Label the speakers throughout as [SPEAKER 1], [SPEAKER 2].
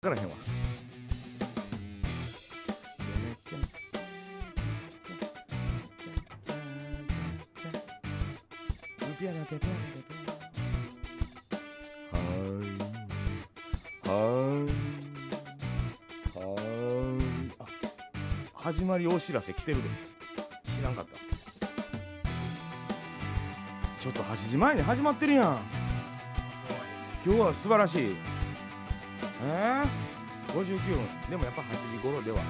[SPEAKER 1] からへんわはーいはーいはーいあ始まりお知らせ来てるで知らんかったちょっと8時前に始まってるやん今日は素晴らしいえー、59分でもやっぱ8時頃ではもう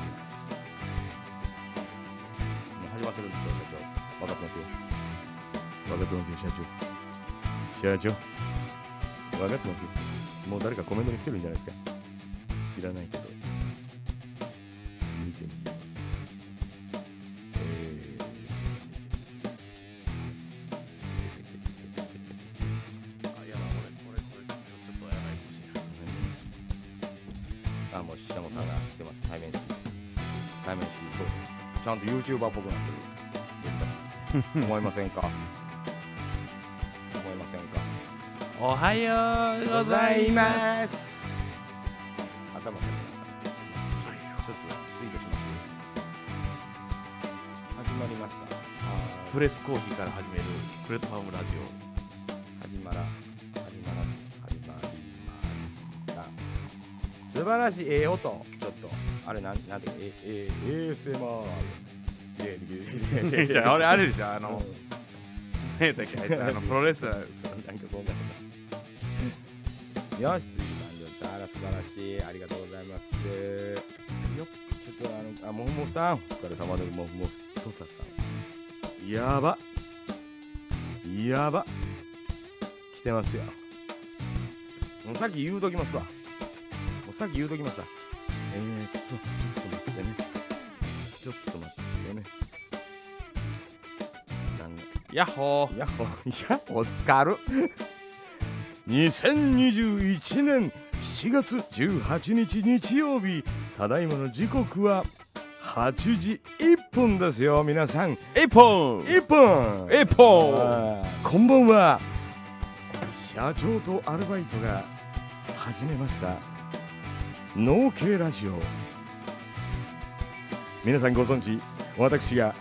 [SPEAKER 1] 始まってるんですよ社長分かってますよ分かってますよ社長社長分かってますよもう誰かコメントに来てるんじゃないですか知らないけど見てみようえ
[SPEAKER 2] あ、やば、俺、俺、これ、ちょっとやばいかもしれない。
[SPEAKER 1] ーあもう下野さんが来てます対面式対面式そうちゃんと YouTuber っぽくなってる思いませんか思いませんか
[SPEAKER 2] おはようございます。
[SPEAKER 1] 頭下げなちょっとツイートします始まりましたあー
[SPEAKER 2] プレスコーヒーから始めるクレットファームラジ
[SPEAKER 1] 始まら始まら始まりました素晴らしいええ音ちょっとあれなんなんてえええ ASMR いやいやいやいやいやいやいやいやいやいやいやいやいやいやいやいやいやい
[SPEAKER 2] オ。じゃあ、俺、あれでしょ、あ
[SPEAKER 1] や
[SPEAKER 2] の、何やったっけ、あいつ、あ の、プロレスラー。
[SPEAKER 1] なんかそんなよし次誕生日あら素晴らしいありがとうございますよっちょっとあのあもふもふさんお疲れ様でもふもふとささんやばやば来てますよもうさっき言うときますわもうさっき言うときますわえー、っとちょっと待ってねちょっと待ってねなんだ
[SPEAKER 2] やっほー。
[SPEAKER 1] ヤッホー、ヤッホー、軽っ。2021年7月18日日曜日、ただいまの時刻は8時1分ですよ、皆さん。
[SPEAKER 2] 一本
[SPEAKER 1] 1分
[SPEAKER 2] 一本
[SPEAKER 1] あーこんばんは。社長とアルバイトが始めました。農系ラジオ。皆さんご存知、私が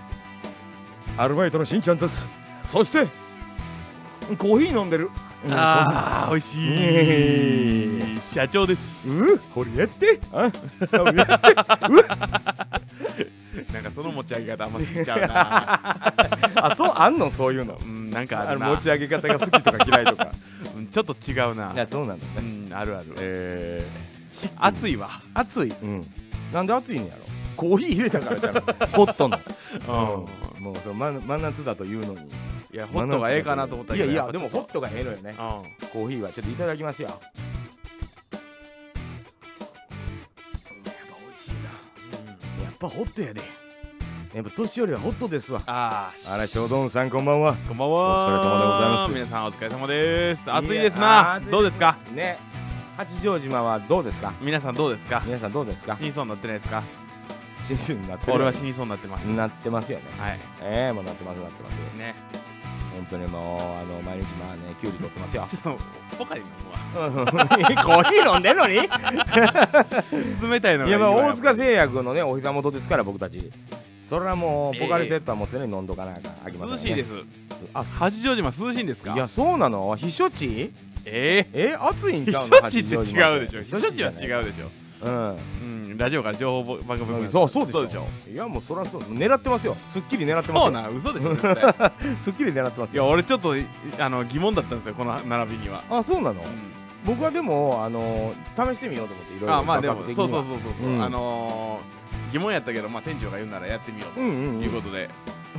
[SPEAKER 1] アルバイトのしんちゃんです。そして、コーヒー飲んでる。
[SPEAKER 2] あー、美味
[SPEAKER 1] う
[SPEAKER 2] しい。社長です。
[SPEAKER 1] うこれやってあ
[SPEAKER 2] なんか、その持ち上げ方、あんま好きちゃうな。
[SPEAKER 1] あ、そうあんのそういうの
[SPEAKER 2] う。ん、なんかあ
[SPEAKER 1] あ
[SPEAKER 2] る
[SPEAKER 1] の
[SPEAKER 2] な。
[SPEAKER 1] 持ち上げ方が好きとか嫌いと か。
[SPEAKER 2] うんちょっと違うな。
[SPEAKER 1] そうなんだ
[SPEAKER 2] う。ん、あるある。
[SPEAKER 1] えー、
[SPEAKER 2] 熱いわ。
[SPEAKER 1] 熱い、うん、なんで熱いんやろコーヒー入れたからじゃろ ホットの、
[SPEAKER 2] う
[SPEAKER 1] うん、
[SPEAKER 2] ん。
[SPEAKER 1] もうその真真夏だというのに
[SPEAKER 2] いや、ホットがええかなと思った
[SPEAKER 1] い
[SPEAKER 2] け
[SPEAKER 1] や
[SPEAKER 2] ど。
[SPEAKER 1] いや
[SPEAKER 2] っ
[SPEAKER 1] で
[SPEAKER 2] ぱ
[SPEAKER 1] もホットがええのよね
[SPEAKER 2] う
[SPEAKER 1] コーヒーはちょっといただきますよやっぱ美味しい
[SPEAKER 2] ん。うん
[SPEAKER 1] なやっぱホットやでやっぱ年よりはホットですわ
[SPEAKER 2] あ
[SPEAKER 1] あらちょうどんさんこんばんは
[SPEAKER 2] こんばんは。
[SPEAKER 1] お疲れ様でございます
[SPEAKER 2] 皆さんお疲れ様です。暑い
[SPEAKER 1] や
[SPEAKER 2] ですな。
[SPEAKER 1] 暑い
[SPEAKER 2] どうですか？
[SPEAKER 1] ね八丈島はどうですか
[SPEAKER 2] 皆さんどうですか？
[SPEAKER 1] 皆さんどうですか
[SPEAKER 2] 死にそうになってないですか？
[SPEAKER 1] シーズンになってる
[SPEAKER 2] 俺は死にそうになってます。
[SPEAKER 1] なってますよね
[SPEAKER 2] はい。
[SPEAKER 1] ええもうなってますなってます
[SPEAKER 2] ね。
[SPEAKER 1] 本当にもうあの毎日まあねキュウリ取ってますよ
[SPEAKER 2] ちょっとポカリ飲むわ。
[SPEAKER 1] コーヒー飲んでんのにい
[SPEAKER 2] 冷たいのがいい
[SPEAKER 1] やま
[SPEAKER 2] わ。
[SPEAKER 1] あ大塚
[SPEAKER 2] やっ
[SPEAKER 1] 製薬のねお膝元ですから僕たちそれはもうポカリセットはもう常に飲んどかなきゃあ
[SPEAKER 2] ぱ
[SPEAKER 1] き
[SPEAKER 2] り
[SPEAKER 1] ません、ね、
[SPEAKER 2] 涼しいですす。
[SPEAKER 1] あ
[SPEAKER 2] 八丈島涼しいんですか？
[SPEAKER 1] いやそうなの避暑地
[SPEAKER 2] え
[SPEAKER 1] え暑いん
[SPEAKER 2] え。避
[SPEAKER 1] ちゃうの
[SPEAKER 2] 暑地って違うでしょ。
[SPEAKER 1] 八
[SPEAKER 2] 避
[SPEAKER 1] 丈島
[SPEAKER 2] 暑地は違うでしょ。
[SPEAKER 1] うん
[SPEAKER 2] うん。ラジオから情報番組も
[SPEAKER 1] そうそうでしょ
[SPEAKER 2] そうでしょ。
[SPEAKER 1] いやもうそらそう狙ってますよすっきり狙ってますよ
[SPEAKER 2] そうな嘘でしょ。絶対
[SPEAKER 1] すっきり狙ってます
[SPEAKER 2] いや
[SPEAKER 1] よ
[SPEAKER 2] 俺ちょっとあの疑問だったんですよこの並びには。
[SPEAKER 1] あそうなの
[SPEAKER 2] うん
[SPEAKER 1] 僕はでもあの試してみようと思っていろいろ
[SPEAKER 2] あまあでも
[SPEAKER 1] 感
[SPEAKER 2] そう
[SPEAKER 1] 覚的
[SPEAKER 2] そう
[SPEAKER 1] に
[SPEAKER 2] そ
[SPEAKER 1] は
[SPEAKER 2] うそう、
[SPEAKER 1] うん
[SPEAKER 2] あのー、疑問やったけどまあ店長が言うならやってみようと、
[SPEAKER 1] うんうん、うん
[SPEAKER 2] いう、ことで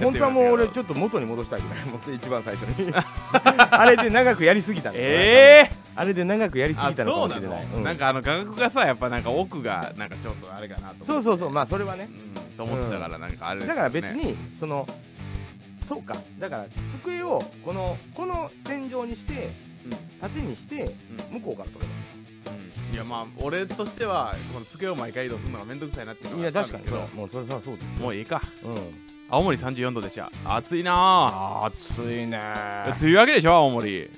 [SPEAKER 1] 本当はもう俺ち
[SPEAKER 2] ょ
[SPEAKER 1] ょ
[SPEAKER 2] っと
[SPEAKER 1] っと元に戻したいぐらいもう一番最初 にあれで長くやりすぎたの
[SPEAKER 2] ええ
[SPEAKER 1] あれで長くやりす
[SPEAKER 2] ー、あ
[SPEAKER 1] ぎたの
[SPEAKER 2] そ
[SPEAKER 1] かも
[SPEAKER 2] うな
[SPEAKER 1] しれない
[SPEAKER 2] の、
[SPEAKER 1] うん
[SPEAKER 2] なんかあの画角がさやっぱなんか奥がなんかちょっとあれかなと思って
[SPEAKER 1] そうそうそうまあそれはね
[SPEAKER 2] うん、と思ってたからなんかあれですよ
[SPEAKER 1] だ
[SPEAKER 2] ね
[SPEAKER 1] から別にそのそうかだから机をこのこの線上にして
[SPEAKER 2] うん、
[SPEAKER 1] 縦にして
[SPEAKER 2] う
[SPEAKER 1] 向こうから取れば
[SPEAKER 2] んうん、いやまあ俺としてはこの机を毎回移動するのがめんどくさいなっていうの
[SPEAKER 1] い
[SPEAKER 2] があ
[SPEAKER 1] や
[SPEAKER 2] ったん
[SPEAKER 1] 確
[SPEAKER 2] で
[SPEAKER 1] か
[SPEAKER 2] す
[SPEAKER 1] に
[SPEAKER 2] け
[SPEAKER 1] そうも
[SPEAKER 2] ど
[SPEAKER 1] うそれさそうですよ
[SPEAKER 2] もういいか
[SPEAKER 1] うん
[SPEAKER 2] 青森34度でした暑いな
[SPEAKER 1] 暑いね
[SPEAKER 2] あ梅雨明けでしょ青森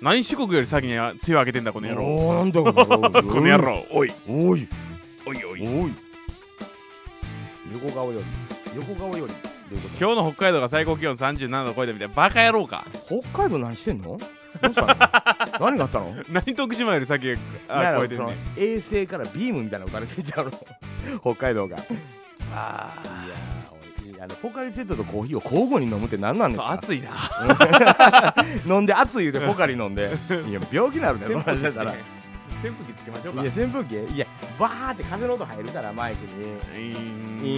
[SPEAKER 2] 何四国より先に梅雨明けてんだこの野郎
[SPEAKER 1] おーなんだこの野郎
[SPEAKER 2] この野郎おい
[SPEAKER 1] おい
[SPEAKER 2] おいお
[SPEAKER 1] お
[SPEAKER 2] い
[SPEAKER 1] い横顔より横顔よりどういうこと
[SPEAKER 2] 今日の北海道が最高気温37度超えたみたいなバカ野 郎か
[SPEAKER 1] 北海道何してんのどう したの何があったの
[SPEAKER 2] 何徳島より先
[SPEAKER 1] な
[SPEAKER 2] あ
[SPEAKER 1] ん
[SPEAKER 2] 超
[SPEAKER 1] か
[SPEAKER 2] えて
[SPEAKER 1] そ
[SPEAKER 2] る
[SPEAKER 1] の
[SPEAKER 2] ね
[SPEAKER 1] 衛星からビームみたいなの浮かれてい たろ北海道がいや
[SPEAKER 2] あ
[SPEAKER 1] ー俺あのポカリセットとコーヒーを交互に飲むって何なん
[SPEAKER 2] ー
[SPEAKER 1] です
[SPEAKER 2] そう
[SPEAKER 1] か
[SPEAKER 2] 暑いな
[SPEAKER 1] 飲んで熱い言うてポカリ飲ん でいや病気になるねそんなんしてたらい
[SPEAKER 2] 扇風機つけましょうか
[SPEAKER 1] や扇風機いやバーって風の音入るからマイクに
[SPEAKER 2] イーン
[SPEAKER 1] イ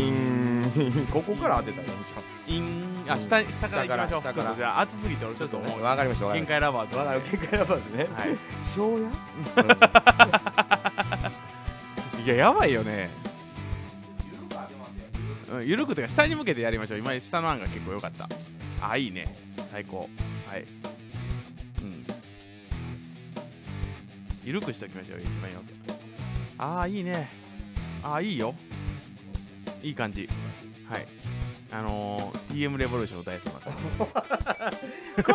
[SPEAKER 1] ーンここから当てたよ
[SPEAKER 2] インあ下下から行きましょう
[SPEAKER 1] 下から
[SPEAKER 2] ちょっとじゃあ暑すぎて俺ちょっともう
[SPEAKER 1] わかりましたわかりまし
[SPEAKER 2] 限界ラバーズ
[SPEAKER 1] たわかる限界ラバーですね
[SPEAKER 2] はい
[SPEAKER 1] 庄屋
[SPEAKER 2] いややばいよねうん緩くてか下に向けてやりましょう今下の案が結構良かったあいいね最高はいうん緩くしておきましょう一番よくああいいねああいいよいい感じはいあのー、TM レボリューション歌えそうな 感
[SPEAKER 1] ここ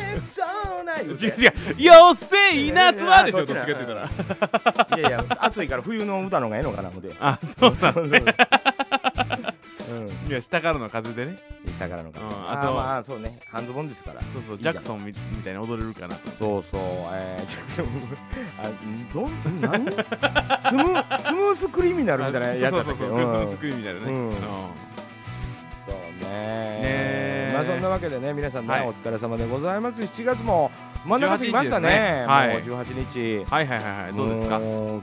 [SPEAKER 1] へそうな言う
[SPEAKER 2] じ
[SPEAKER 1] て
[SPEAKER 2] 違う違う妖精夏はでしょどっちかって言ったら
[SPEAKER 1] いやいや暑いから冬の歌の方がええのかな思て
[SPEAKER 2] あそう
[SPEAKER 1] そ
[SPEAKER 2] さ
[SPEAKER 1] うそうそううん
[SPEAKER 2] いや下からの風でね
[SPEAKER 1] 下からのか、
[SPEAKER 2] うん
[SPEAKER 1] あ
[SPEAKER 2] あと
[SPEAKER 1] あまあそうね半ズボンですから
[SPEAKER 2] そうそ
[SPEAKER 1] い
[SPEAKER 2] う
[SPEAKER 1] い
[SPEAKER 2] ジ
[SPEAKER 1] じゃ
[SPEAKER 2] ャ
[SPEAKER 1] ん
[SPEAKER 2] クソンみみたいに踊れるかなと
[SPEAKER 1] そうそうえー、ちょっともうあんゾン何スムースムースクリミナルみたいなやつだったけどうん
[SPEAKER 2] そうそうそうクリスマスクリーンみたいなね、
[SPEAKER 1] うん
[SPEAKER 2] うん
[SPEAKER 1] そうね
[SPEAKER 2] ねー
[SPEAKER 1] まあそんなわけでね皆さんね、
[SPEAKER 2] はい
[SPEAKER 1] お疲れ様でございます7月も真ん中過ぎましたね
[SPEAKER 2] 18日です
[SPEAKER 1] もう18日
[SPEAKER 2] ねはいはいはいはいどうですか
[SPEAKER 1] もう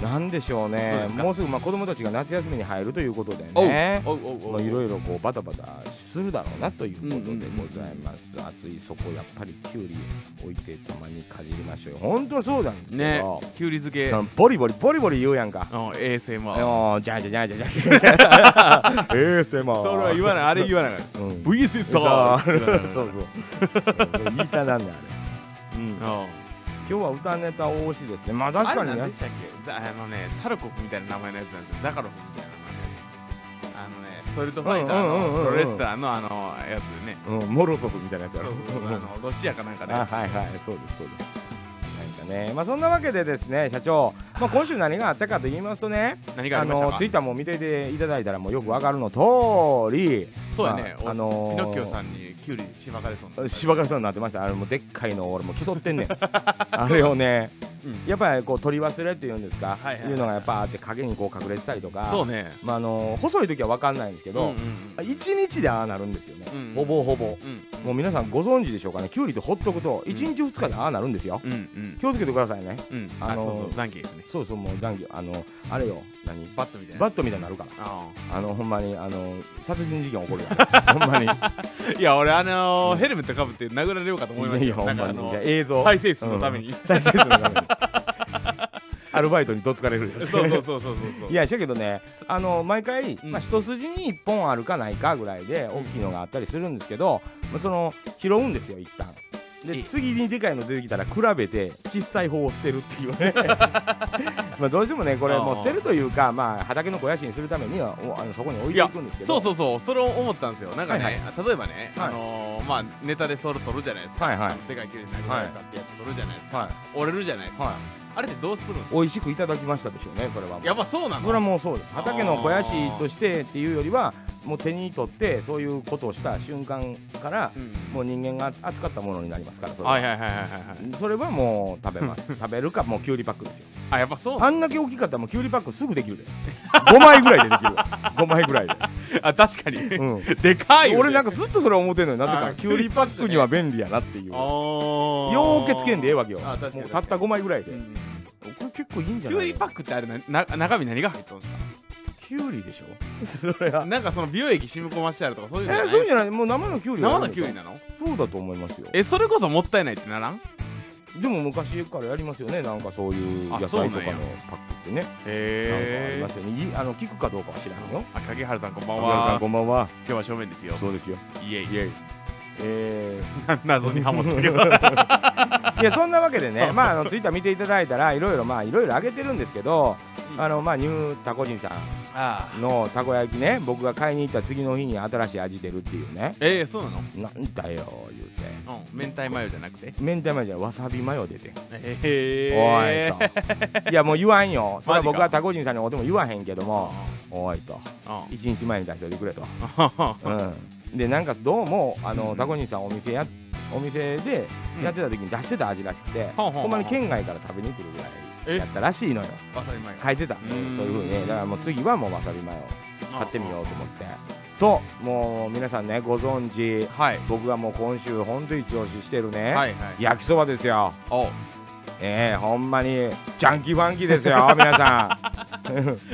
[SPEAKER 1] なんでしょう
[SPEAKER 2] どう
[SPEAKER 1] ね
[SPEAKER 2] ですか
[SPEAKER 1] もうすぐまあ子供たちが夏休みに入るということでね
[SPEAKER 2] おうおうおう
[SPEAKER 1] まあい
[SPEAKER 2] い
[SPEAKER 1] ろいろこうバタバタするだろうなということでございます、暑いそこやっぱりきゅうり置いてたまにかじりましょうよ本当はそうなんですけ
[SPEAKER 2] ね
[SPEAKER 1] ど、
[SPEAKER 2] きゅうり漬け
[SPEAKER 1] さ
[SPEAKER 2] うん
[SPEAKER 1] んボリボリボリボリ言うやんか
[SPEAKER 2] ASMR
[SPEAKER 1] おーじゃんじゃんじゃんじゃんじゃんじ ゃんええせま
[SPEAKER 2] それは言わないあれ言わない
[SPEAKER 1] うん
[SPEAKER 2] VSSR
[SPEAKER 1] そうそうそれ言いたなんだよあれ、うん、今日は歌ネタ多しですねまあ確
[SPEAKER 2] 確
[SPEAKER 1] かに
[SPEAKER 2] かに
[SPEAKER 1] ね
[SPEAKER 2] ねでしたっけざあのねタルコフみたいな名前のやつなんですよザカロフみたいな名前のやつあのねストリートファイター
[SPEAKER 1] うんうんうんうん
[SPEAKER 2] の
[SPEAKER 1] うん
[SPEAKER 2] プロレスラーのあのやつね
[SPEAKER 1] うん、モロソフみたいなやつ
[SPEAKER 2] そ
[SPEAKER 1] や
[SPEAKER 2] う
[SPEAKER 1] ろ
[SPEAKER 2] そうあのロシアかなんかね
[SPEAKER 1] あはいはいそうですそうですなんかねまあそんなわけでですね社長、まあ、今週何があったかと言いますとね
[SPEAKER 2] 何があ
[SPEAKER 1] あ
[SPEAKER 2] りました
[SPEAKER 1] の
[SPEAKER 2] か
[SPEAKER 1] ツイッターも見てていただいたらもうよくわかるの通り
[SPEAKER 2] そうやね
[SPEAKER 1] まあ
[SPEAKER 2] お
[SPEAKER 1] あのー
[SPEAKER 2] ピノッキオさんにキュウリしばかれそうになった
[SPEAKER 1] 芝倉さんになってましたあれもうでっかいのを俺もう競ってん ねんあれをね
[SPEAKER 2] うん
[SPEAKER 1] やっぱりこう取り忘れっていうんですか、
[SPEAKER 2] はいいはいう
[SPEAKER 1] のがやっぱあって影にこう隠れてたりとか
[SPEAKER 2] そうね
[SPEAKER 1] まああの細い時はわかんないんですけ
[SPEAKER 2] うんう
[SPEAKER 1] ど
[SPEAKER 2] ん、うん
[SPEAKER 1] 一日でああなるんですよね、
[SPEAKER 2] うん
[SPEAKER 1] ほぼほぼ
[SPEAKER 2] うん
[SPEAKER 1] もう皆さんご存知でしょうかねきゅうりとほっとくと
[SPEAKER 2] ん
[SPEAKER 1] 一日二日でああなるんですよ、
[SPEAKER 2] うんうん
[SPEAKER 1] 気をつけてくださいね
[SPEAKER 2] うん
[SPEAKER 1] あ
[SPEAKER 2] あ
[SPEAKER 1] のー
[SPEAKER 2] そうそう残機ですね
[SPEAKER 1] そうそうもう残業あのあれよ何
[SPEAKER 2] バットみたいな
[SPEAKER 1] バットみたいになるから
[SPEAKER 2] あ
[SPEAKER 1] あのほんまにあの殺人事件起こる からほんまに
[SPEAKER 2] ーいや俺あの
[SPEAKER 1] うん
[SPEAKER 2] ーヘルメットかぶって殴られようかと思いま
[SPEAKER 1] いやい
[SPEAKER 2] し
[SPEAKER 1] や
[SPEAKER 2] た
[SPEAKER 1] ほ
[SPEAKER 2] なんんか
[SPEAKER 1] ま
[SPEAKER 2] あ
[SPEAKER 1] に
[SPEAKER 2] の
[SPEAKER 1] いや映像
[SPEAKER 2] 再生数のために
[SPEAKER 1] うん再生数のために アルバイトにどつかれるやつ
[SPEAKER 2] そうそうそうそうそう
[SPEAKER 1] いやしゃけどねあの毎回、
[SPEAKER 2] うん
[SPEAKER 1] まあ、一筋に一本あるかないかぐらいで
[SPEAKER 2] ん
[SPEAKER 1] 大きいのがあったりするんですけど、まあ、その拾うんですよ一旦
[SPEAKER 2] い
[SPEAKER 1] で
[SPEAKER 2] い
[SPEAKER 1] 次にでかいの出てきたら比べて小さい方を捨てるっていう ねまあどうしてもねこれ
[SPEAKER 2] あー
[SPEAKER 1] もう捨てるというかまあ畑の肥やしにするためにはおあのそこに置いていくんですけど
[SPEAKER 2] そうそうそうそれを思ったんですよなんかね
[SPEAKER 1] はい
[SPEAKER 2] 例えばね
[SPEAKER 1] はい
[SPEAKER 2] あのーまあネタでそれ撮るじゃないですか
[SPEAKER 1] はいはい
[SPEAKER 2] あのでかいキュウリ殴られたってやつ撮るじゃないですか
[SPEAKER 1] は
[SPEAKER 2] 折れるじゃないで
[SPEAKER 1] い
[SPEAKER 2] すか
[SPEAKER 1] は
[SPEAKER 2] あれってどうするん
[SPEAKER 1] い美味しくいただきましたでしょうねそれはもう
[SPEAKER 2] やっぱそうな
[SPEAKER 1] それは
[SPEAKER 2] の
[SPEAKER 1] もうそうです畑の肥やしとしてっていうよりはもう手に取ってそういうことをした瞬間から
[SPEAKER 2] うん
[SPEAKER 1] もう人間が扱ったものになりますからそれは
[SPEAKER 2] はいはいはいはいはいはい
[SPEAKER 1] それはもう食べます 食べるかもうきゅうりパックですよ
[SPEAKER 2] あやっぱそう
[SPEAKER 1] あんだけ大きかったらもうきゅうりパックすぐできるで5枚ぐらいでできるわ5枚 ぐらいで、
[SPEAKER 2] あ確かに
[SPEAKER 1] うん、
[SPEAKER 2] でかいよね
[SPEAKER 1] 俺なんかずっとそれ思ってんのよなぜ
[SPEAKER 2] あ
[SPEAKER 1] か
[SPEAKER 2] ー
[SPEAKER 1] きゅうりパックには便利やなっていう
[SPEAKER 2] あ
[SPEAKER 1] よ
[SPEAKER 2] ー
[SPEAKER 1] うけつけんでええわけよ
[SPEAKER 2] あ確かに
[SPEAKER 1] もうたった5枚ぐらいで、
[SPEAKER 2] う
[SPEAKER 1] こ
[SPEAKER 2] ん
[SPEAKER 1] れ結構いいんじ
[SPEAKER 2] キ
[SPEAKER 1] ゃ
[SPEAKER 2] ュウ
[SPEAKER 1] な
[SPEAKER 2] リ
[SPEAKER 1] い
[SPEAKER 2] パックってあれなな中身何が入っとんすか
[SPEAKER 1] きゅうりでしょそれは
[SPEAKER 2] なんかその美容液染み込ましてあるとかそうい
[SPEAKER 1] え
[SPEAKER 2] う
[SPEAKER 1] ー、
[SPEAKER 2] のじゃない
[SPEAKER 1] そうじゃないもう生のきゅうりは
[SPEAKER 2] 生
[SPEAKER 1] ある
[SPEAKER 2] の
[SPEAKER 1] んで
[SPEAKER 2] キ
[SPEAKER 1] しょ
[SPEAKER 2] ュウリなの
[SPEAKER 1] そうだと思いますよ
[SPEAKER 2] えそれこそもったいないってならん
[SPEAKER 1] でも昔からやりますよねなんかそういう野
[SPEAKER 2] あそ
[SPEAKER 1] 菜
[SPEAKER 2] うな
[SPEAKER 1] と
[SPEAKER 2] ん
[SPEAKER 1] か
[SPEAKER 2] や
[SPEAKER 1] のパックってね
[SPEAKER 2] へ
[SPEAKER 1] なんかありますよねいあの聞くかどうかは知らんよ
[SPEAKER 2] あ影原さんこんばん
[SPEAKER 1] 皆さ
[SPEAKER 2] は
[SPEAKER 1] んこんばんは
[SPEAKER 2] 今日は正面ですよ
[SPEAKER 1] そうですよ
[SPEAKER 2] イエイ
[SPEAKER 1] イエイえ
[SPEAKER 2] 謎にハモったけど
[SPEAKER 1] ー、いやそんなわけで ね、まあ、あのツイッター見ていただいたらいろいろまあいろいろ上げてるんですけど、
[SPEAKER 2] うん
[SPEAKER 1] あのまあニュータコ人さん
[SPEAKER 2] ああ
[SPEAKER 1] のたこ焼きね僕が買いに行った次の日に新しい味出るっていうね
[SPEAKER 2] ええそうなの
[SPEAKER 1] なんだよ言うて
[SPEAKER 2] うん明太マヨじゃなくて
[SPEAKER 1] 明太マヨじゃないわさびマヨ出てん
[SPEAKER 2] え
[SPEAKER 1] お
[SPEAKER 2] え
[SPEAKER 1] いといやもう言わんよそれは
[SPEAKER 2] マジか
[SPEAKER 1] 僕はタコ人さんにおでも言わへんけども
[SPEAKER 2] う
[SPEAKER 1] おいと
[SPEAKER 2] んうん
[SPEAKER 1] 1日前に出しといてくれと、
[SPEAKER 2] う
[SPEAKER 1] うん、でなんかどうもあ
[SPEAKER 2] うんう
[SPEAKER 1] の
[SPEAKER 2] ん
[SPEAKER 1] タコ人さんお店やお店で
[SPEAKER 2] ん
[SPEAKER 1] やってた時に出してた味らしくて、
[SPEAKER 2] ほうほうほう
[SPEAKER 1] ほんまに県外から食べに来るぐらいやったらしいのよ
[SPEAKER 2] わさびマヨ
[SPEAKER 1] 書いてた、
[SPEAKER 2] うん
[SPEAKER 1] そういう風にねだからもう次はもうわさびマヨ買ってみようと思ってともう皆さんねご存知
[SPEAKER 2] はい
[SPEAKER 1] 僕がもう今週ほんと一押ししてるね、
[SPEAKER 2] はいはい
[SPEAKER 1] 焼きそばですよ
[SPEAKER 2] おう
[SPEAKER 1] ええほんまにジャンキーバンキーです よ皆さ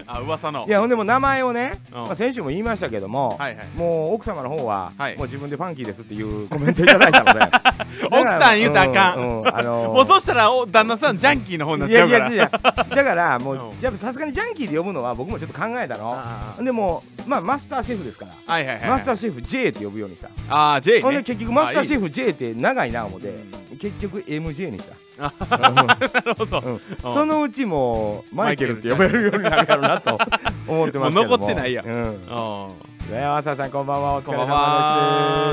[SPEAKER 2] あ噂の
[SPEAKER 1] んいやほんでもう名前をね、
[SPEAKER 2] うん
[SPEAKER 1] まあ、先週も言いましたけども、
[SPEAKER 2] はいはい
[SPEAKER 1] もう奥様の方は、
[SPEAKER 2] はい
[SPEAKER 1] もう自分でファンキーですっていうコメントいただいたので
[SPEAKER 2] 奥さん言うたらあかん
[SPEAKER 1] ううあのー
[SPEAKER 2] もうそしたらお旦那さんジャンキーの方になっ
[SPEAKER 1] い
[SPEAKER 2] ち
[SPEAKER 1] や
[SPEAKER 2] ゃう
[SPEAKER 1] い
[SPEAKER 2] から
[SPEAKER 1] やいやだからもう
[SPEAKER 2] うん
[SPEAKER 1] やっぱさすがにジャンキーで呼ぶのは僕もちょっと考えたの
[SPEAKER 2] ああ
[SPEAKER 1] でもまあマスターシェフですから
[SPEAKER 2] あはいはいはい
[SPEAKER 1] マスタ
[SPEAKER 2] ー
[SPEAKER 1] ーシェフ J って呼ぶようにした、
[SPEAKER 2] ああ J
[SPEAKER 1] ほんで
[SPEAKER 2] ね
[SPEAKER 1] 結局マスターシェフ J って長いな思って
[SPEAKER 2] う
[SPEAKER 1] 結局 MJ にした
[SPEAKER 2] あ
[SPEAKER 1] な
[SPEAKER 2] るほど
[SPEAKER 1] そのうちもうマイケルって呼ばれるようになるやろうなと思ってますけども
[SPEAKER 2] もう残ってないや
[SPEAKER 1] うん
[SPEAKER 2] あ
[SPEAKER 1] ねわささんこんばんはお疲
[SPEAKER 2] こん
[SPEAKER 1] れ
[SPEAKER 2] ばんは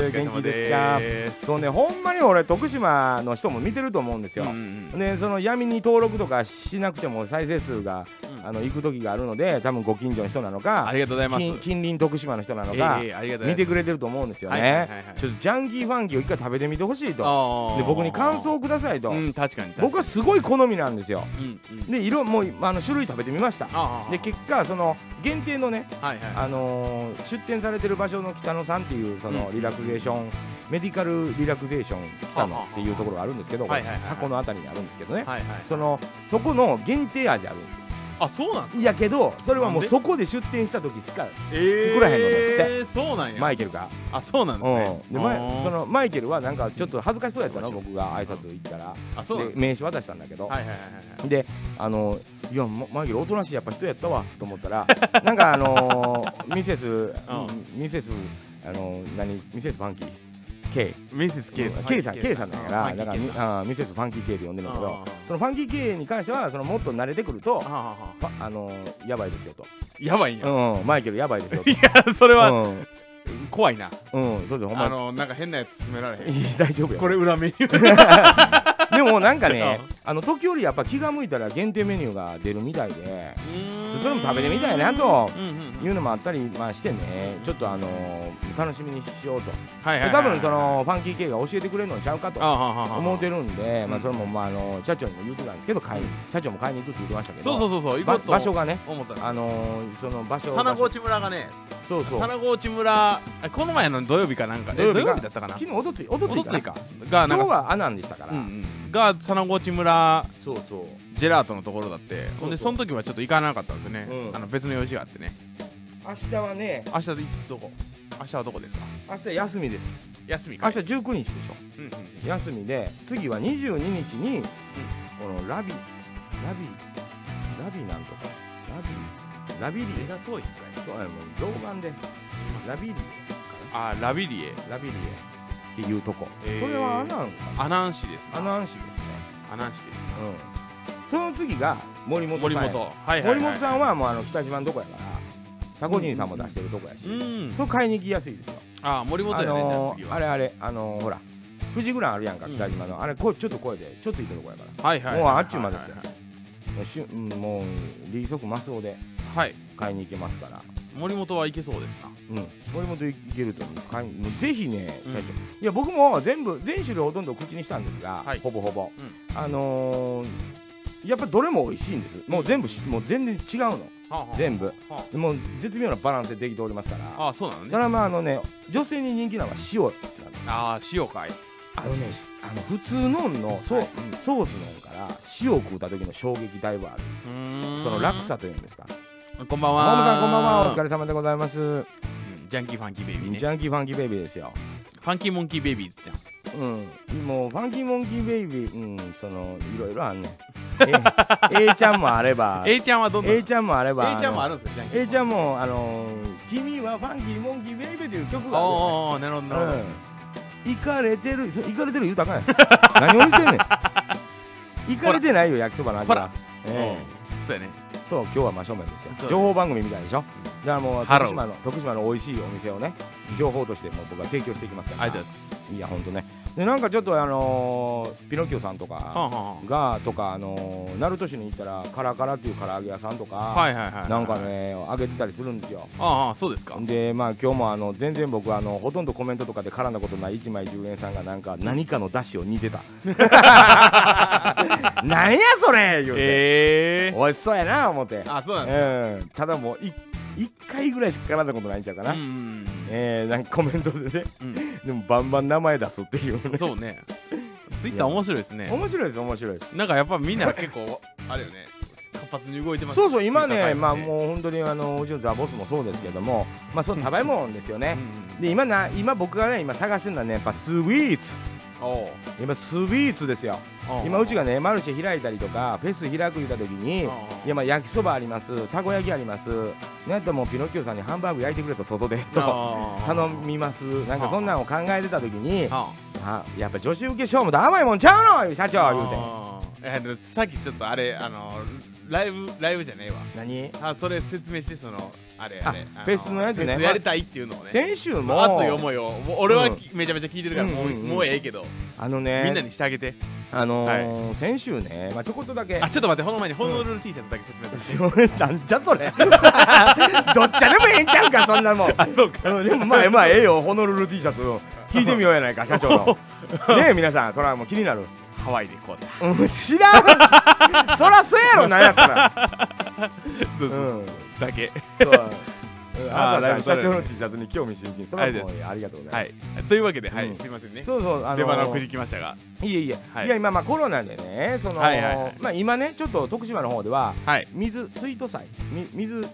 [SPEAKER 1] 様です元気ですかそうねほんまに俺徳島の人も見てると思うんですよ、
[SPEAKER 2] うんうんうん
[SPEAKER 1] ね、その闇に登録とかしなくても再生数が、
[SPEAKER 2] うん
[SPEAKER 1] あの行く時があるので多分ご近所の人なの
[SPEAKER 2] あ
[SPEAKER 1] か
[SPEAKER 2] りがとうございます
[SPEAKER 1] 近近隣徳島の人なの
[SPEAKER 2] え
[SPEAKER 1] か、
[SPEAKER 2] えええありがとうございます
[SPEAKER 1] 見てくれてると思うんですよね、
[SPEAKER 2] はいはいはいはい
[SPEAKER 1] ちょっとジャンキーファンキーを一回食べてみてほしいと
[SPEAKER 2] ああ
[SPEAKER 1] で僕に感想をくださいと、
[SPEAKER 2] うん確かに確かに
[SPEAKER 1] 僕はすごい好みなんですよ
[SPEAKER 2] うんうん
[SPEAKER 1] で色もうあの種類食べてみました
[SPEAKER 2] ああ
[SPEAKER 1] で結果その限定のね、
[SPEAKER 2] はいはい
[SPEAKER 1] あのー出店されてる場所の北野さんっていうその
[SPEAKER 2] うん
[SPEAKER 1] リラクゼーション、メディカルリラクゼーション北野っていうところがあるんですけど、
[SPEAKER 2] はいはいはいはい
[SPEAKER 1] これの辺りにあるんですけどね、
[SPEAKER 2] はいはい
[SPEAKER 1] そのそこの限定味あるんで
[SPEAKER 2] あそうなんです
[SPEAKER 1] すいやけどそれはも
[SPEAKER 2] なん
[SPEAKER 1] う
[SPEAKER 2] で
[SPEAKER 1] そこで出店した時しか
[SPEAKER 2] え
[SPEAKER 1] 作らへんの
[SPEAKER 2] え
[SPEAKER 1] で
[SPEAKER 2] そうなんや
[SPEAKER 1] マイケルが、
[SPEAKER 2] あそうなんですね
[SPEAKER 1] うんで
[SPEAKER 2] あ
[SPEAKER 1] マ
[SPEAKER 2] ー
[SPEAKER 1] イそのマイケルはなんかちょっと恥ずかしそうやったの僕が挨拶行ったら、
[SPEAKER 2] あそうな
[SPEAKER 1] で
[SPEAKER 2] んですね
[SPEAKER 1] 名刺渡したんだけど、
[SPEAKER 2] はいはいはいはい
[SPEAKER 1] であのいやまマイケルおとなしいやっぱ人やったわと思った らなんかあのーミセス、ミセスあのー何ミセスファンキー K
[SPEAKER 2] ミセス K
[SPEAKER 1] うん K さん K さんだからだからみあーミセスファンキー K で呼んでるんだけ
[SPEAKER 2] あ
[SPEAKER 1] ど
[SPEAKER 2] ー
[SPEAKER 1] そのファンキー K に関してはそのもっと慣れてくると
[SPEAKER 2] あはは
[SPEAKER 1] ああのーやばいですよと、
[SPEAKER 2] やばいんや
[SPEAKER 1] うんうんマイケル やばいですよと
[SPEAKER 2] いやそれは
[SPEAKER 1] うん
[SPEAKER 2] 怖いな
[SPEAKER 1] うんそれでほんま
[SPEAKER 2] あ
[SPEAKER 1] に
[SPEAKER 2] のなんか変なやつ勧められへ ん
[SPEAKER 1] いや大丈夫よ
[SPEAKER 2] これ裏メニュー
[SPEAKER 1] でもなんかね
[SPEAKER 2] う
[SPEAKER 1] あの時折やっぱ気が向いたら限定メニューが出るみたいで それも食べてみたいなと
[SPEAKER 2] うんうんうん
[SPEAKER 1] いうのもあったり、まあ、してねちょっとあのー楽しみにしようと
[SPEAKER 2] はいはいはい
[SPEAKER 1] 多分そのファンキー系が教えてくれるのちゃうかと
[SPEAKER 2] あはははは
[SPEAKER 1] 思うてるんで、ま
[SPEAKER 2] う
[SPEAKER 1] あ、
[SPEAKER 2] ん
[SPEAKER 1] それも、まあ、あの社長にも言うてたんですけど買いに社長も買いに行くって言ってましたけど
[SPEAKER 2] そうそうそうそう行こ
[SPEAKER 1] ば
[SPEAKER 2] うと
[SPEAKER 1] 場所がね、
[SPEAKER 2] 思ったんです
[SPEAKER 1] あのーその場所
[SPEAKER 2] 佐
[SPEAKER 1] 場
[SPEAKER 2] 那河
[SPEAKER 1] 所
[SPEAKER 2] 内村がね
[SPEAKER 1] そうそう
[SPEAKER 2] 佐那河内村あこの前の土曜日かなんかえ
[SPEAKER 1] 土曜日
[SPEAKER 2] 土
[SPEAKER 1] が
[SPEAKER 2] 曜日だったかな
[SPEAKER 1] 昨日おとついおとつ
[SPEAKER 2] おと
[SPEAKER 1] い
[SPEAKER 2] つ
[SPEAKER 1] か
[SPEAKER 2] いかが
[SPEAKER 1] 今
[SPEAKER 2] なん
[SPEAKER 1] 日
[SPEAKER 2] か
[SPEAKER 1] はアナンでしたから、
[SPEAKER 2] うんうんが佐那河内村
[SPEAKER 1] そうそう
[SPEAKER 2] ジェラートのところだってほんで
[SPEAKER 1] そ
[SPEAKER 2] そう
[SPEAKER 1] そう
[SPEAKER 2] の時はちょっと行かなかったんですよね、
[SPEAKER 1] うん
[SPEAKER 2] あの別の用事があってね
[SPEAKER 1] 明日はね
[SPEAKER 2] 明日どこ明日はどこですか
[SPEAKER 1] 明日休みです
[SPEAKER 2] 休みか
[SPEAKER 1] 明
[SPEAKER 2] い
[SPEAKER 1] 日19日でし
[SPEAKER 2] うんうん
[SPEAKER 1] ょ休みで次は22日に、このラビラビラビなんとかラビラビリ
[SPEAKER 2] 目が遠い
[SPEAKER 1] そうやもう老眼でラビリ
[SPEAKER 2] あラビリエ
[SPEAKER 1] エラビリエっていうとこ、
[SPEAKER 2] えー
[SPEAKER 1] それはアナンかな
[SPEAKER 2] 阿南市ですね
[SPEAKER 1] アナン市ですね
[SPEAKER 2] 阿南市ですね
[SPEAKER 1] うんその次が森本さん
[SPEAKER 2] 森
[SPEAKER 1] や
[SPEAKER 2] 本はいはい、はい、
[SPEAKER 1] 森本さんはもうあの北島のとこやからタコ人さんも出してるとこやし、
[SPEAKER 2] うん
[SPEAKER 1] そう買いに行きやすいですよ
[SPEAKER 2] あ森本
[SPEAKER 1] あ
[SPEAKER 2] やね、
[SPEAKER 1] の
[SPEAKER 2] じゃあ次
[SPEAKER 1] ー、
[SPEAKER 2] は
[SPEAKER 1] あれあれあのー、ほら富士グランあるやんか
[SPEAKER 2] うん
[SPEAKER 1] 北島の、あれこうちょっと声でちょっといいとこやから
[SPEAKER 2] はいはいはい
[SPEAKER 1] もうあっちゅう間ですよ
[SPEAKER 2] はいはい
[SPEAKER 1] もうしゅうんもう利息マスオで
[SPEAKER 2] はい、
[SPEAKER 1] 買いに行けますから
[SPEAKER 2] 森本はいけそうですな
[SPEAKER 1] うん森本いけると思うんです買いもうぜひね
[SPEAKER 2] うん
[SPEAKER 1] 社長、いや僕も全部全種類ほとんど口にしたんですが、
[SPEAKER 2] はい
[SPEAKER 1] ほぼほぼ、あのーやっぱどれも美味しいんですもう全部しもう全然違うの
[SPEAKER 2] はあはあ
[SPEAKER 1] 全部
[SPEAKER 2] は
[SPEAKER 1] もう絶妙なバランスでできておりますから
[SPEAKER 2] あああそうなの
[SPEAKER 1] た
[SPEAKER 2] ね
[SPEAKER 1] だまああのね女性に人気なのは塩なの
[SPEAKER 2] ああ塩かい
[SPEAKER 1] あのねあの普通のんのそう、
[SPEAKER 2] はい
[SPEAKER 1] うんソースのんから塩を食うた時の衝撃だいぶある
[SPEAKER 2] うーん
[SPEAKER 1] その落差というんですか
[SPEAKER 2] こんば
[SPEAKER 1] マ
[SPEAKER 2] んは
[SPEAKER 1] モさんこんばんはお疲
[SPEAKER 2] れ、
[SPEAKER 1] れ様でございます
[SPEAKER 2] うんジャンキーファンキーベイビーね
[SPEAKER 1] ジャンキーファンキーベイビーですよ
[SPEAKER 2] ファンキーモンキーベイビーズじゃん。
[SPEAKER 1] うん、もうファンキーモンキーベイビー、うん、そのいろいろあん ねん。え A ちゃんもあれば、
[SPEAKER 2] A ちゃんはどんなの
[SPEAKER 1] A ちゃんもあれば、
[SPEAKER 2] A ちゃんもあ
[SPEAKER 1] る。
[SPEAKER 2] るんですか
[SPEAKER 1] A ちゃん
[SPEAKER 2] も。
[SPEAKER 1] もあの君はファンキーモンキーベイビーという曲があ
[SPEAKER 2] ああ、なるほ
[SPEAKER 1] る
[SPEAKER 2] ど、なる
[SPEAKER 1] よ
[SPEAKER 2] ほ
[SPEAKER 1] ね。
[SPEAKER 2] ど。
[SPEAKER 1] うん。行かれてる、そう行かれてる言うたらあ かんやん。何を言ってんねん。行かれてないよ焼きそばの味
[SPEAKER 2] ほ
[SPEAKER 1] は
[SPEAKER 2] ら。
[SPEAKER 1] え
[SPEAKER 2] そうやね。
[SPEAKER 1] えそう今日は真正面ですよ
[SPEAKER 2] そうです
[SPEAKER 1] 情報番組みたいでしょだからもう
[SPEAKER 2] ハロ
[SPEAKER 1] 徳
[SPEAKER 2] ー
[SPEAKER 1] 島の徳島の美味しいお店をね情報としてもう僕は提供していきますから
[SPEAKER 2] ありがとうございます
[SPEAKER 1] いやほんとねでなんかちょっとあのーピノキオさんと
[SPEAKER 2] はん
[SPEAKER 1] か
[SPEAKER 2] はんはん
[SPEAKER 1] がとかあのー鳴門市に行ったらカラカラっていう唐揚げ屋さんとか、
[SPEAKER 2] はいはいはい
[SPEAKER 1] なんかね揚げてたりするんですよ
[SPEAKER 2] ああそうですか
[SPEAKER 1] でまあ今日もあの全然僕あのほとんどコメントとかで絡んだことない一枚10円さんがなんか何かの出汁を煮て たなんやそれ言うて、
[SPEAKER 2] ええ
[SPEAKER 1] 美味しそうやな思って、
[SPEAKER 2] あそうなんだ
[SPEAKER 1] うん、ただもうい一回ぐらいしか絡んだことないんちゃうかな、
[SPEAKER 2] うんうん
[SPEAKER 1] えー、なんかコメントでね
[SPEAKER 2] うん
[SPEAKER 1] でもバンバン名前出すっていう
[SPEAKER 2] うん
[SPEAKER 1] ね
[SPEAKER 2] そうねツイッター面白いですね
[SPEAKER 1] 面白いです面白いです
[SPEAKER 2] なんかやっぱみんな結構あれよね活発に動いてます
[SPEAKER 1] そうそう今ねまあ
[SPEAKER 2] う
[SPEAKER 1] もう本当にあのうちのザ・ボスもそうですけどもまあそう食べ物ですよね
[SPEAKER 2] ん
[SPEAKER 1] で今な今僕がね今探してるのはねやっぱスイーツ
[SPEAKER 2] おう
[SPEAKER 1] 今スイーツですよ
[SPEAKER 2] お
[SPEAKER 1] 今うちが
[SPEAKER 2] ね
[SPEAKER 1] ねマルシェ開いたりとかフェス開く言った時にいやまあ焼きそばありますたこ焼きありますなんともうピノッキオさんにハンバーグ焼いてくれと外でと頼みますなんかそんなんを考えてた時に
[SPEAKER 2] あ
[SPEAKER 1] あやっぱ女子受け賞もだ甘いもんちゃうの社長言うて
[SPEAKER 2] てえでもさっきちょっとあれあのライブライブじゃねえわ
[SPEAKER 1] 何
[SPEAKER 2] あそれ説明してそのあれあれ
[SPEAKER 1] あ
[SPEAKER 2] あの
[SPEAKER 1] フェスのやつね
[SPEAKER 2] フェスやりたいっていうのをね
[SPEAKER 1] 先週も
[SPEAKER 2] 熱い思いをもう俺は
[SPEAKER 1] うん
[SPEAKER 2] めちゃめちゃ聞いてるからもう
[SPEAKER 1] うんうんうん
[SPEAKER 2] もうええけど
[SPEAKER 1] あの
[SPEAKER 2] みんな
[SPEAKER 1] ね
[SPEAKER 2] にしてあげて
[SPEAKER 1] あのー先週ねまあちょこっとだけ
[SPEAKER 2] あちょっと待ってこの前にホノルル T シャツだけ説明させ て
[SPEAKER 1] なんじゃそれ どっちゃでもええんちゃうかそんなもん
[SPEAKER 2] あそうか
[SPEAKER 1] うんでもまあまあええよホノルル T シャツ聞いてみようや ないか社長のねえ皆さんそらもう気になる、
[SPEAKER 2] ハワイでこうだ
[SPEAKER 1] うん、知 らんそらそうやろなんやったら
[SPEAKER 2] そう
[SPEAKER 1] う
[SPEAKER 2] そうんだけ
[SPEAKER 1] そううん
[SPEAKER 2] あー
[SPEAKER 1] 朝
[SPEAKER 2] ライ
[SPEAKER 1] さん社
[SPEAKER 2] ブ撮れる
[SPEAKER 1] 長の T シャツに興味津々それはもうありがとうござ
[SPEAKER 2] はい
[SPEAKER 1] ま
[SPEAKER 2] い
[SPEAKER 1] す、
[SPEAKER 2] というわけではい
[SPEAKER 1] うん
[SPEAKER 2] すいませんね
[SPEAKER 1] そうそうあの
[SPEAKER 2] 出花をくじきましたが
[SPEAKER 1] いえいえ、
[SPEAKER 2] はい
[SPEAKER 1] い、や今まあコロナでねその、
[SPEAKER 2] はいはいはい
[SPEAKER 1] まあ今ねちょっと徳島の方では
[SPEAKER 2] はい
[SPEAKER 1] 水スイート祭み水都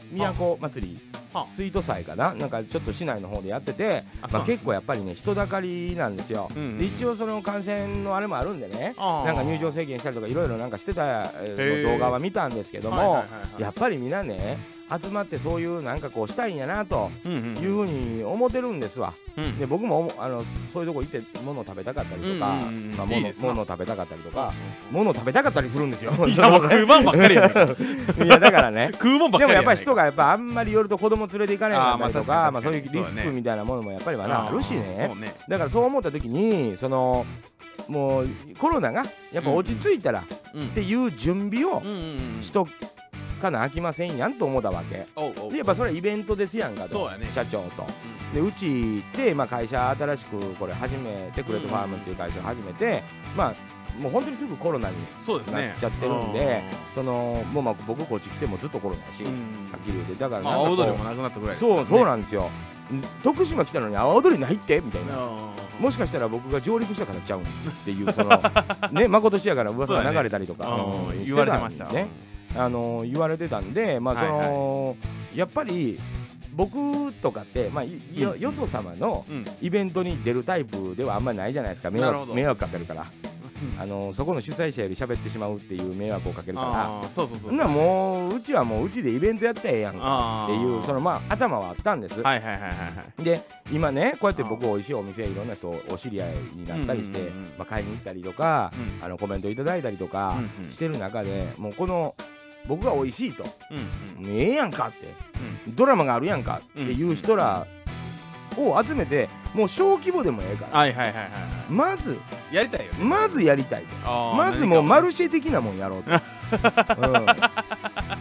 [SPEAKER 1] 祭り
[SPEAKER 2] はあ
[SPEAKER 1] スイート祭かななんかちょっと市内の方でやってて
[SPEAKER 2] あ
[SPEAKER 1] ま
[SPEAKER 2] そうな
[SPEAKER 1] あ、
[SPEAKER 2] んです
[SPEAKER 1] 結構やっぱりね人だかりなんですよ、
[SPEAKER 2] うんうん
[SPEAKER 1] で一応その感染のあれもあるんでね
[SPEAKER 2] あー
[SPEAKER 1] なんか入場制限したりとかいろいろなんかしてたえ
[SPEAKER 2] へ
[SPEAKER 1] ー
[SPEAKER 2] ー
[SPEAKER 1] 動画は見たんですけども、
[SPEAKER 2] はいはいはいはい
[SPEAKER 1] やっぱりみんなね集まってそういうなんかこうしたいんやなと
[SPEAKER 2] うんうん
[SPEAKER 1] いうふうに思ってるんですわ
[SPEAKER 2] うん
[SPEAKER 1] で僕も思あのそういうとこ行って物を食べたかったりとか、
[SPEAKER 2] うんうんうん
[SPEAKER 1] まあ、
[SPEAKER 2] いい
[SPEAKER 1] 物
[SPEAKER 2] ですな
[SPEAKER 1] 物を食べたかったりとか物を食べたかったりするんですよ
[SPEAKER 2] いやもう食うもんばっかりやね
[SPEAKER 1] いやだからね
[SPEAKER 2] 食うもんばっ
[SPEAKER 1] でも
[SPEAKER 2] かり
[SPEAKER 1] や
[SPEAKER 2] や
[SPEAKER 1] っぱ
[SPEAKER 2] ね
[SPEAKER 1] り人がやっぱあんまり寄ると子供連れて行かれなかったりと
[SPEAKER 2] あ
[SPEAKER 1] か
[SPEAKER 2] ーま
[SPEAKER 1] ま
[SPEAKER 2] あ
[SPEAKER 1] あ
[SPEAKER 2] 確か
[SPEAKER 1] そう
[SPEAKER 2] に
[SPEAKER 1] いうリスクみたいなものもやっぱりまだあるし
[SPEAKER 2] あーそ
[SPEAKER 1] ね
[SPEAKER 2] うね
[SPEAKER 1] だからそう思った時にそのもうコロナがやっぱ落ち着いたらっ
[SPEAKER 2] うん
[SPEAKER 1] ていう準備を
[SPEAKER 2] うんうんうん
[SPEAKER 1] しとかなあきませんやんと思ったわけ
[SPEAKER 2] おうおう
[SPEAKER 1] でやっぱそれはイベントですやんか
[SPEAKER 2] そう
[SPEAKER 1] と
[SPEAKER 2] やね
[SPEAKER 1] 社長とでうちでまあ会社新しくこれ始めてクレートファームっていう会社を始めてまあもう本当にすぐコロナに
[SPEAKER 2] そうですね
[SPEAKER 1] なっちゃってるんでそのもうまあ僕こっち来てもずっとコロナやし
[SPEAKER 2] うんうん
[SPEAKER 1] はっきり言ってだから
[SPEAKER 2] ま
[SPEAKER 1] な
[SPEAKER 2] あ
[SPEAKER 1] んかこ
[SPEAKER 2] 青
[SPEAKER 1] う
[SPEAKER 2] 踊りもなくなったぐらいです
[SPEAKER 1] そうそう
[SPEAKER 2] ね
[SPEAKER 1] なんですよ、徳島来たのに阿波踊りないってみたいな、
[SPEAKER 2] うん
[SPEAKER 1] もしかしたら僕が上陸したからちゃうんっていう そのねまことしやから噂が流れたりとか、
[SPEAKER 2] うん
[SPEAKER 1] うん
[SPEAKER 2] 言われてました
[SPEAKER 1] してんでねあの言われてたんでまあその、やっぱり僕とかって、まあ、いよ,、よそ様の
[SPEAKER 2] うん
[SPEAKER 1] イベントに出るタイプではあんまりないじゃないですか迷
[SPEAKER 2] なるほ
[SPEAKER 1] 惑
[SPEAKER 2] ど
[SPEAKER 1] 迷惑かけるからあのそこの主催者より喋ってしまうっていう迷惑をかけるから
[SPEAKER 2] あーそうそうそ
[SPEAKER 1] そ
[SPEAKER 2] うん
[SPEAKER 1] なもううちはもううちでイベントやったらええやんか
[SPEAKER 2] あ
[SPEAKER 1] っ
[SPEAKER 2] ー
[SPEAKER 1] ていうそのまあ頭はあったんです、
[SPEAKER 2] はいはいはいはいはい
[SPEAKER 1] で今ねこうやって僕
[SPEAKER 2] あ
[SPEAKER 1] おいしいお店いろんな人お知り合いになったりして、
[SPEAKER 2] うんうんうんうん
[SPEAKER 1] まあ、買いに行ったりとか、あのコメントいただいたりとか
[SPEAKER 2] うんうん
[SPEAKER 1] してる中で、もうこの僕が美味しいと
[SPEAKER 2] うんうん
[SPEAKER 1] ええやんかってドラマがあるやんかっていう人らを集めてもう小規模でもええから、
[SPEAKER 2] はいはいはいはいは
[SPEAKER 1] まず
[SPEAKER 2] いやりたいよね
[SPEAKER 1] まずやりたいと。
[SPEAKER 2] あー
[SPEAKER 1] まずもうマルシェ的なもんやろ うと、うん、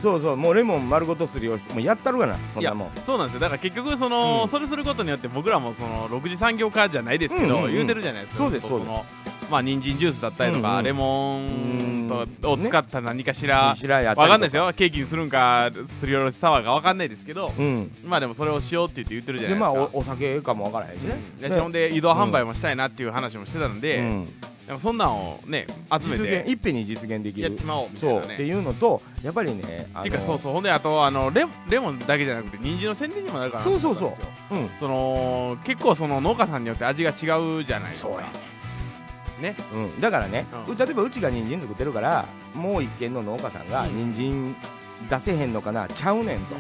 [SPEAKER 1] そうそうもうレモン丸ごとすりをもうやったるがなそんなもん
[SPEAKER 2] そうなんですよだから結局その、
[SPEAKER 1] うん
[SPEAKER 2] それすることによって僕らもその6次産業化じゃないですけど、
[SPEAKER 1] うんうんうん
[SPEAKER 2] 言うてるじゃないですか
[SPEAKER 1] そうです
[SPEAKER 2] ずっとのまあ人参ジュースだったりとか、
[SPEAKER 1] うんうん
[SPEAKER 2] レモン
[SPEAKER 1] うん
[SPEAKER 2] とを使った何かしら、
[SPEAKER 1] 白やったりと
[SPEAKER 2] わかんないですよケーキにするんかすりおろしサワーかわかんないですけど、
[SPEAKER 1] うん
[SPEAKER 2] まあでもそれをしようって言って言ってるじゃな
[SPEAKER 1] で
[SPEAKER 2] い
[SPEAKER 1] まあ
[SPEAKER 2] ですか
[SPEAKER 1] おお酒かもわからへんしね、
[SPEAKER 2] うんでそんで移動販売もしたいなっていう話もしてたんで、
[SPEAKER 1] うん
[SPEAKER 2] でもそんなんをね集め
[SPEAKER 1] 実現
[SPEAKER 2] て
[SPEAKER 1] 一遍に実現でき
[SPEAKER 2] やっ
[SPEAKER 1] る
[SPEAKER 2] ちまおうみたい
[SPEAKER 1] そう
[SPEAKER 2] な
[SPEAKER 1] っ
[SPEAKER 2] ね
[SPEAKER 1] ていうのとやっぱりねあの
[SPEAKER 2] ていうかそうそうほんであとあのレレモンだけじゃなくて人参の宣伝にもなるから
[SPEAKER 1] そうそうそううん
[SPEAKER 2] その結構その農家さんによって味が違うじゃないですか
[SPEAKER 1] そうや
[SPEAKER 2] ね
[SPEAKER 1] うん、だからね、
[SPEAKER 2] うん
[SPEAKER 1] う例えばうちが人参作ってるからもう一軒の農家さんが
[SPEAKER 2] うん
[SPEAKER 1] 人参出せへんのかなちゃうねんと、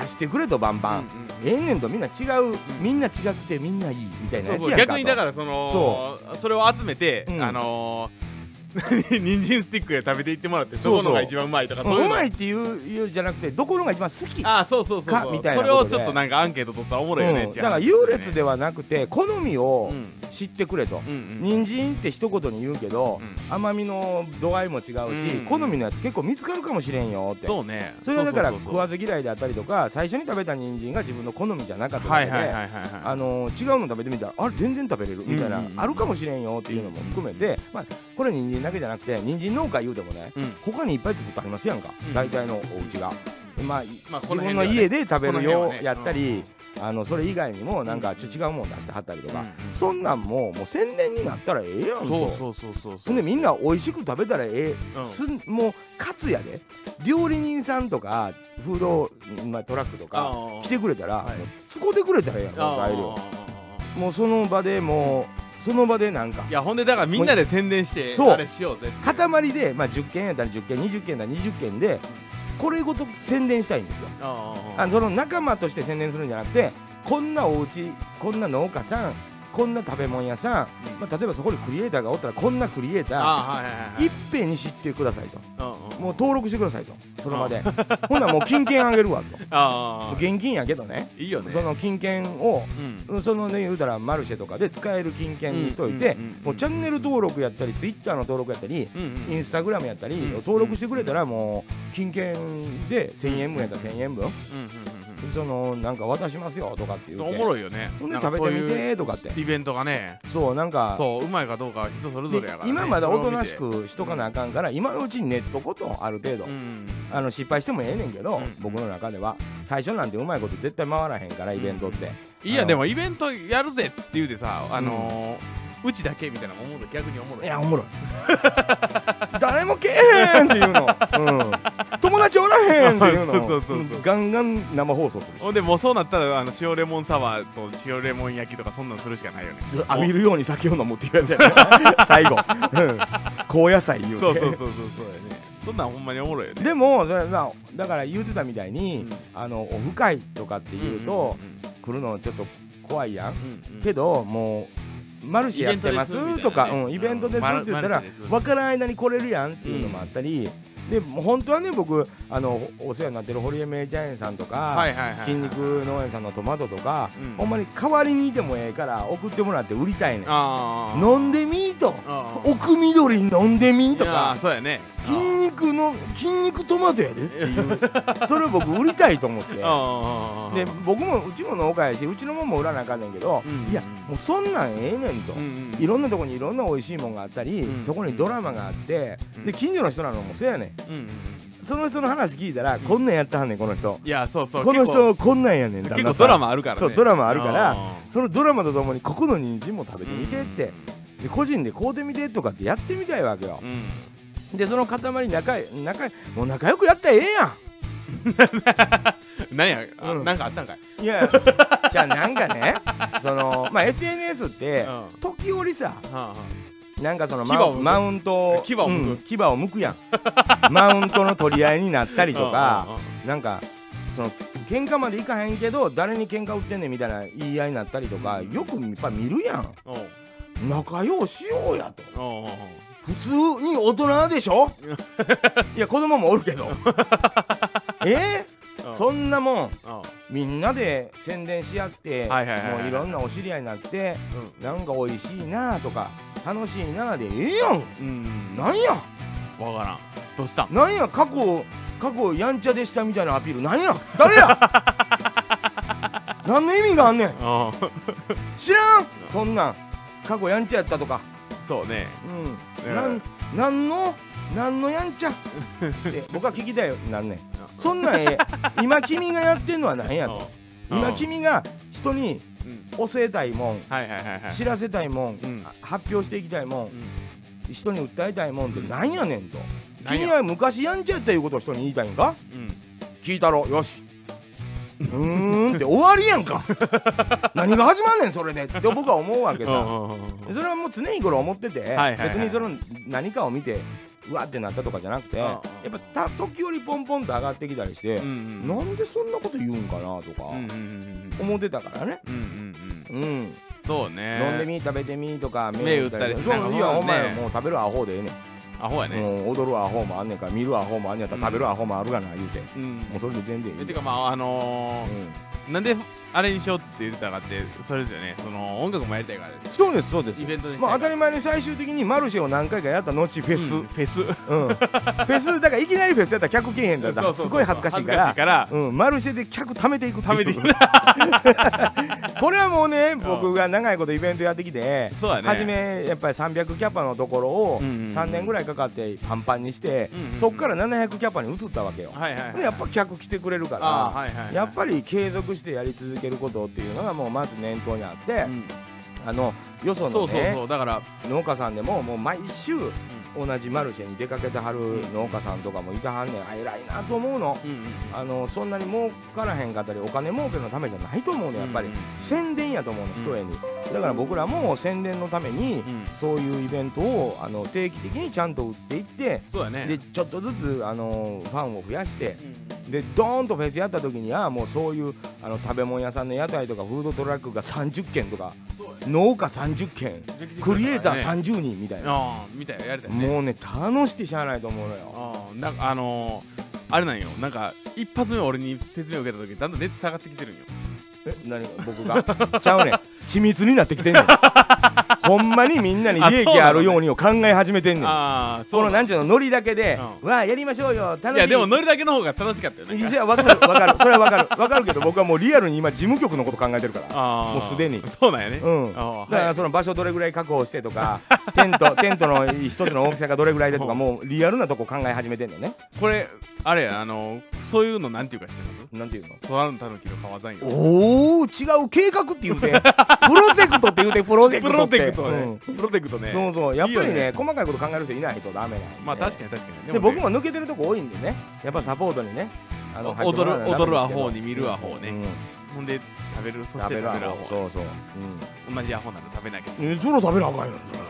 [SPEAKER 1] 出してくれとバンバン、
[SPEAKER 2] うん
[SPEAKER 1] ええねんとみんな違う、みんな違くてみんないいみたいな
[SPEAKER 2] そ
[SPEAKER 1] や
[SPEAKER 2] う
[SPEAKER 1] つ
[SPEAKER 2] そう
[SPEAKER 1] やんかと
[SPEAKER 2] 逆にだからそのそれを集めて、
[SPEAKER 1] うん
[SPEAKER 2] あのー人参スティックで食べていってもらってどこのが一番うまいとかそういううの
[SPEAKER 1] まいっていう言うじゃなくてどこのが一番好き
[SPEAKER 2] あそうそうそうそ
[SPEAKER 1] か
[SPEAKER 2] う
[SPEAKER 1] みたいなこ
[SPEAKER 2] それ
[SPEAKER 1] と
[SPEAKER 2] を
[SPEAKER 1] で
[SPEAKER 2] ちょっとなんかアンケート取ったらおもろいよね
[SPEAKER 1] う
[SPEAKER 2] っ
[SPEAKER 1] ん、だ
[SPEAKER 2] ていう
[SPEAKER 1] から
[SPEAKER 2] 話す
[SPEAKER 1] 優
[SPEAKER 2] よね
[SPEAKER 1] 劣ではなくて好みを
[SPEAKER 2] うん
[SPEAKER 1] 知ってくれと、
[SPEAKER 2] うんうん
[SPEAKER 1] 人参って一言に言うけど、
[SPEAKER 2] う
[SPEAKER 1] 甘みの度合いも違うし、
[SPEAKER 2] うん
[SPEAKER 1] 好みのやつ結構見つかるかもしれんよって
[SPEAKER 2] そうね
[SPEAKER 1] それはだから
[SPEAKER 2] そうそうそう
[SPEAKER 1] 食わず嫌いであったりとか最初に食べた人参が自分の好みじゃなかったので、
[SPEAKER 2] はいはいはいはいはい
[SPEAKER 1] あのー違うの食べてみたらあれ全然食べれるみたいな、
[SPEAKER 2] うんうんうん
[SPEAKER 1] あるかもしれんよっていうのも含めて、まあ、これ人参だけじゃなくて人参農家言うてもね
[SPEAKER 2] うん
[SPEAKER 1] 他にいっぱい作ってありますやんか、
[SPEAKER 2] うん
[SPEAKER 1] 大体のお家が。まあ、
[SPEAKER 2] まあ
[SPEAKER 1] 自
[SPEAKER 2] この
[SPEAKER 1] 分
[SPEAKER 2] 辺
[SPEAKER 1] の
[SPEAKER 2] ではね
[SPEAKER 1] 家で食べる
[SPEAKER 2] この
[SPEAKER 1] よ
[SPEAKER 2] 辺はね
[SPEAKER 1] やったり、あのそれ以外にもなん
[SPEAKER 2] う
[SPEAKER 1] か
[SPEAKER 2] ん
[SPEAKER 1] ちょっと違うもん出してはったりとか、
[SPEAKER 2] うん
[SPEAKER 1] そんなんももう宣伝になったらええやんと
[SPEAKER 2] そうそうそうそう
[SPEAKER 1] ほんでみんな美味しく食べたらええ、
[SPEAKER 2] うん
[SPEAKER 1] すんもうかつやで料理人さんとかフード、まあ、トラックとか
[SPEAKER 2] ああ
[SPEAKER 1] 来てくれたら、
[SPEAKER 2] はい
[SPEAKER 1] もうつこてくれたらええやん
[SPEAKER 2] ああ
[SPEAKER 1] 材料もうその場でもうその場でなんか
[SPEAKER 2] いやほんでだからみんなで宣伝して
[SPEAKER 1] そう
[SPEAKER 2] あれしようぜって
[SPEAKER 1] 塊で、まあ、10件やったら10件20件やったら20件でこれごと宣伝したいんですよ
[SPEAKER 2] ああ
[SPEAKER 1] あその仲間として宣伝するんじゃなくてこんなお家こんな農家さんこんな食べ物屋さん、
[SPEAKER 2] うん
[SPEAKER 1] まあ、例えばそこにクリエイターがおったらこんなクリエイタ
[SPEAKER 2] あはいはいはいは
[SPEAKER 1] ーいっぺんに知ってくださいと
[SPEAKER 2] い
[SPEAKER 1] もう登録してくださいとその場でほんならもう金券あげるわと
[SPEAKER 2] ああ
[SPEAKER 1] 現金やけどね
[SPEAKER 2] いいよね
[SPEAKER 1] その金券を
[SPEAKER 2] うん
[SPEAKER 1] そのね言うたらマルシェとかで使える金券にしといて
[SPEAKER 2] うんうんうんうん
[SPEAKER 1] もうチャンネル登録やったりツイッターの登録やったり
[SPEAKER 2] うんうん
[SPEAKER 1] インスタグラムやったり
[SPEAKER 2] うん
[SPEAKER 1] 登録してくれたらもう金券で1000円分やったら1000円分
[SPEAKER 2] うんうんうんうん
[SPEAKER 1] そのなんか渡しますよとかって言
[SPEAKER 2] お
[SPEAKER 1] っ
[SPEAKER 2] も
[SPEAKER 1] て
[SPEAKER 2] ろいよね
[SPEAKER 1] ほんで
[SPEAKER 2] なんか
[SPEAKER 1] 食べてみて
[SPEAKER 2] そういう
[SPEAKER 1] とかって
[SPEAKER 2] イベントがね
[SPEAKER 1] そうなんか
[SPEAKER 2] そううまいかどうかは人それぞれ
[SPEAKER 1] で
[SPEAKER 2] やからね
[SPEAKER 1] 今まだおとなし
[SPEAKER 2] それを見て
[SPEAKER 1] くしとかなあかんから今のうちにネットことある程度
[SPEAKER 2] うんうん
[SPEAKER 1] あの失敗してもええねんけど
[SPEAKER 2] うん
[SPEAKER 1] 僕の中では最初なんてうまいこと絶対回らへんからイベントって
[SPEAKER 2] い
[SPEAKER 1] あ
[SPEAKER 2] や
[SPEAKER 1] の
[SPEAKER 2] でもイベントやるぜって言うでさあのーうちだけみたいなのもおもろい逆におもろい
[SPEAKER 1] いやおもろい 誰もけえへんっていうの、うん、友達おらへんっていうの
[SPEAKER 2] そうそうそうそう
[SPEAKER 1] ガンガン生放送するし
[SPEAKER 2] ほんでもうそうなったらあの塩レモンサワーと塩レモン焼きとかそんなんするしかないよね
[SPEAKER 1] 浴びるように酒を飲むっていうやつ やね最後、うん、高野菜言うて
[SPEAKER 2] そうそうそうそうそうやねそんなんほんまにおもろいよね
[SPEAKER 1] でもそれ、まあ、だから言うてたみたいに、
[SPEAKER 2] うん
[SPEAKER 1] あのオフ会とかっていうと、来るのちょっと怖いやん、
[SPEAKER 2] うんうんうん
[SPEAKER 1] けどもうマルシェやってますとかうんイ
[SPEAKER 2] イ
[SPEAKER 1] ベ
[SPEAKER 2] ベ
[SPEAKER 1] ン
[SPEAKER 2] ン
[SPEAKER 1] ト
[SPEAKER 2] ト
[SPEAKER 1] で
[SPEAKER 2] ですす
[SPEAKER 1] っ
[SPEAKER 2] み
[SPEAKER 1] て
[SPEAKER 2] た
[SPEAKER 1] 言っ
[SPEAKER 2] いな
[SPEAKER 1] たら
[SPEAKER 2] うんマルシェです
[SPEAKER 1] 分からん間に来れるやんっていうのもあったり、でもう本当はね僕あのお世話になってる堀江名茶園さんとか、
[SPEAKER 2] はいはいはい
[SPEAKER 1] 筋肉農園さんのトマトとか、
[SPEAKER 2] うん
[SPEAKER 1] ほんまに代わりにいてもええから送ってもらって売りたいねん
[SPEAKER 2] ああ
[SPEAKER 1] 飲んでみーと
[SPEAKER 2] あー
[SPEAKER 1] 奥緑飲んでみーと
[SPEAKER 2] いや
[SPEAKER 1] か
[SPEAKER 2] ーそうやね
[SPEAKER 1] 筋肉の筋肉トマトやでっていうそれを僕売りたいと思って
[SPEAKER 2] あーあーあーあ
[SPEAKER 1] で
[SPEAKER 2] ー
[SPEAKER 1] 僕もうちも農家やしうちのもんも売らなあかんねんけど、
[SPEAKER 2] うん
[SPEAKER 1] いやもうそんなんええねんと、
[SPEAKER 2] うんうん
[SPEAKER 1] いろんなとこにいろんな美味しいもんがあったり、
[SPEAKER 2] うん
[SPEAKER 1] そこにドラマがあって、
[SPEAKER 2] うん
[SPEAKER 1] で近所の人なのもそうやねん
[SPEAKER 2] うんうんうん
[SPEAKER 1] その人の話聞いたら、
[SPEAKER 2] ん
[SPEAKER 1] こんなんやったはんねんこの人
[SPEAKER 2] いやそうそう
[SPEAKER 1] この
[SPEAKER 2] 結構
[SPEAKER 1] 人こんなんやねん旦
[SPEAKER 2] 結
[SPEAKER 1] 那
[SPEAKER 2] 構
[SPEAKER 1] さ
[SPEAKER 2] ド
[SPEAKER 1] ん
[SPEAKER 2] ラマあるからね
[SPEAKER 1] そうドラマあるから
[SPEAKER 2] あ
[SPEAKER 1] そのドラマとともにここの人参も食べ
[SPEAKER 2] ー
[SPEAKER 1] てみてって
[SPEAKER 2] う、
[SPEAKER 1] で個人でこうてみてとかってやってみたいわけよ
[SPEAKER 2] ん、うん
[SPEAKER 1] でその塊仲い仲いもう仲良くやったらええやん
[SPEAKER 2] なんや、あ
[SPEAKER 1] うん
[SPEAKER 2] なんかあったんかい。
[SPEAKER 1] いやじゃあなんかねそのまあ SNS って、
[SPEAKER 2] うんは
[SPEAKER 1] 時折さ
[SPEAKER 2] あは
[SPEAKER 1] なんかその
[SPEAKER 2] 牙
[SPEAKER 1] マ
[SPEAKER 2] を
[SPEAKER 1] ウ
[SPEAKER 2] 向く
[SPEAKER 1] マウントを
[SPEAKER 2] 牙を向く
[SPEAKER 1] うん牙を向くやん マウントの取り合いになった
[SPEAKER 2] あ
[SPEAKER 1] りとか、なんかその喧嘩までいかへんけど誰に喧嘩売ってんねんみたいな言い合いになったりとかよくやっぱ見るやん
[SPEAKER 2] うんうんうん
[SPEAKER 1] 仲良うしようやと
[SPEAKER 2] おうおうおう
[SPEAKER 1] 普通に大人でし ょいや子供もおるけどえ
[SPEAKER 2] おう
[SPEAKER 1] ー、そんなもん
[SPEAKER 2] おう
[SPEAKER 1] みんなで宣伝し合って
[SPEAKER 2] はいはいはいはい
[SPEAKER 1] もういろんなお知り合いになって
[SPEAKER 2] うん
[SPEAKER 1] なんか美味しいなとか楽しいなでええやん
[SPEAKER 2] うん、
[SPEAKER 1] なんや
[SPEAKER 2] わからん。どうしたん
[SPEAKER 1] なんや過去過去やんちゃでしたみたいなアピールなんや誰 や何の意味があんねん
[SPEAKER 2] ああ
[SPEAKER 1] 知らんそんなん過去やんちゃやったとか
[SPEAKER 2] そうね。
[SPEAKER 1] うん
[SPEAKER 2] ね
[SPEAKER 1] なんなんのなんのやんちゃって僕は聞きたいよなんねんそんなんええ今君がやってんのは何やと
[SPEAKER 2] うん
[SPEAKER 1] 今、君が人に
[SPEAKER 2] うんうん
[SPEAKER 1] 教えたいもん
[SPEAKER 2] はいはいはいはい。
[SPEAKER 1] 知らせたいもん、
[SPEAKER 2] うん
[SPEAKER 1] 発表していきたいもん
[SPEAKER 2] うん
[SPEAKER 1] 人に訴えたいもんってなんやねんと
[SPEAKER 2] なんや
[SPEAKER 1] 君は昔やんちゃやったいうことを人に言いたいんか
[SPEAKER 2] うん
[SPEAKER 1] 聞いたろよしうーんって終わりやん か何が始まんねんそれでって僕は思うわけ
[SPEAKER 2] うん
[SPEAKER 1] さ
[SPEAKER 2] うんうんうん
[SPEAKER 1] それはもう常日頃思ってて、
[SPEAKER 2] はいはいはい
[SPEAKER 1] 別にその何かを見てうわってなったとかじゃなくて
[SPEAKER 2] うんうん
[SPEAKER 1] やっぱた時折ポンポンと上がってきたりして
[SPEAKER 2] う、んうん
[SPEAKER 1] なんでそんなこと言うんかなとか
[SPEAKER 2] うんうんうん
[SPEAKER 1] 思ってたからね、
[SPEAKER 2] うんうんうん
[SPEAKER 1] うん
[SPEAKER 2] そうね
[SPEAKER 1] 飲んでみ食べてみとか
[SPEAKER 2] 目打ったり
[SPEAKER 1] そ
[SPEAKER 2] なんか
[SPEAKER 1] ういや
[SPEAKER 2] そ
[SPEAKER 1] お
[SPEAKER 2] うだね
[SPEAKER 1] 前もう食べるアホでええねん
[SPEAKER 2] アホやね。
[SPEAKER 1] うん、踊るアホもあんねんから見るアホもあんねんやったら
[SPEAKER 2] うん
[SPEAKER 1] 食べるアホもあるがな言うて、
[SPEAKER 2] うん。
[SPEAKER 1] もうそれで全然いい
[SPEAKER 2] えてかまああの
[SPEAKER 1] うん
[SPEAKER 2] ーなんであれにしようっつって言ってたかってそれですよねその音楽もやりたいからです
[SPEAKER 1] そうですそうです
[SPEAKER 2] イベントにしたい
[SPEAKER 1] まあ、当
[SPEAKER 2] から
[SPEAKER 1] たり前に最終的にマルシェを何回かやった後フェス、う
[SPEAKER 2] う
[SPEAKER 1] ん
[SPEAKER 2] んフェス
[SPEAKER 1] フェスだからいきなりフェスやったら客来えへんだったら
[SPEAKER 2] そうそうそう
[SPEAKER 1] すごい恥ずかしいから
[SPEAKER 2] 恥ずかしいから
[SPEAKER 1] うん、マルシェで客貯めていくっていう
[SPEAKER 2] 貯めてい く
[SPEAKER 1] これはもうね
[SPEAKER 2] ん
[SPEAKER 1] 僕が長いことイベントやってきて
[SPEAKER 2] そうだね
[SPEAKER 1] 初めやっぱり300キャパのところを
[SPEAKER 2] うんうんうん
[SPEAKER 1] 3年ぐらいかかってパンパンにして、
[SPEAKER 2] うんうんうん
[SPEAKER 1] そっから700キャパに移ったわけよ、
[SPEAKER 2] はいはいはい、
[SPEAKER 1] でやっぱ客来てくれるから、
[SPEAKER 2] あーはいはいはい
[SPEAKER 1] やっぱり継続してやり続けることっていうのがもうまず念頭にあって、
[SPEAKER 2] うん
[SPEAKER 1] あのよその、ね、
[SPEAKER 2] そうそうそうだから
[SPEAKER 1] 農家さんでももう毎週同じマルシェに出かけてはる農家さんとかもいたはんねんあ偉いなと思うの
[SPEAKER 2] うんうんうん
[SPEAKER 1] あのそんなに儲からへんかったりお金儲けのためじゃないと思うのやっぱり、
[SPEAKER 2] うんうん
[SPEAKER 1] 宣伝やと思うの
[SPEAKER 2] うん
[SPEAKER 1] ひとえにだから僕らも宣伝のために、
[SPEAKER 2] うん
[SPEAKER 1] そういうイベントをあの定期的にちゃんと売っていって
[SPEAKER 2] そうだね
[SPEAKER 1] でちょっとずつあのファンを増やして
[SPEAKER 2] うん
[SPEAKER 1] でドーンとフェスやった時にはもうそういうあの食べ物屋さんの屋台とかフードトラックが30軒とか
[SPEAKER 2] そうだね
[SPEAKER 1] 農家30軒
[SPEAKER 2] できてく
[SPEAKER 1] ク
[SPEAKER 2] れ
[SPEAKER 1] リエイター
[SPEAKER 2] たからね
[SPEAKER 1] 30人みたいな。
[SPEAKER 2] ああみたいなやりたいね
[SPEAKER 1] もうね楽しくてしゃあないと思うのよ
[SPEAKER 2] ああなんかあのーあれなんよなんか一発目俺に説明を受けた時だんだん熱下がってきてるんよ
[SPEAKER 1] え何が僕がちゃうねん 緻密になってきてんねん ほんまにみんなに利益あるようにを考え始めてんねん
[SPEAKER 2] ああ
[SPEAKER 1] この
[SPEAKER 2] だ
[SPEAKER 1] なんちゅうのノリだけで、
[SPEAKER 2] う
[SPEAKER 1] わあやりましょうよ楽しい
[SPEAKER 2] いやでもノリだけの方が楽しかったよ
[SPEAKER 1] い
[SPEAKER 2] ね
[SPEAKER 1] やわかるわかるそれはわかるわかるけど僕はもうリアルに今事務局のこと考えてるから
[SPEAKER 2] ああ
[SPEAKER 1] もうすでに
[SPEAKER 2] そうなんやね
[SPEAKER 1] うん
[SPEAKER 2] ああ
[SPEAKER 1] だか
[SPEAKER 2] は
[SPEAKER 1] らその場所どれぐらい確保してと かテントテントの一つの大きさがどれぐらいでとかもうリアルなとこ考え始めてんのね
[SPEAKER 2] いこれあれやあのーそういうのなんていうか知ってます
[SPEAKER 1] なんていうの
[SPEAKER 2] 空のたぬきの川山よ
[SPEAKER 1] おお違う計画って言うて プロジェクトって言うてプロジェク
[SPEAKER 2] プ
[SPEAKER 1] ト
[SPEAKER 2] ロ
[SPEAKER 1] っ
[SPEAKER 2] テ
[SPEAKER 1] て
[SPEAKER 2] クトね、プロテクト
[SPEAKER 1] うん
[SPEAKER 2] ね
[SPEAKER 1] そうそうやっぱりね
[SPEAKER 2] いいよね
[SPEAKER 1] 細かいこと考える人いないとダメなんで
[SPEAKER 2] まあ確かに確かに
[SPEAKER 1] で僕
[SPEAKER 2] ね
[SPEAKER 1] も抜けてるとこ多いんでねやっぱサポートにねあ
[SPEAKER 2] お
[SPEAKER 1] 入ってもらわな
[SPEAKER 2] 踊る踊るア
[SPEAKER 1] ダメですけど
[SPEAKER 2] ホに見るアホね
[SPEAKER 1] うん
[SPEAKER 2] ほんで食べるそし
[SPEAKER 1] 食べ
[SPEAKER 2] て食べ
[SPEAKER 1] る
[SPEAKER 2] る
[SPEAKER 1] ア
[SPEAKER 2] ア
[SPEAKER 1] ホ
[SPEAKER 2] ホ
[SPEAKER 1] そうそう
[SPEAKER 2] 同じアホなら食べな きゃ
[SPEAKER 1] うんえそれ食べなあかんよそれ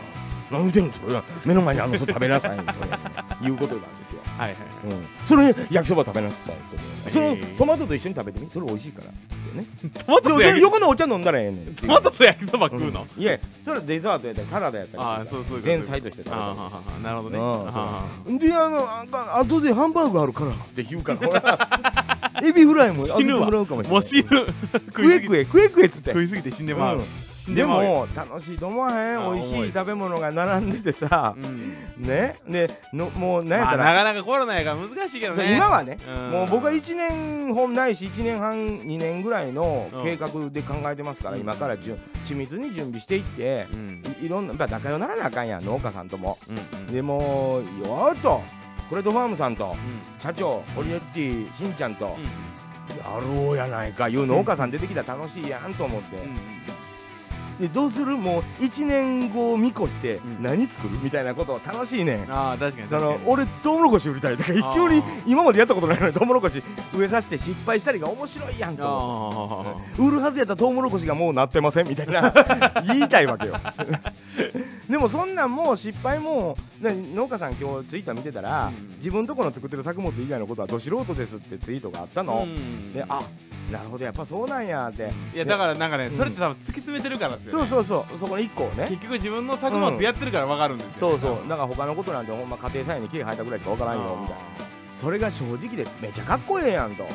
[SPEAKER 1] 何言ってるんですか目の前にあの人食べなさいよ それいうことなんですよ
[SPEAKER 2] はいはいはい
[SPEAKER 1] うんそれ焼きそば食べなさいそれそ
[SPEAKER 2] へ
[SPEAKER 1] の
[SPEAKER 2] ー
[SPEAKER 1] トマトと一緒に食べてみそれ美味しいからつってね
[SPEAKER 2] ト
[SPEAKER 1] でも
[SPEAKER 2] マトと
[SPEAKER 1] それ
[SPEAKER 2] 焼き
[SPEAKER 1] 横のお茶飲んだらええねんって
[SPEAKER 2] ト
[SPEAKER 1] いう
[SPEAKER 2] マトと焼きそば食うの
[SPEAKER 1] いやそれはデザートやったりサラダやったりするから
[SPEAKER 2] ああそうそういうこと
[SPEAKER 1] 前菜として食べ
[SPEAKER 2] あ
[SPEAKER 1] た
[SPEAKER 2] ああなるほどね
[SPEAKER 1] うん
[SPEAKER 2] ああ
[SPEAKER 1] りであのああとでハンバーグあるからって言うからほら エビフライもあげ
[SPEAKER 2] 死
[SPEAKER 1] て
[SPEAKER 2] ぬわ
[SPEAKER 1] もらうかもしれない
[SPEAKER 2] もう死ぬ 食
[SPEAKER 1] 食え
[SPEAKER 2] いすぎ
[SPEAKER 1] 食え食え食えっつって
[SPEAKER 2] 食いすぎて死んでまう死ん
[SPEAKER 1] で
[SPEAKER 2] でまうよ
[SPEAKER 1] も楽しいと思わへ
[SPEAKER 2] あ
[SPEAKER 1] ん
[SPEAKER 2] あ
[SPEAKER 1] 美味し
[SPEAKER 2] 重い
[SPEAKER 1] い食べ物が並んでてさ
[SPEAKER 2] うん
[SPEAKER 1] ねでのもうなんやっ
[SPEAKER 2] ま
[SPEAKER 1] たら
[SPEAKER 2] あなかなかコロナやから難しいけど
[SPEAKER 1] そう
[SPEAKER 2] ね
[SPEAKER 1] 今はね
[SPEAKER 2] うん
[SPEAKER 1] もう僕は1年本ないし1年半2年ぐらいの計画で考えてますから
[SPEAKER 2] うん
[SPEAKER 1] 今からじゅん緻密に準備していって
[SPEAKER 2] うん
[SPEAKER 1] いいろんなやっぱ仲良くならなあかんやん農家さんとも
[SPEAKER 2] うんうん
[SPEAKER 1] でもうよーっとクレットファームさんと
[SPEAKER 2] うん
[SPEAKER 1] 社長オリエッティしんちゃんと、
[SPEAKER 2] うん
[SPEAKER 1] やろうやないかいう農家さん出てきたら楽しいやんと思って、
[SPEAKER 2] うん
[SPEAKER 1] でどうするもう1年後を見越して
[SPEAKER 2] うん
[SPEAKER 1] 何作るみたいなことを楽しいねん、
[SPEAKER 2] ああ確かに
[SPEAKER 1] そ
[SPEAKER 2] 確か
[SPEAKER 1] の
[SPEAKER 2] に
[SPEAKER 1] 俺トウモロコシ売りたいとか一
[SPEAKER 2] あー
[SPEAKER 1] 挙に今までやったことないのにトウモロコシ植えさせて失敗したりが面白いやんと思って。
[SPEAKER 2] ああ
[SPEAKER 1] 売るはずやったトウモロコシがもうなってませんみたい な言いたいわけよ でもそんなんもう失敗もな農家さん今日ツイッター見てたら、
[SPEAKER 2] うん
[SPEAKER 1] 自分とこの作ってる作物以外のことはど素人ですってツイートがあったの、
[SPEAKER 2] うん
[SPEAKER 1] であなるほどやっぱそうなんやって
[SPEAKER 2] いやだからなんかね
[SPEAKER 1] うん
[SPEAKER 2] それって多分突き詰めてるからですよ
[SPEAKER 1] そう
[SPEAKER 2] ね
[SPEAKER 1] そうそうそこの1個をね
[SPEAKER 2] 結局自分の作物やってるから分かるんですよ
[SPEAKER 1] そ
[SPEAKER 2] ね
[SPEAKER 1] うそうだから他のことなんてほんま家庭菜園に木生えたぐらいしかわからんよみたいなそれが正直でめちゃかっこええやんと
[SPEAKER 2] うん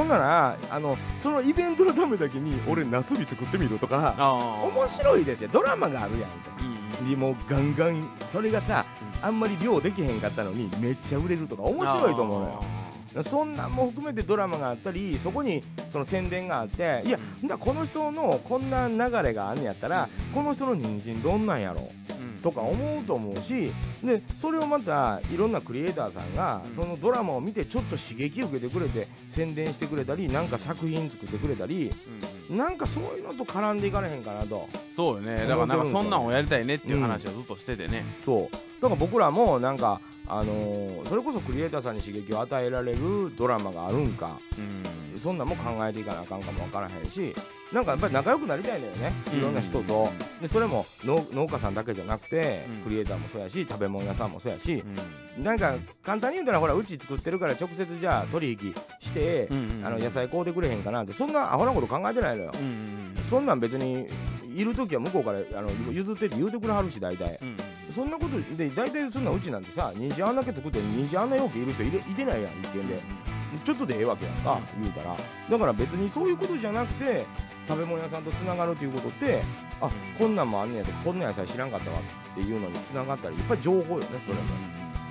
[SPEAKER 1] ほんならあのそのイベントのためだけに俺ナスビ作ってみるとか
[SPEAKER 2] あ
[SPEAKER 1] 面白いですよドラマがあるやんと
[SPEAKER 2] いうん
[SPEAKER 1] でもうガンガンそれがさ
[SPEAKER 2] う
[SPEAKER 1] あんまり量できへんかったのにめっちゃ売れるとか面白いと思うのよそんなんも含めてドラマがあったりそこにその宣伝があっていやほんならこの人のこんな流れがあんねやったらこの人の人参どんなんやろ
[SPEAKER 2] うん
[SPEAKER 1] とか思うと思うしでそれをまたいろんなクリエイターさんが
[SPEAKER 2] うん
[SPEAKER 1] そのドラマを見てちょっと刺激を受けてくれて宣伝してくれたりなんか作品作ってくれたり
[SPEAKER 2] うん
[SPEAKER 1] なんかそういうのと絡んでいかれへんかなと
[SPEAKER 2] そうよねだからなんかそんなんをやりたいねっていう話をずっとしててね
[SPEAKER 1] そうだから僕らもなんか、あのーそれこそクリエイターさんに刺激を与えられるドラマがあるんか
[SPEAKER 2] うん
[SPEAKER 1] そんなんも考えていかなあかんかもわからへんしなんかやっぱり仲良くなりたいのよねいろんな人とでそれも農農家さんだけじゃなくて
[SPEAKER 2] うん
[SPEAKER 1] クリエイターもそうやし食べ物屋さんもそうやしなんか簡単に言うたらほらうち作ってるから直接じゃあ取引して、
[SPEAKER 2] うんうんうん
[SPEAKER 1] あの野菜買うてくれへんかなってそんなアホなこと考えてないのよ、
[SPEAKER 2] うんうんうん
[SPEAKER 1] そんなん別にいる時は向こうからあの譲ってって言うてくれはるし大体
[SPEAKER 2] うんうん
[SPEAKER 1] そんなことで大体そんなうちなんてさ人参あんだけ作って人参あんな容器いる人いれいてないやん一見でちょっとでええわけやんか言うたらだから別にそういうことじゃなくて食べ物屋さんとつながるということってあこんなんもあんねやとこんな野菜知らんかったわっていうのにつながったりやっぱり情報よねそれも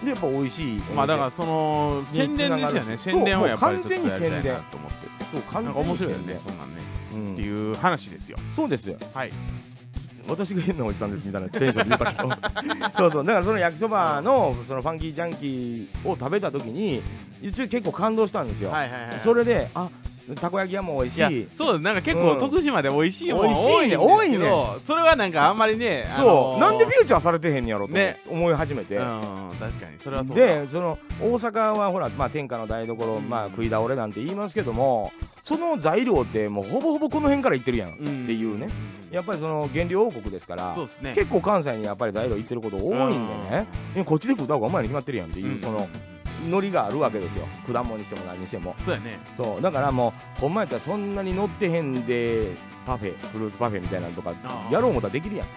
[SPEAKER 1] でやっぱ美味しい
[SPEAKER 2] まあだかららその宣伝ですよね宣伝をやっぱりちょっとやりたいなと思って
[SPEAKER 1] そう完
[SPEAKER 2] なんか
[SPEAKER 1] 全
[SPEAKER 2] 面
[SPEAKER 1] に宣
[SPEAKER 2] 白い
[SPEAKER 1] 伝
[SPEAKER 2] よねそんなんね
[SPEAKER 1] うん
[SPEAKER 2] っていう話ですよ
[SPEAKER 1] そうですよ
[SPEAKER 2] はい
[SPEAKER 1] 私が変なおじさんですみたいなテンションで言ったけど そうそうだからその焼きそばのそのファンキージャンキーを食べた時に一応結構感動したんですよ、
[SPEAKER 2] はいはいはい
[SPEAKER 1] それであたこ焼き屋も美
[SPEAKER 2] い
[SPEAKER 1] 味
[SPEAKER 2] や
[SPEAKER 1] しい
[SPEAKER 2] そうなんか結
[SPEAKER 1] う
[SPEAKER 2] 構
[SPEAKER 1] ん
[SPEAKER 2] 徳島で美味しいもん
[SPEAKER 1] 美味し
[SPEAKER 2] 多
[SPEAKER 1] い
[SPEAKER 2] い
[SPEAKER 1] ね
[SPEAKER 2] ね多い
[SPEAKER 1] 多いね
[SPEAKER 2] ねそれはなんかあんまりね
[SPEAKER 1] そう、
[SPEAKER 2] あのー
[SPEAKER 1] なんでフューチャーされてへんやろと
[SPEAKER 2] ね
[SPEAKER 1] 思い始めて、
[SPEAKER 2] うん確かにそれはそうだ
[SPEAKER 1] でその大阪はほら、まあ、天下の台所、
[SPEAKER 2] うん
[SPEAKER 1] まあ、食い倒れなんて言いますけどもその材料ってもうほぼほぼこの辺からいってるやん、
[SPEAKER 2] うん
[SPEAKER 1] っていうねやっぱりその原料王国ですから
[SPEAKER 2] そうですね
[SPEAKER 1] 結構関西にやっぱり材料いってること多いんでね、えこっちで食うた方がうまいに決まってるやんっていう、
[SPEAKER 2] うん
[SPEAKER 1] そのノリがあるわけですよ果物にしても何にしても
[SPEAKER 2] そうやね
[SPEAKER 1] そうだからもうほんまやったらそんなに乗ってへんでパフェフルーツパフェみたいなのとか
[SPEAKER 2] あー
[SPEAKER 1] やろう思ったらできるやん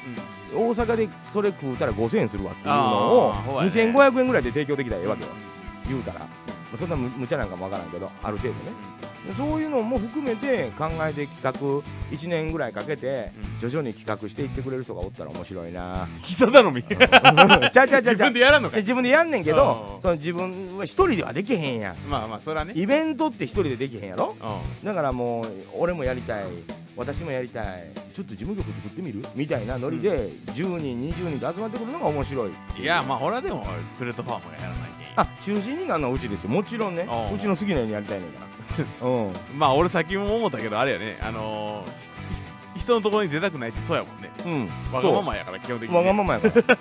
[SPEAKER 2] うん
[SPEAKER 1] 大阪でそれ食うたら5000円するわっていう
[SPEAKER 2] あー
[SPEAKER 1] の
[SPEAKER 2] ほ
[SPEAKER 1] を
[SPEAKER 2] うやね
[SPEAKER 1] 2500円ぐらいで提供できたらええわけよ言うたらまあそんなむ無茶なんかもわからんけどある程度ねでそういうのも含めて考えて企画1年ぐらいかけて
[SPEAKER 2] うん
[SPEAKER 1] 徐々に企画していってくれる人がおったら面白いな
[SPEAKER 2] 人頼み
[SPEAKER 1] ちゃう ちゃうちゃ
[SPEAKER 2] 自
[SPEAKER 1] うちゃ
[SPEAKER 2] 分
[SPEAKER 1] う
[SPEAKER 2] でやらんのか
[SPEAKER 1] え
[SPEAKER 2] い
[SPEAKER 1] 自分でやんねんけ
[SPEAKER 2] う
[SPEAKER 1] ど
[SPEAKER 2] ん
[SPEAKER 1] その自分は一人ではできへんやん
[SPEAKER 2] まあまあそれはね
[SPEAKER 1] イベントって一人でできへんやろ
[SPEAKER 2] うん
[SPEAKER 1] だからもう俺もやりたい私もやりたいちょっと事務局作ってみるみたいなノリで10人20人で集まってくるのが面白い
[SPEAKER 2] いやまあ俺はでもプレートファームがやらないけん
[SPEAKER 1] あ中心になるのはうちですよもちろんね
[SPEAKER 2] あー
[SPEAKER 1] うちの好きなようにやりたいねん からうん
[SPEAKER 2] まあ俺先も思ったけどあれやねあのーひひ人のところに出たくないってそうやもんね
[SPEAKER 1] うん
[SPEAKER 2] わがままやから基本的
[SPEAKER 1] そう
[SPEAKER 2] にね、
[SPEAKER 1] わがままやか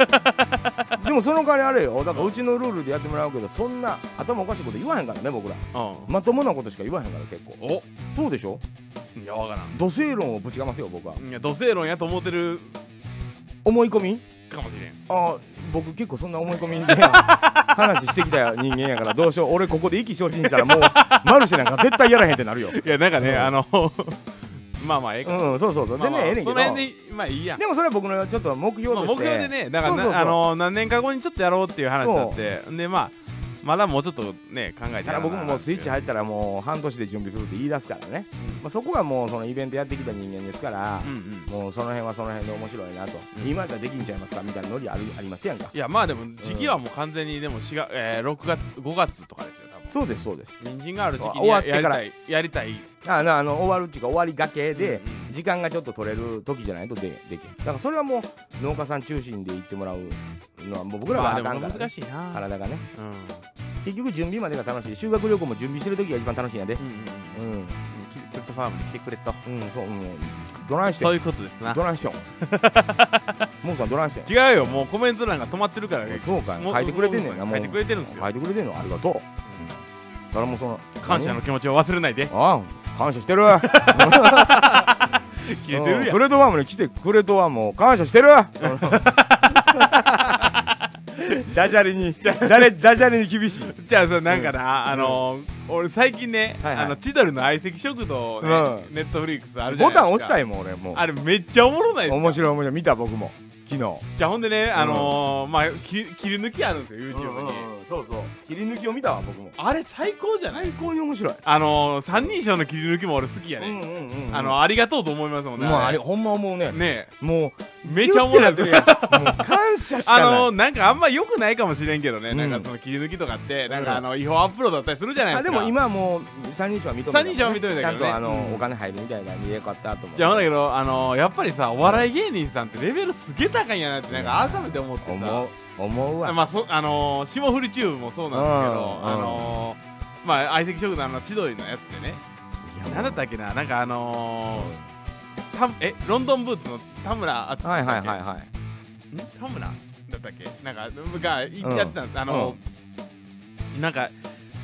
[SPEAKER 1] らでもその代わりあれよだからうちのルールでやってもらうけどそんな頭おかしいこと言わへんからね僕ら
[SPEAKER 2] うん
[SPEAKER 1] まともなことしか言わへんから結構
[SPEAKER 2] お
[SPEAKER 1] そうでしょ
[SPEAKER 2] いやわからん
[SPEAKER 1] 土星論をぶちかますよ僕はい
[SPEAKER 2] や土星論やと思ってる
[SPEAKER 1] 思い込み
[SPEAKER 2] かもしれん
[SPEAKER 1] あー僕結構そんな思い込みで 話してきた人間やからどうしよう俺ここで意気消沈したらもうマルシェなんか絶対やらへんってなるよ
[SPEAKER 2] いやなんかね、
[SPEAKER 1] うん
[SPEAKER 2] あの まあまあええか、
[SPEAKER 1] うんそうそうそうで
[SPEAKER 2] まあま
[SPEAKER 1] ね
[SPEAKER 2] あ
[SPEAKER 1] ええねんけ
[SPEAKER 2] そ
[SPEAKER 1] ど
[SPEAKER 2] の辺でまあいいや
[SPEAKER 1] でもそれは僕のちょっと目標
[SPEAKER 2] まあ
[SPEAKER 1] と
[SPEAKER 2] 目
[SPEAKER 1] して
[SPEAKER 2] 標でねだからな
[SPEAKER 1] そうそうそう
[SPEAKER 2] あのー何年か後にちょっとやろうっていう話だってでまあまだもうちょっとね考えて
[SPEAKER 1] た
[SPEAKER 2] や
[SPEAKER 1] だ
[SPEAKER 2] らな
[SPEAKER 1] 僕ももうスイッチ
[SPEAKER 2] っ
[SPEAKER 1] 入ったらもう半年で準備するって言い出すからね、まあ、そこはもうそのイベントやってきた人間ですから
[SPEAKER 2] う、んうん
[SPEAKER 1] もうその辺はその辺で面白いなと、
[SPEAKER 2] うん
[SPEAKER 1] 今やったらできんちゃいますかみたいなノリあるありますやんか
[SPEAKER 2] いやまあでも時期はもう完全にでも4月、えー、6月5月とかですよ多分
[SPEAKER 1] そうですそうです
[SPEAKER 2] 人参がある時期
[SPEAKER 1] あ
[SPEAKER 2] に
[SPEAKER 1] 終わ
[SPEAKER 2] や
[SPEAKER 1] って
[SPEAKER 2] やり
[SPEAKER 1] から
[SPEAKER 2] たいやりたい
[SPEAKER 1] あなあの終わるっていうか終わりがけで、
[SPEAKER 2] うんうん
[SPEAKER 1] 時間がちょっと取れる時じゃないとでできんだからそれはもう農家さん中心で言ってもらうのはもう僕ら
[SPEAKER 2] ま
[SPEAKER 1] は
[SPEAKER 2] あ
[SPEAKER 1] あ
[SPEAKER 2] で
[SPEAKER 1] か
[SPEAKER 2] も
[SPEAKER 1] んから、
[SPEAKER 2] 難
[SPEAKER 1] ね
[SPEAKER 2] しいな、
[SPEAKER 1] 体がね
[SPEAKER 2] うんうん
[SPEAKER 1] 結局準備までが楽しい修学旅行も準備してる時が一番楽しいんやで
[SPEAKER 2] うんうん、
[SPEAKER 1] うん
[SPEAKER 2] キットファームに来てくれと
[SPEAKER 1] うんそううんどないして
[SPEAKER 2] そ
[SPEAKER 1] ん
[SPEAKER 2] ういうことですな
[SPEAKER 1] どないしてん モンさんどないしてん
[SPEAKER 2] 違うよもうコメント欄が止まってるから
[SPEAKER 1] そうか
[SPEAKER 2] も
[SPEAKER 1] 書いてくれてんねんな
[SPEAKER 2] も
[SPEAKER 1] もう
[SPEAKER 2] う書いてくれてるんですよ、
[SPEAKER 1] 書いてくれてんのありがとう誰もその
[SPEAKER 2] 感謝の気持ちを忘れないで
[SPEAKER 1] ああ感謝してる
[SPEAKER 2] 消えて
[SPEAKER 1] う
[SPEAKER 2] る
[SPEAKER 1] ん
[SPEAKER 2] や
[SPEAKER 1] ク
[SPEAKER 2] ん
[SPEAKER 1] レートワームに来てくれとはもう感謝して るそのダジャレに誰ダジャレに厳しい、
[SPEAKER 2] じゃあさなんかな、あのー俺最近ね、
[SPEAKER 1] はいはい
[SPEAKER 2] あの千鳥の相席食堂ね、
[SPEAKER 1] うん
[SPEAKER 2] ネットフリックスあるじゃ
[SPEAKER 1] ボ
[SPEAKER 2] ないですか
[SPEAKER 1] タン押したいもん俺も
[SPEAKER 2] あれめっちゃおもろないうです
[SPEAKER 1] 面白い面白い見た僕も昨日
[SPEAKER 2] じゃあほんでねあのーまあき切り抜きあるんですよ YouTube に、
[SPEAKER 1] そうそう切り抜きを見たわ僕も
[SPEAKER 2] あれ最高じゃない
[SPEAKER 1] 最高に面白い、
[SPEAKER 2] あのー、三人称の切り抜きも俺好きやね、
[SPEAKER 1] んうんう
[SPEAKER 2] あのありがとうと思いますもんね
[SPEAKER 1] もうあれほんま思うね
[SPEAKER 2] ね
[SPEAKER 1] もう
[SPEAKER 2] めちゃおもろい
[SPEAKER 1] ギュッてなってるやんもう感謝しか
[SPEAKER 2] あ
[SPEAKER 1] ない
[SPEAKER 2] のー、なんかあんま良くないかもしれんけどね、
[SPEAKER 1] うん
[SPEAKER 2] なんかその切り抜きとかって、
[SPEAKER 1] ん
[SPEAKER 2] なんかあの違法アップロードだったりするじゃないで
[SPEAKER 1] あ
[SPEAKER 2] すか
[SPEAKER 1] でも今はもう三人称は認めたもんね、
[SPEAKER 2] 三人称は認めたけどね
[SPEAKER 1] ちゃんとあの、
[SPEAKER 2] うん
[SPEAKER 1] お金入るみたいな見え方と思う
[SPEAKER 2] じゃあほんだけどあのー、やっぱりさお笑い芸人さんってレベルすげえ高いんやなってなんか改めて思って
[SPEAKER 1] 思
[SPEAKER 2] さ
[SPEAKER 1] う思うわ、
[SPEAKER 2] まあそあのー、霜降りチューブもそうなんですけど、
[SPEAKER 1] うん
[SPEAKER 2] あのー、まあ相席食堂の千鳥のやつでね
[SPEAKER 1] いや
[SPEAKER 2] 何だったっけななんかあのー、たえロンドンブーツの田村淳さ
[SPEAKER 1] は
[SPEAKER 2] ん
[SPEAKER 1] いはい
[SPEAKER 2] だっけ
[SPEAKER 1] はいはい
[SPEAKER 2] ん田村だったっけなんかがやってたんです、あの、なんか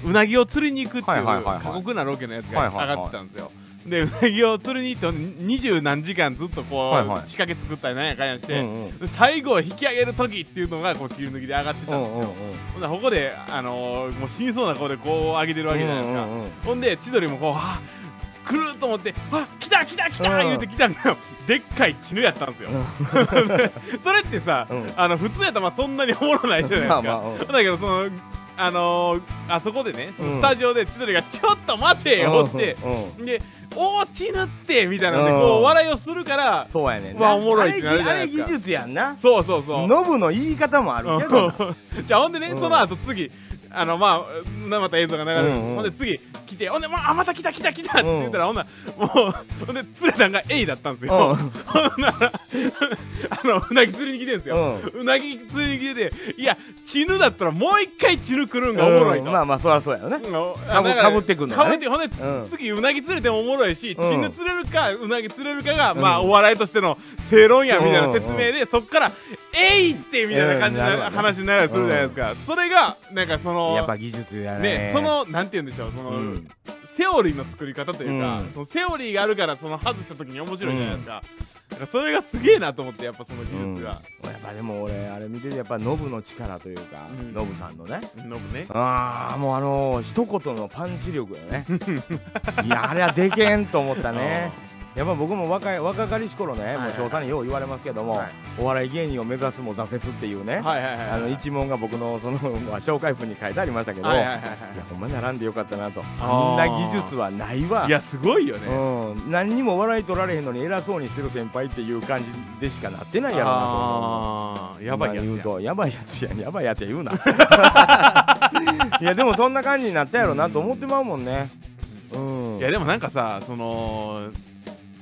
[SPEAKER 2] うなぎを釣りに行くって
[SPEAKER 1] はいいうはいはいはい
[SPEAKER 2] 過酷なロケのやつ
[SPEAKER 1] は
[SPEAKER 2] が
[SPEAKER 1] いはいは
[SPEAKER 2] 上
[SPEAKER 1] い
[SPEAKER 2] がってたんですよ、でうなぎを釣りに行ってほんで二十何時間ずっとこう、
[SPEAKER 1] はいはい
[SPEAKER 2] 仕掛け作ったりなんやかんやして、
[SPEAKER 1] うんうん
[SPEAKER 2] で最後引き上げる時っていうのがこう切り抜きで上がってた
[SPEAKER 1] うんん
[SPEAKER 2] です
[SPEAKER 1] うんうん
[SPEAKER 2] よ、ほんならここで、あのーもう死にそうな顔でこう上げてるわけじゃないですか、
[SPEAKER 1] うんうんうん
[SPEAKER 2] ほんで千鳥もこう「あー来ると思って「あ来た来た来た!」
[SPEAKER 1] うん
[SPEAKER 2] 言うて来たんだよでっかい血のやったんですよ それってさ、
[SPEAKER 1] うん
[SPEAKER 2] あの普通やったらまあそんなにおもろないじゃないで
[SPEAKER 1] ま
[SPEAKER 2] すか、
[SPEAKER 1] あまあうん
[SPEAKER 2] だけどそのあのー、あそこでねその
[SPEAKER 1] うん
[SPEAKER 2] スタジオで千鳥が「ちょっと待て!」をして、
[SPEAKER 1] うんうん
[SPEAKER 2] で「おー血ぬって!」みたいなので
[SPEAKER 1] うん
[SPEAKER 2] こう笑いをするから
[SPEAKER 1] そうやねんな
[SPEAKER 2] うわおもろいってな
[SPEAKER 1] あ
[SPEAKER 2] る
[SPEAKER 1] れ
[SPEAKER 2] じゃ
[SPEAKER 1] あ
[SPEAKER 2] な
[SPEAKER 1] れ
[SPEAKER 2] いですか
[SPEAKER 1] 技術やんな
[SPEAKER 2] そうそうそう
[SPEAKER 1] ノブの言い方もあるけどな
[SPEAKER 2] うん じゃあほんでね、
[SPEAKER 1] うん
[SPEAKER 2] その後次あのまあなまた映像が流れる、
[SPEAKER 1] うんうん
[SPEAKER 2] ほんで次来てほんで、まあ、あまた来た来た来たって言ったら、ほんならもうほんで釣れたんが A だったんですよ、
[SPEAKER 1] うん
[SPEAKER 2] ほんならあのうなぎ釣りに来てるんですよ、
[SPEAKER 1] う
[SPEAKER 2] うなぎ釣りに来てていやチヌだったらもう一回チヌ来るんがおもろいと、
[SPEAKER 1] うんまあまあそりゃそうやろな
[SPEAKER 2] か
[SPEAKER 1] ぶかぶってくんのね
[SPEAKER 2] かぶってほんで、
[SPEAKER 1] うん
[SPEAKER 2] 次うなぎ釣れてもおもろいし、
[SPEAKER 1] うん
[SPEAKER 2] チヌ釣れるかうなぎ釣れるかが、
[SPEAKER 1] うん
[SPEAKER 2] まあお笑いとしての正論やみたいな説明で、そっから「えい!」ってみたいな感じの
[SPEAKER 1] うんなるわね
[SPEAKER 2] 話になるするじゃないですか、それがなんかその
[SPEAKER 1] やっぱ技術やね
[SPEAKER 2] ねそのなんて言うんでしょうその、
[SPEAKER 1] うん
[SPEAKER 2] セオリーの作り方というか、
[SPEAKER 1] うん
[SPEAKER 2] そのセオリーがあるからその外した時に面白いじゃないですか、だからそれがすげえなと思ってやっぱその技術が、
[SPEAKER 1] うんやっぱでも俺あれ見ててやっぱノブの力というか、
[SPEAKER 2] うん
[SPEAKER 1] ノブさんのね
[SPEAKER 2] ノブね
[SPEAKER 1] ああもうあのー、一言のパンチ力よね いやあれはでけんと思ったねやっぱ僕も若い若かりし頃ね、
[SPEAKER 2] いはい
[SPEAKER 1] もう翔さんによう言われますけども、
[SPEAKER 2] はい
[SPEAKER 1] お笑い芸人を目指すも挫折っていうね、
[SPEAKER 2] はいはいはいはい
[SPEAKER 1] あの一問が僕のその、まあ、紹介文に書いてありましたけど、
[SPEAKER 2] はいはいいはいは
[SPEAKER 1] やほんま並んでよかったなとあん
[SPEAKER 2] あー
[SPEAKER 1] な技術はないわ
[SPEAKER 2] いいやすごいよね、
[SPEAKER 1] うん、何にも笑い取られへんのに偉そうにしてる先輩っていう感じでしかなってないやろうなと思う
[SPEAKER 2] あーやばいや
[SPEAKER 1] 今
[SPEAKER 2] つや
[SPEAKER 1] 言うとやばいやつややばいやつや 言うないやでもそんな感じになったやろなと思ってまうもんねうん
[SPEAKER 2] いやでもなんかさその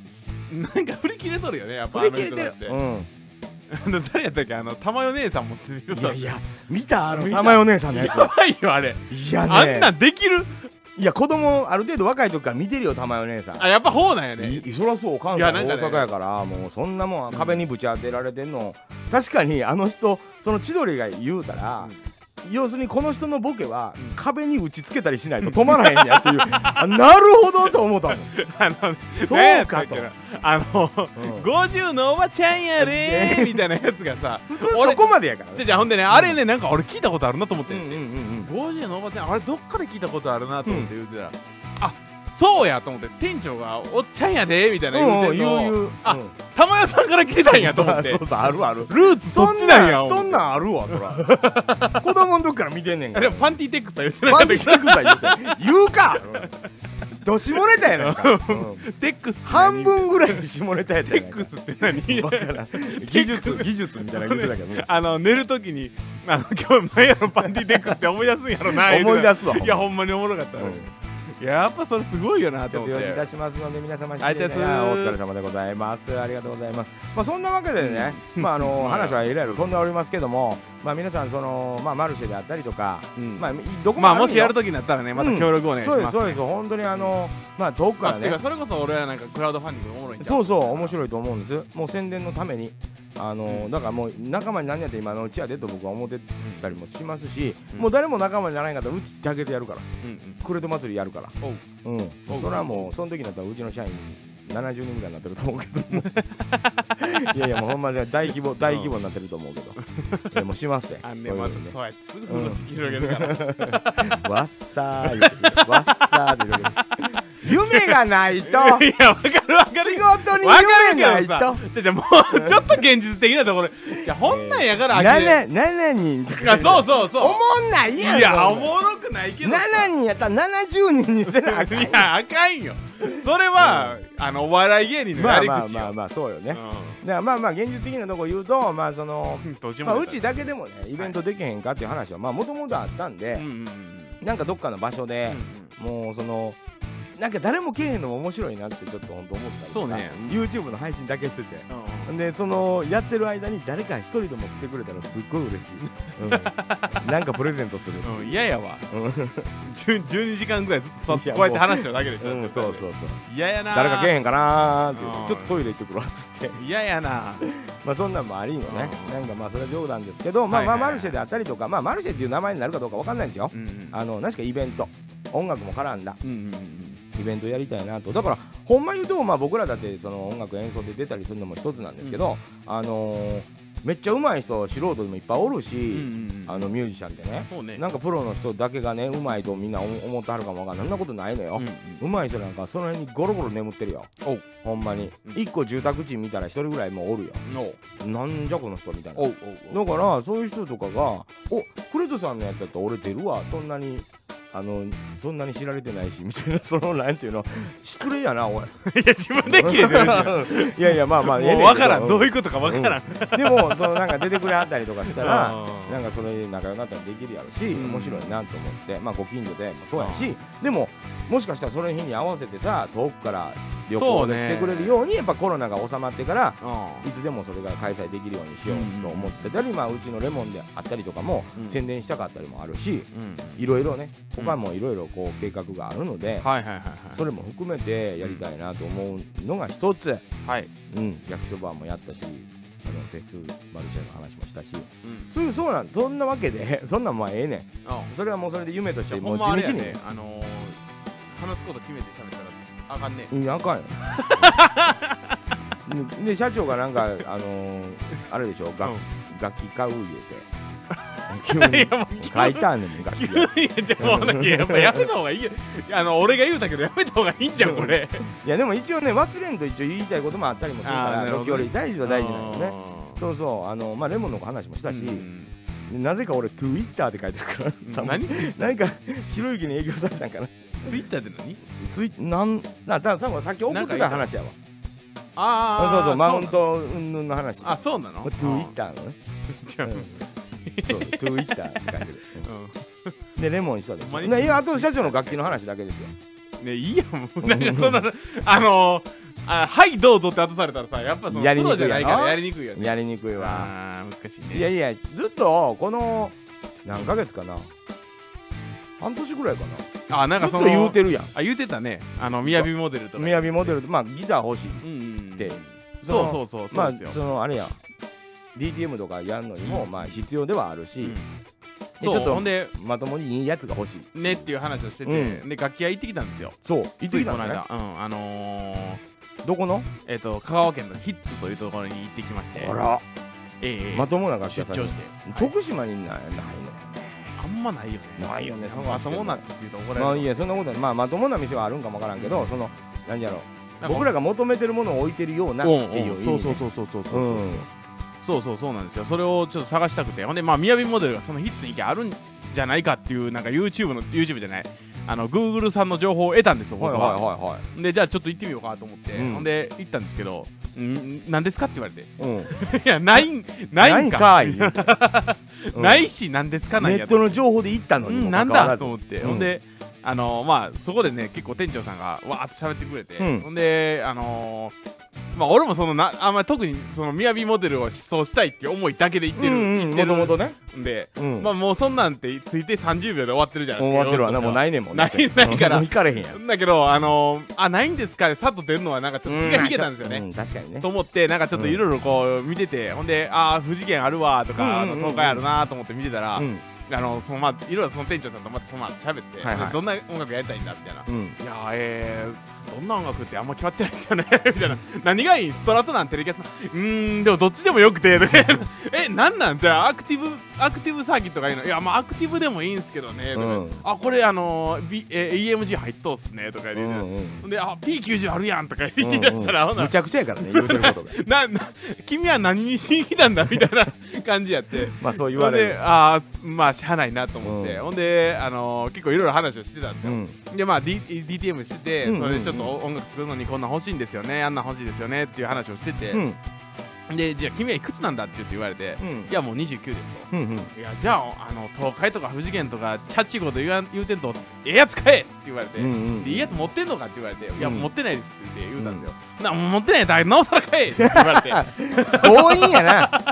[SPEAKER 2] すなんか振り切れとるよねやっぱ
[SPEAKER 1] 振り切れてる
[SPEAKER 2] あの
[SPEAKER 1] う
[SPEAKER 2] 人だって
[SPEAKER 1] ん、
[SPEAKER 2] あの 誰やったっけあの玉代姉さんも出てる
[SPEAKER 1] いやいや見たあの
[SPEAKER 2] 見た
[SPEAKER 1] 玉代お姉さんのや
[SPEAKER 2] や
[SPEAKER 1] つ
[SPEAKER 2] ばいよあれ
[SPEAKER 1] いや
[SPEAKER 2] あんな
[SPEAKER 1] ね
[SPEAKER 2] んできる
[SPEAKER 1] いや子供ある程度若い時から見てるよ玉代お姉さん
[SPEAKER 2] あやっぱほうなんやね
[SPEAKER 1] いそらそう関
[SPEAKER 2] い
[SPEAKER 1] 西
[SPEAKER 2] や
[SPEAKER 1] 大
[SPEAKER 2] なんかね
[SPEAKER 1] 阪やからもうそんなもん
[SPEAKER 2] うん
[SPEAKER 1] 壁にぶち当てられてんの、確かにあの人その千鳥が言うたら、要するにこの人のボケは、
[SPEAKER 2] うん
[SPEAKER 1] 壁に打ちつけたりしないと止まらへんや っていうあなるほどと思ったもん
[SPEAKER 2] あの
[SPEAKER 1] そうかと
[SPEAKER 2] 誰やったっけなあの
[SPEAKER 1] うん
[SPEAKER 2] 50のおばちゃんやでーみたいなやつがさ
[SPEAKER 1] 普通
[SPEAKER 2] 俺
[SPEAKER 1] そこまでやから
[SPEAKER 2] じゃ
[SPEAKER 1] ね
[SPEAKER 2] じゃほんでねあれねなんか俺聞いたことあるなと思って
[SPEAKER 1] うんうんうん
[SPEAKER 2] 50のおばちゃんあれどっかで聞いたことあるなと思って言うてたらあそうやと思って店長がおっちゃんやでーみたいな
[SPEAKER 1] うんう
[SPEAKER 2] 言うんてん
[SPEAKER 1] 言う
[SPEAKER 2] の
[SPEAKER 1] 言う
[SPEAKER 2] あ
[SPEAKER 1] うん
[SPEAKER 2] 玉代さんから来てたんやと思って
[SPEAKER 1] そうそうそうあるある
[SPEAKER 2] ルーツそっちなんや
[SPEAKER 1] そんなんあるわそら 子供の時から見てんねん
[SPEAKER 2] あ
[SPEAKER 1] か
[SPEAKER 2] で
[SPEAKER 1] ら
[SPEAKER 2] もパンティテックスは言ってな
[SPEAKER 1] パ
[SPEAKER 2] かっ
[SPEAKER 1] ン
[SPEAKER 2] た
[SPEAKER 1] チ
[SPEAKER 2] け
[SPEAKER 1] してください言うて言うかどしもれたやないか、うん
[SPEAKER 2] どテックスって何
[SPEAKER 1] 半分ぐらい下ネタやった
[SPEAKER 2] テ
[SPEAKER 1] やな
[SPEAKER 2] ッ
[SPEAKER 1] いか
[SPEAKER 2] クスって何
[SPEAKER 1] わからん技術技術みたいな言ってたけど
[SPEAKER 2] あの寝るときにあの今日何やろパンティテックスって思い出すんやろな言うてた
[SPEAKER 1] 思い出すわ
[SPEAKER 2] いやほんまにおもろかった、
[SPEAKER 1] うん
[SPEAKER 2] いややっぱそれすごいよな
[SPEAKER 1] ち
[SPEAKER 2] と
[SPEAKER 1] ょっと
[SPEAKER 2] 思っ
[SPEAKER 1] 用意い
[SPEAKER 2] て
[SPEAKER 1] たしますので皆様
[SPEAKER 2] ありがとうございます
[SPEAKER 1] お疲れ様でございますありがとうございますまあそんなわけでね、まああの話はいろいろ飛んでおりますけどもまあ皆さんそのまあマルシェであったりとか、
[SPEAKER 2] うん
[SPEAKER 1] まあどこ
[SPEAKER 2] まあ
[SPEAKER 1] るよ
[SPEAKER 2] もしやるときになったらねまた協力お願いし
[SPEAKER 1] そうで
[SPEAKER 2] ますす、
[SPEAKER 1] そうです本当にあのまあ遠くか
[SPEAKER 2] あ
[SPEAKER 1] ら
[SPEAKER 2] て
[SPEAKER 1] ね
[SPEAKER 2] かそれこそ俺はなんかクラウドファンディングおもろいんちゃ
[SPEAKER 1] そうそう面
[SPEAKER 2] い
[SPEAKER 1] 白いと思うんですもう宣伝のためにあの、
[SPEAKER 2] うん
[SPEAKER 1] だからもう仲間になんやって今のうちやでと僕は思ってたりもしますし、
[SPEAKER 2] うん
[SPEAKER 1] もう誰も仲間にならない方うちだけでやるから
[SPEAKER 2] うんうん
[SPEAKER 1] クレート祭りやるから
[SPEAKER 2] おう
[SPEAKER 1] うん
[SPEAKER 2] おう
[SPEAKER 1] それはもうその時になったらうちの社員70人ぐらいになってると思うけども いやいやもうほんまじゃ大規模大規模になってると思う けど、いやもうしますよ
[SPEAKER 2] あん
[SPEAKER 1] そう
[SPEAKER 2] ね
[SPEAKER 1] いう
[SPEAKER 2] ま
[SPEAKER 1] の
[SPEAKER 2] た
[SPEAKER 1] ね
[SPEAKER 2] そうやってすぐ風呂敷広げるから、
[SPEAKER 1] わっさー言うてるわっさーって言うてる夢がないと
[SPEAKER 2] い やわかるわか
[SPEAKER 1] 仕
[SPEAKER 2] る
[SPEAKER 1] 事に
[SPEAKER 2] わかる
[SPEAKER 1] 夢
[SPEAKER 2] けど
[SPEAKER 1] ない
[SPEAKER 2] さ
[SPEAKER 1] と
[SPEAKER 2] じゃじゃもうちょっと現実的なところじゃほんなんやから飽きれ
[SPEAKER 1] 7 7人
[SPEAKER 2] あそうそうそう
[SPEAKER 1] おもんない
[SPEAKER 2] い
[SPEAKER 1] やん
[SPEAKER 2] やお
[SPEAKER 1] そんな
[SPEAKER 2] もろくないけどさ
[SPEAKER 1] 7人やったら70人にせなあ かん
[SPEAKER 2] いやあかんよそれはあのお笑い芸人の
[SPEAKER 1] ま
[SPEAKER 2] や
[SPEAKER 1] あ
[SPEAKER 2] り
[SPEAKER 1] まあ
[SPEAKER 2] 口
[SPEAKER 1] まあ
[SPEAKER 2] よ
[SPEAKER 1] まあそうよね、だ
[SPEAKER 2] う
[SPEAKER 1] からまあまあ現実的なとこ言うとまあその
[SPEAKER 2] ん年
[SPEAKER 1] まあ、
[SPEAKER 2] も
[SPEAKER 1] う
[SPEAKER 2] 出
[SPEAKER 1] ち
[SPEAKER 2] た
[SPEAKER 1] だけでもねイベントできへんかっていう話はまあもともとあったん
[SPEAKER 2] う
[SPEAKER 1] で
[SPEAKER 2] ん、うんうん
[SPEAKER 1] なんかどっかの場所
[SPEAKER 2] うんう
[SPEAKER 1] で、
[SPEAKER 2] ん
[SPEAKER 1] もうそのなんか誰もけえへんのも面白いなってちょっと本当思ったりとか
[SPEAKER 2] そうね
[SPEAKER 1] YouTube の配信だけしてて
[SPEAKER 2] うん
[SPEAKER 1] でそのやってる間に誰か一人でも来てくれたらすっごい嬉しい、うん、なんかプレゼントする、
[SPEAKER 2] うんうん嫌やわ
[SPEAKER 1] うん
[SPEAKER 2] 10 12時間ぐらいずっと座って
[SPEAKER 1] いや
[SPEAKER 2] こうやって話してるだけでしょ
[SPEAKER 1] うん、そうそうそう
[SPEAKER 2] 嫌やな
[SPEAKER 1] 誰かけえへんかなーって言って
[SPEAKER 2] うん
[SPEAKER 1] ちょっとトイレ行ってくるわっつって
[SPEAKER 2] 嫌やな
[SPEAKER 1] まあそんなんもありのね
[SPEAKER 2] うん
[SPEAKER 1] なんかまあそれは冗談ですけどまあ
[SPEAKER 2] はい
[SPEAKER 1] ま
[SPEAKER 2] は
[SPEAKER 1] あ
[SPEAKER 2] いはい
[SPEAKER 1] マルシェであったりとかまあマルシェっていう名前になるかどうかわかんないですよ
[SPEAKER 2] うんうん
[SPEAKER 1] あの何しかイベント音楽も絡んだ
[SPEAKER 2] うんうんうん
[SPEAKER 1] イベントやりたいなとだからほんま言うと、まあ、僕らだってその音楽演奏で出たりするのも一つなんですけど、あのーめっちゃ上手い人素人でもいっぱいおる
[SPEAKER 2] うんう
[SPEAKER 1] し、
[SPEAKER 2] んうん
[SPEAKER 1] あのミュージシャンってね
[SPEAKER 2] そうね
[SPEAKER 1] なんかプロの人だけがね上手いとみんな思思ってはるかもわかんないそんなことないのよ、
[SPEAKER 2] うんうん
[SPEAKER 1] 上手い人なんかその辺にゴロゴロ眠ってるよ
[SPEAKER 2] おう
[SPEAKER 1] ほんまに、
[SPEAKER 2] うん
[SPEAKER 1] 一個住宅地見たら一人ぐらいもうおるよ
[SPEAKER 2] おう
[SPEAKER 1] なんじゃこの人みたいな
[SPEAKER 2] おうおう
[SPEAKER 1] だからそういう人とかが「おクレトさんのやつやったら俺出るわそんなにあのそんなに知られてないし」みたいなそのなんていうの失礼やなおい
[SPEAKER 2] いや自分で切れてるし
[SPEAKER 1] いやいや まあまあええ
[SPEAKER 2] もう
[SPEAKER 1] ねん
[SPEAKER 2] 分
[SPEAKER 1] け
[SPEAKER 2] からんどういう
[SPEAKER 1] う
[SPEAKER 2] ことか分からん
[SPEAKER 1] んでもそのなんか出てくれはったりとかしたら
[SPEAKER 2] うん
[SPEAKER 1] なんかそれで仲良くなったらできるやろし、
[SPEAKER 2] うん
[SPEAKER 1] 面白いなと思って、まあ、ご近所でもそうやし、でももしかしたらその日に合わせてさ遠くから旅
[SPEAKER 2] そう
[SPEAKER 1] 行で
[SPEAKER 2] ね
[SPEAKER 1] 来てくれるようにやっぱコロナが収まってから
[SPEAKER 2] う
[SPEAKER 1] いつでもそれが開催できるようにしようと思ってたり、まあ、うちのレモンであったりとかも
[SPEAKER 2] うん
[SPEAKER 1] 宣伝したかったりもあるし、
[SPEAKER 2] んうん
[SPEAKER 1] いろいろね他もいろいろこう計画があるので、
[SPEAKER 2] はいはいはい
[SPEAKER 1] それも含めてやりたいなと思うのが一つ、
[SPEAKER 2] はいはい
[SPEAKER 1] うん、焼きそばもやったしあのフェスマルシェの話もしたし。
[SPEAKER 2] うん
[SPEAKER 1] そうそうなんそんなわけでそんなんまあええねん
[SPEAKER 2] あ
[SPEAKER 1] それはもうそれで夢とし
[SPEAKER 2] じゃ
[SPEAKER 1] て
[SPEAKER 2] あ
[SPEAKER 1] も
[SPEAKER 2] ほ
[SPEAKER 1] うん
[SPEAKER 2] ま
[SPEAKER 1] 地
[SPEAKER 2] あれや
[SPEAKER 1] 道に
[SPEAKER 2] ねあのー話すこと決めて喋ったらあかんね
[SPEAKER 1] うんあか んようんで社長がなんかあの ーあれでしょ楽,、
[SPEAKER 2] うん
[SPEAKER 1] 楽器買う言う て
[SPEAKER 2] い
[SPEAKER 1] 急
[SPEAKER 2] やもう
[SPEAKER 1] に買いたんねん楽器
[SPEAKER 2] 急にじゃあもうだけやっぱやめた方がいいよいやあの俺が言うたけどやめた方がいいんじゃんこれ
[SPEAKER 1] いやでも一応ね忘れんと一応言いたいこともあったりもする
[SPEAKER 2] あー
[SPEAKER 1] か
[SPEAKER 2] なる
[SPEAKER 1] ら
[SPEAKER 2] ほど
[SPEAKER 1] 時
[SPEAKER 2] ね
[SPEAKER 1] 折大事は大事なんよね
[SPEAKER 2] ね
[SPEAKER 1] そうそうあのまあレモンの話もしたし、
[SPEAKER 2] うん
[SPEAKER 1] なぜか俺 Twitter って書いてるから多分
[SPEAKER 2] 何ツイ
[SPEAKER 1] 何かひろゆきに影響されたんかな
[SPEAKER 2] ツイッターって何
[SPEAKER 1] ツイなんなたさんはさっき送ってた話やわ
[SPEAKER 2] あ
[SPEAKER 1] あ
[SPEAKER 2] あ
[SPEAKER 1] そうそうマウント云々の話
[SPEAKER 2] あそうなの
[SPEAKER 1] トゥイッターのね
[SPEAKER 2] ーじゃあ
[SPEAKER 1] うんそうトゥイッターって感じで
[SPEAKER 2] う
[SPEAKER 1] うんでレモンしたでし
[SPEAKER 2] 毎
[SPEAKER 1] ょ
[SPEAKER 2] 日
[SPEAKER 1] ねいやあと社長の楽器の話だけですよ
[SPEAKER 2] んね いいやもうなんかそんなあのーあはいどうぞって後されたらさやっぱその
[SPEAKER 1] やり
[SPEAKER 2] プ
[SPEAKER 1] にくい
[SPEAKER 2] ロじゃないか
[SPEAKER 1] やろ
[SPEAKER 2] らやりにくいよね
[SPEAKER 1] やりにくいわ
[SPEAKER 2] あー難しいね
[SPEAKER 1] いやいやずっとこの何ヶ月かな半年ぐらいか
[SPEAKER 2] あな
[SPEAKER 1] な
[SPEAKER 2] んか
[SPEAKER 1] ず
[SPEAKER 2] そ
[SPEAKER 1] っと
[SPEAKER 2] の
[SPEAKER 1] 言うてるやん
[SPEAKER 2] あ言うてたねあの雅モデルとか
[SPEAKER 1] 雅モデルまあギター欲しい
[SPEAKER 2] うんうん
[SPEAKER 1] って
[SPEAKER 2] そ
[SPEAKER 1] の
[SPEAKER 2] うそうそうそ
[SPEAKER 1] ま
[SPEAKER 2] う
[SPEAKER 1] あ
[SPEAKER 2] ですよ、
[SPEAKER 1] そのあれやん DTM とかやるのにも
[SPEAKER 2] うん
[SPEAKER 1] まあ必要ではあるし
[SPEAKER 2] うん
[SPEAKER 1] で
[SPEAKER 2] そう
[SPEAKER 1] ちょっと
[SPEAKER 2] ほんで
[SPEAKER 1] まともにいいやつが欲しい
[SPEAKER 2] ねっていう話をしてて、
[SPEAKER 1] う
[SPEAKER 2] で楽器屋行ってきたんですよ
[SPEAKER 1] そういつ
[SPEAKER 2] つい
[SPEAKER 1] 来た
[SPEAKER 2] こ
[SPEAKER 1] ん
[SPEAKER 2] の
[SPEAKER 1] だね
[SPEAKER 2] 間、うん、あのー、
[SPEAKER 1] どこの
[SPEAKER 2] えっ、と香川県のヒッツというところに行ってきまして
[SPEAKER 1] あら
[SPEAKER 2] ええ
[SPEAKER 1] まともな楽器
[SPEAKER 2] 出
[SPEAKER 1] 屋さん
[SPEAKER 2] 張して、はい
[SPEAKER 1] 徳島にないない
[SPEAKER 2] あんまないよね
[SPEAKER 1] のないよね
[SPEAKER 2] まともなって言うと怒られる
[SPEAKER 1] ま
[SPEAKER 2] わ
[SPEAKER 1] あいいやそんなことないまあまともな店はあるんかもわからんけどその何やろ
[SPEAKER 2] なんか
[SPEAKER 1] 僕らが求めてるものを置いてるようなって
[SPEAKER 2] うん
[SPEAKER 1] いう意味
[SPEAKER 2] うん
[SPEAKER 1] ね
[SPEAKER 2] そうそうそうそうそうそうそう、
[SPEAKER 1] うん
[SPEAKER 2] そうそうそうなんですよそれをちょっと探したくてほんでまあ雅モデルがそのヒッツに行きゃあるんじゃないかっていうなんか YouTube の YouTube じゃないあの Google さんの情報を得たんですよ
[SPEAKER 1] はい
[SPEAKER 2] 僕
[SPEAKER 1] は
[SPEAKER 2] は、
[SPEAKER 1] いは
[SPEAKER 2] でじゃあちょっと行ってみようかと思って、
[SPEAKER 1] うん
[SPEAKER 2] ほんで行ったんですけど「ん何ですか?」って言われて 「
[SPEAKER 1] いはいうん
[SPEAKER 2] いやないんないんか
[SPEAKER 1] いんかい うん
[SPEAKER 2] ないし何ですか?」なん
[SPEAKER 1] ネ
[SPEAKER 2] や
[SPEAKER 1] ッ
[SPEAKER 2] と
[SPEAKER 1] トの情報で行ったの
[SPEAKER 2] う
[SPEAKER 1] にも
[SPEAKER 2] んな
[SPEAKER 1] か
[SPEAKER 2] ん
[SPEAKER 1] かわ
[SPEAKER 2] だ
[SPEAKER 1] らず
[SPEAKER 2] と思って、
[SPEAKER 1] うん
[SPEAKER 2] ほんであのまあそこでね結構店長さんがわーっと喋ってくれて、
[SPEAKER 1] うん
[SPEAKER 2] ほんであのーまあ俺もそのなあんま特にその雅モデルを思想したいっていう思いだけで言ってる、
[SPEAKER 1] うん
[SPEAKER 2] 言
[SPEAKER 1] も
[SPEAKER 2] っ
[SPEAKER 1] ともと
[SPEAKER 2] てる
[SPEAKER 1] ね
[SPEAKER 2] んで、
[SPEAKER 1] うんも
[SPEAKER 2] まあもうそんなんてついて30秒で終わってるじゃ
[SPEAKER 1] う
[SPEAKER 2] ない
[SPEAKER 1] 終
[SPEAKER 2] ですか
[SPEAKER 1] わってるわな
[SPEAKER 2] 世の
[SPEAKER 1] もう
[SPEAKER 2] 中
[SPEAKER 1] ないねんもん
[SPEAKER 2] ないないから
[SPEAKER 1] もう行かれへんやん
[SPEAKER 2] だけどあのーあないんですかでさっと出るのはなんかちょっと気が引けたんですよね、
[SPEAKER 1] うん確かにね
[SPEAKER 2] と思ってなんかちょっといろいろこう見てて、ほんでああ富士県あるわとか、
[SPEAKER 1] うんうんうんうん
[SPEAKER 2] あの東海あるなと思って見てたら、
[SPEAKER 1] うん
[SPEAKER 2] あのそのまあいろいろその店長さんとまたそのまま喋って、
[SPEAKER 1] はいはい
[SPEAKER 2] どんな音楽やりたいんだみたいな。
[SPEAKER 1] うん
[SPEAKER 2] いやーえー、どんな音楽ってあんま決まってないですよね みたいな何がいいストラトなんテレキャスうーんでもどっちでもよくてえなん なんじゃあアクティブアクティブサーキットがいいのいやまあアクティブでもいいんすけどねとか、
[SPEAKER 1] うん
[SPEAKER 2] あこれあのー B えー EMG 入っとっすねとか
[SPEAKER 1] う
[SPEAKER 2] 言
[SPEAKER 1] ん
[SPEAKER 2] って、
[SPEAKER 1] うん
[SPEAKER 2] ほんであ P90 あるやんとか言ってきだしたら、
[SPEAKER 1] うんう
[SPEAKER 2] ほ
[SPEAKER 1] ん
[SPEAKER 2] な
[SPEAKER 1] むちゃくちゃやからね言うてる ことが
[SPEAKER 2] なな君は何にしに来たんだみたいな感じやって
[SPEAKER 1] まあそう言われ
[SPEAKER 2] ほんで
[SPEAKER 1] る
[SPEAKER 2] ああまあしゃあないなと思って、
[SPEAKER 1] うん
[SPEAKER 2] ほんで、あのー結構いろいろ話をしてたんです
[SPEAKER 1] う
[SPEAKER 2] よ、
[SPEAKER 1] ん
[SPEAKER 2] でまあ、D、DTM してて、
[SPEAKER 1] うんうんうん
[SPEAKER 2] それでちょっと音楽作るのにこんなん欲しいんですよねあんなん欲しいですよねっていう話をしてて
[SPEAKER 1] う、ん
[SPEAKER 2] でじゃあ君はいくつなんだって言って言われて、
[SPEAKER 1] うん
[SPEAKER 2] いやもう29です
[SPEAKER 1] うんうん
[SPEAKER 2] といやじゃああの東海とか富士県とかチャッチいこと言わん言うてんとええやつ買えっつって言われて、
[SPEAKER 1] うんうん
[SPEAKER 2] でいいやつ持ってんのかって言われて、いや
[SPEAKER 1] うん
[SPEAKER 2] 持ってないですって言って言うたんですよ、な持ってないだなおさら買えって言われて
[SPEAKER 1] 強引やな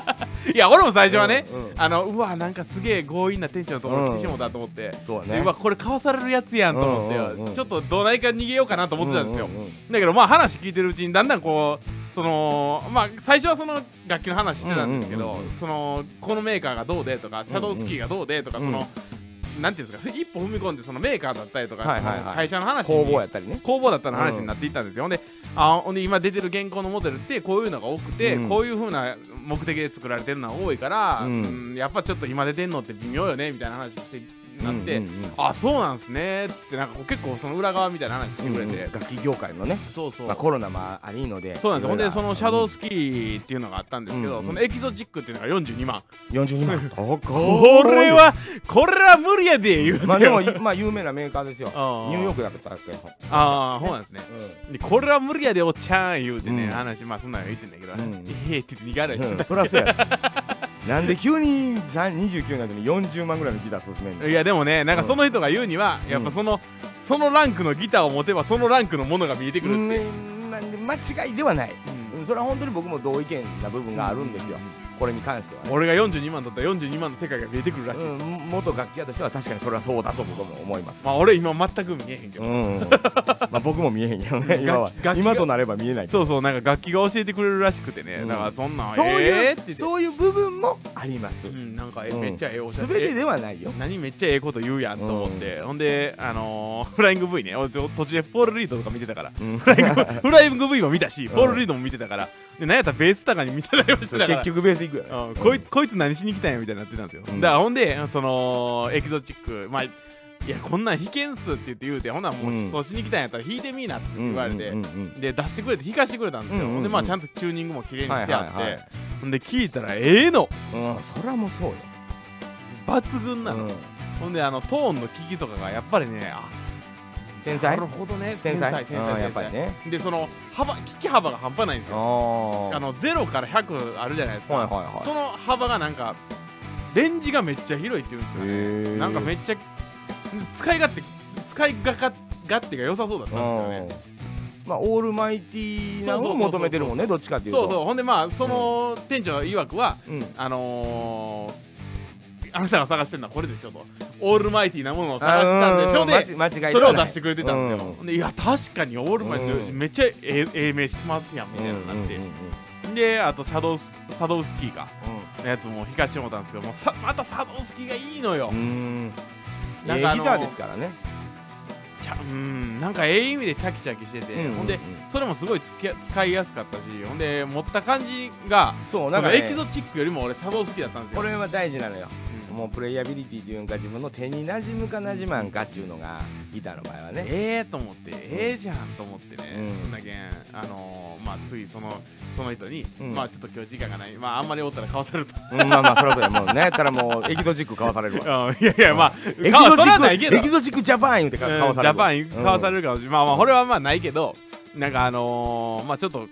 [SPEAKER 2] いや俺も最初はね、
[SPEAKER 1] うんうん
[SPEAKER 2] あのうわなんかすげえ強引な店長のところに来てしもうたと思って、
[SPEAKER 1] そう
[SPEAKER 2] う
[SPEAKER 1] やね
[SPEAKER 2] わこれ買わされるやつやんと思って、
[SPEAKER 1] うんうんうん
[SPEAKER 2] ちょっとどないか逃げようかなと思ってたんですよ、
[SPEAKER 1] うう
[SPEAKER 2] だけどまあ話聞いてるうちにだんだんこうそのまあ最初はその楽器の話してたんですけ
[SPEAKER 1] うん
[SPEAKER 2] ど、
[SPEAKER 1] うんうんうん
[SPEAKER 2] そのこのメーカーがどうでとかシャドウスキーがどうでとか、
[SPEAKER 1] うん
[SPEAKER 2] そのなんていうんですか一歩踏み込んでそのメーカーだったりとか、
[SPEAKER 1] はいはいはい
[SPEAKER 2] その会社の話
[SPEAKER 1] 工
[SPEAKER 2] に
[SPEAKER 1] 房やったりね
[SPEAKER 2] 工房だったの話になっていったんですよ、ほんであほんで今出てる原稿のモデルってこういうのが多くて、
[SPEAKER 1] うん
[SPEAKER 2] こういう風な目的で作られてるのが多いから、
[SPEAKER 1] うん
[SPEAKER 2] うんやっぱちょっと今出てんのって微妙よねみたいな話してなって、
[SPEAKER 1] うんうんうん
[SPEAKER 2] あそうなんすねっつってなんかこう結構その裏側みたいな話してくれて、
[SPEAKER 1] うんうん楽器業界のね、
[SPEAKER 2] そうそう、
[SPEAKER 1] まあ、コロナもありので
[SPEAKER 2] そうなんですよほんでそのシャドウ
[SPEAKER 1] ス
[SPEAKER 2] スキーっていうのがあったんですけど、
[SPEAKER 1] うんうん
[SPEAKER 2] そのエキゾチックっていうのが42万、
[SPEAKER 1] 42万 お
[SPEAKER 2] これはこれは無理やで言うて
[SPEAKER 1] まあでも、まあ、有名なメーカーですよニ
[SPEAKER 2] あー
[SPEAKER 1] ューヨークだったんですけど
[SPEAKER 2] ああそうなんですね
[SPEAKER 1] う
[SPEAKER 2] でこれは無理やでおっちゃん言うてね、
[SPEAKER 1] うん
[SPEAKER 2] 話まあそんなん言ってんだけど、
[SPEAKER 1] うんうん
[SPEAKER 2] ええって言って逃げられ
[SPEAKER 1] ん、う
[SPEAKER 2] て
[SPEAKER 1] ん、
[SPEAKER 2] た、
[SPEAKER 1] そらそうや ろなんで急にざ29になって40万ぐらいのギター進めんの
[SPEAKER 2] いやでもねなんかその人が言うには、
[SPEAKER 1] ん
[SPEAKER 2] やっぱそのそのランクのギターを持てばそのランクのものが見えてくるって、
[SPEAKER 1] うんまあ間違いではない、
[SPEAKER 2] うん
[SPEAKER 1] うんそれは本当に僕も同意見な部分があるんですよ、これに関してはね、
[SPEAKER 2] 俺が42万だったら42万の世界が見えてくるらしいです、
[SPEAKER 1] うん、元楽器屋としては確かにそれはそうだと僕も思い ます
[SPEAKER 2] まあ俺今全く見えへんけど、
[SPEAKER 1] うん、まあ僕も見えへんけどね今は
[SPEAKER 2] 楽器楽器が
[SPEAKER 1] 今となれば見えないけど
[SPEAKER 2] そうそうなんか楽器が教えてくれるらしくてね、
[SPEAKER 1] うん
[SPEAKER 2] だからそんなん
[SPEAKER 1] そういう
[SPEAKER 2] ええって言って
[SPEAKER 1] そういう部分もあります、
[SPEAKER 2] うん、なんかえ、
[SPEAKER 1] うん
[SPEAKER 2] めっちゃええおしゃ
[SPEAKER 1] 全
[SPEAKER 2] れ
[SPEAKER 1] てではないよ、
[SPEAKER 2] 何めっちゃええこと言うやんと思って、ほんであのー、フライング V ね俺と途中でポール・リードとか見てたから
[SPEAKER 1] うん
[SPEAKER 2] フライングフライング V も見たし、
[SPEAKER 1] ん
[SPEAKER 2] ポール・リードも見てたから、で、なんやったらベース高に見てたりもしてたから。
[SPEAKER 1] 結局ベースいくよね、
[SPEAKER 2] うんこいこいつ何しに来たんやみたいになってたんですよ、
[SPEAKER 1] うん
[SPEAKER 2] だからほんでそのエキゾチックまあいやこんなん弾けんすって言って言うてほんならもう
[SPEAKER 1] うん
[SPEAKER 2] 実装しに来たんやったら弾いてみいなって言われて、
[SPEAKER 1] うんうんうん
[SPEAKER 2] で出してくれて弾かしてくれたんです
[SPEAKER 1] うんう
[SPEAKER 2] よ、
[SPEAKER 1] んうん
[SPEAKER 2] ほんでまあちゃんとチューニングも綺麗にしてあって、
[SPEAKER 1] はいはいは
[SPEAKER 2] ほんで聞いたらええの
[SPEAKER 1] うん、そりゃもうそうよ、
[SPEAKER 2] 抜群なの、
[SPEAKER 1] うん
[SPEAKER 2] ほんであのトーンの聞きとかがやっぱりねあ
[SPEAKER 1] 繊細
[SPEAKER 2] なるほどね
[SPEAKER 1] 繊細
[SPEAKER 2] 繊細
[SPEAKER 1] うんやっぱりね
[SPEAKER 2] でその幅聞き幅が半端ないんです
[SPEAKER 1] あ
[SPEAKER 2] よ
[SPEAKER 1] ー
[SPEAKER 2] あの0から100あるじゃないですか、
[SPEAKER 1] はいはいはい
[SPEAKER 2] その幅がなんかレンジがめっちゃ広いっていうんですかね
[SPEAKER 1] へー
[SPEAKER 2] なんかめっちゃ使い勝手使いがか勝手が良さそうだったんですよね
[SPEAKER 1] うんまあオールマイティーなのを求めてるもんねどっちかっていうと
[SPEAKER 2] そうそうほんでまあその店長曰くは
[SPEAKER 1] うん、
[SPEAKER 2] あのーあなたが探してるのはこれでしょとオールマイティーなものを探してたんでしょ
[SPEAKER 1] あ
[SPEAKER 2] で
[SPEAKER 1] ー間違間違いではない
[SPEAKER 2] それを出してくれてたんですよ、
[SPEAKER 1] う
[SPEAKER 2] でいや確かにオールマイティー、
[SPEAKER 1] うん
[SPEAKER 2] めっちゃええええ名してますやんみたいなのになって、であとシャドウスシャドウスキーかのやつも弾かしてもらったんですけどもうさまたサドウスキーがいいのよ、
[SPEAKER 1] うんうんうん
[SPEAKER 2] なん
[SPEAKER 1] ええギ
[SPEAKER 2] か
[SPEAKER 1] タ
[SPEAKER 2] あの
[SPEAKER 1] ーですからね
[SPEAKER 2] ちゃうんなんかええ意味でチャキチャキしてて、
[SPEAKER 1] うんうんうん
[SPEAKER 2] ほんでそれもすごいつけ使いやすかったしほんで持った感じが
[SPEAKER 1] そうな
[SPEAKER 2] な
[SPEAKER 1] んん
[SPEAKER 2] か、
[SPEAKER 1] か、
[SPEAKER 2] エ
[SPEAKER 1] ね
[SPEAKER 2] キ、ゾチックよりも俺サドウスキーだったんです
[SPEAKER 1] こ
[SPEAKER 2] よ、
[SPEAKER 1] れは大事なのよ
[SPEAKER 2] うん
[SPEAKER 1] もうプレイヤビリティというんか自分の手に馴染むか馴染まんかっていうのがギターの場合はね
[SPEAKER 2] ええと思ってええじゃんと思ってね、
[SPEAKER 1] うん
[SPEAKER 2] そんだけんあのー、まあついそのその人に、
[SPEAKER 1] うん
[SPEAKER 2] まあちょっと今日時間がないまああんまりおったら買わされると
[SPEAKER 1] うんまあまあそりゃそうやも うねやったらもうエキゾチック買わされるわ
[SPEAKER 2] うんいやいやまあ
[SPEAKER 1] エキ
[SPEAKER 2] 買わ
[SPEAKER 1] ゾ
[SPEAKER 2] さ
[SPEAKER 1] チ
[SPEAKER 2] れはない
[SPEAKER 1] ッ
[SPEAKER 2] け
[SPEAKER 1] ク
[SPEAKER 2] ど
[SPEAKER 1] エキゾチックジャパン言うてか買わされるわ
[SPEAKER 2] うんジャパン買わされるかもしれない、まあまあこれはまあないけどなんかあのー、まあちょっと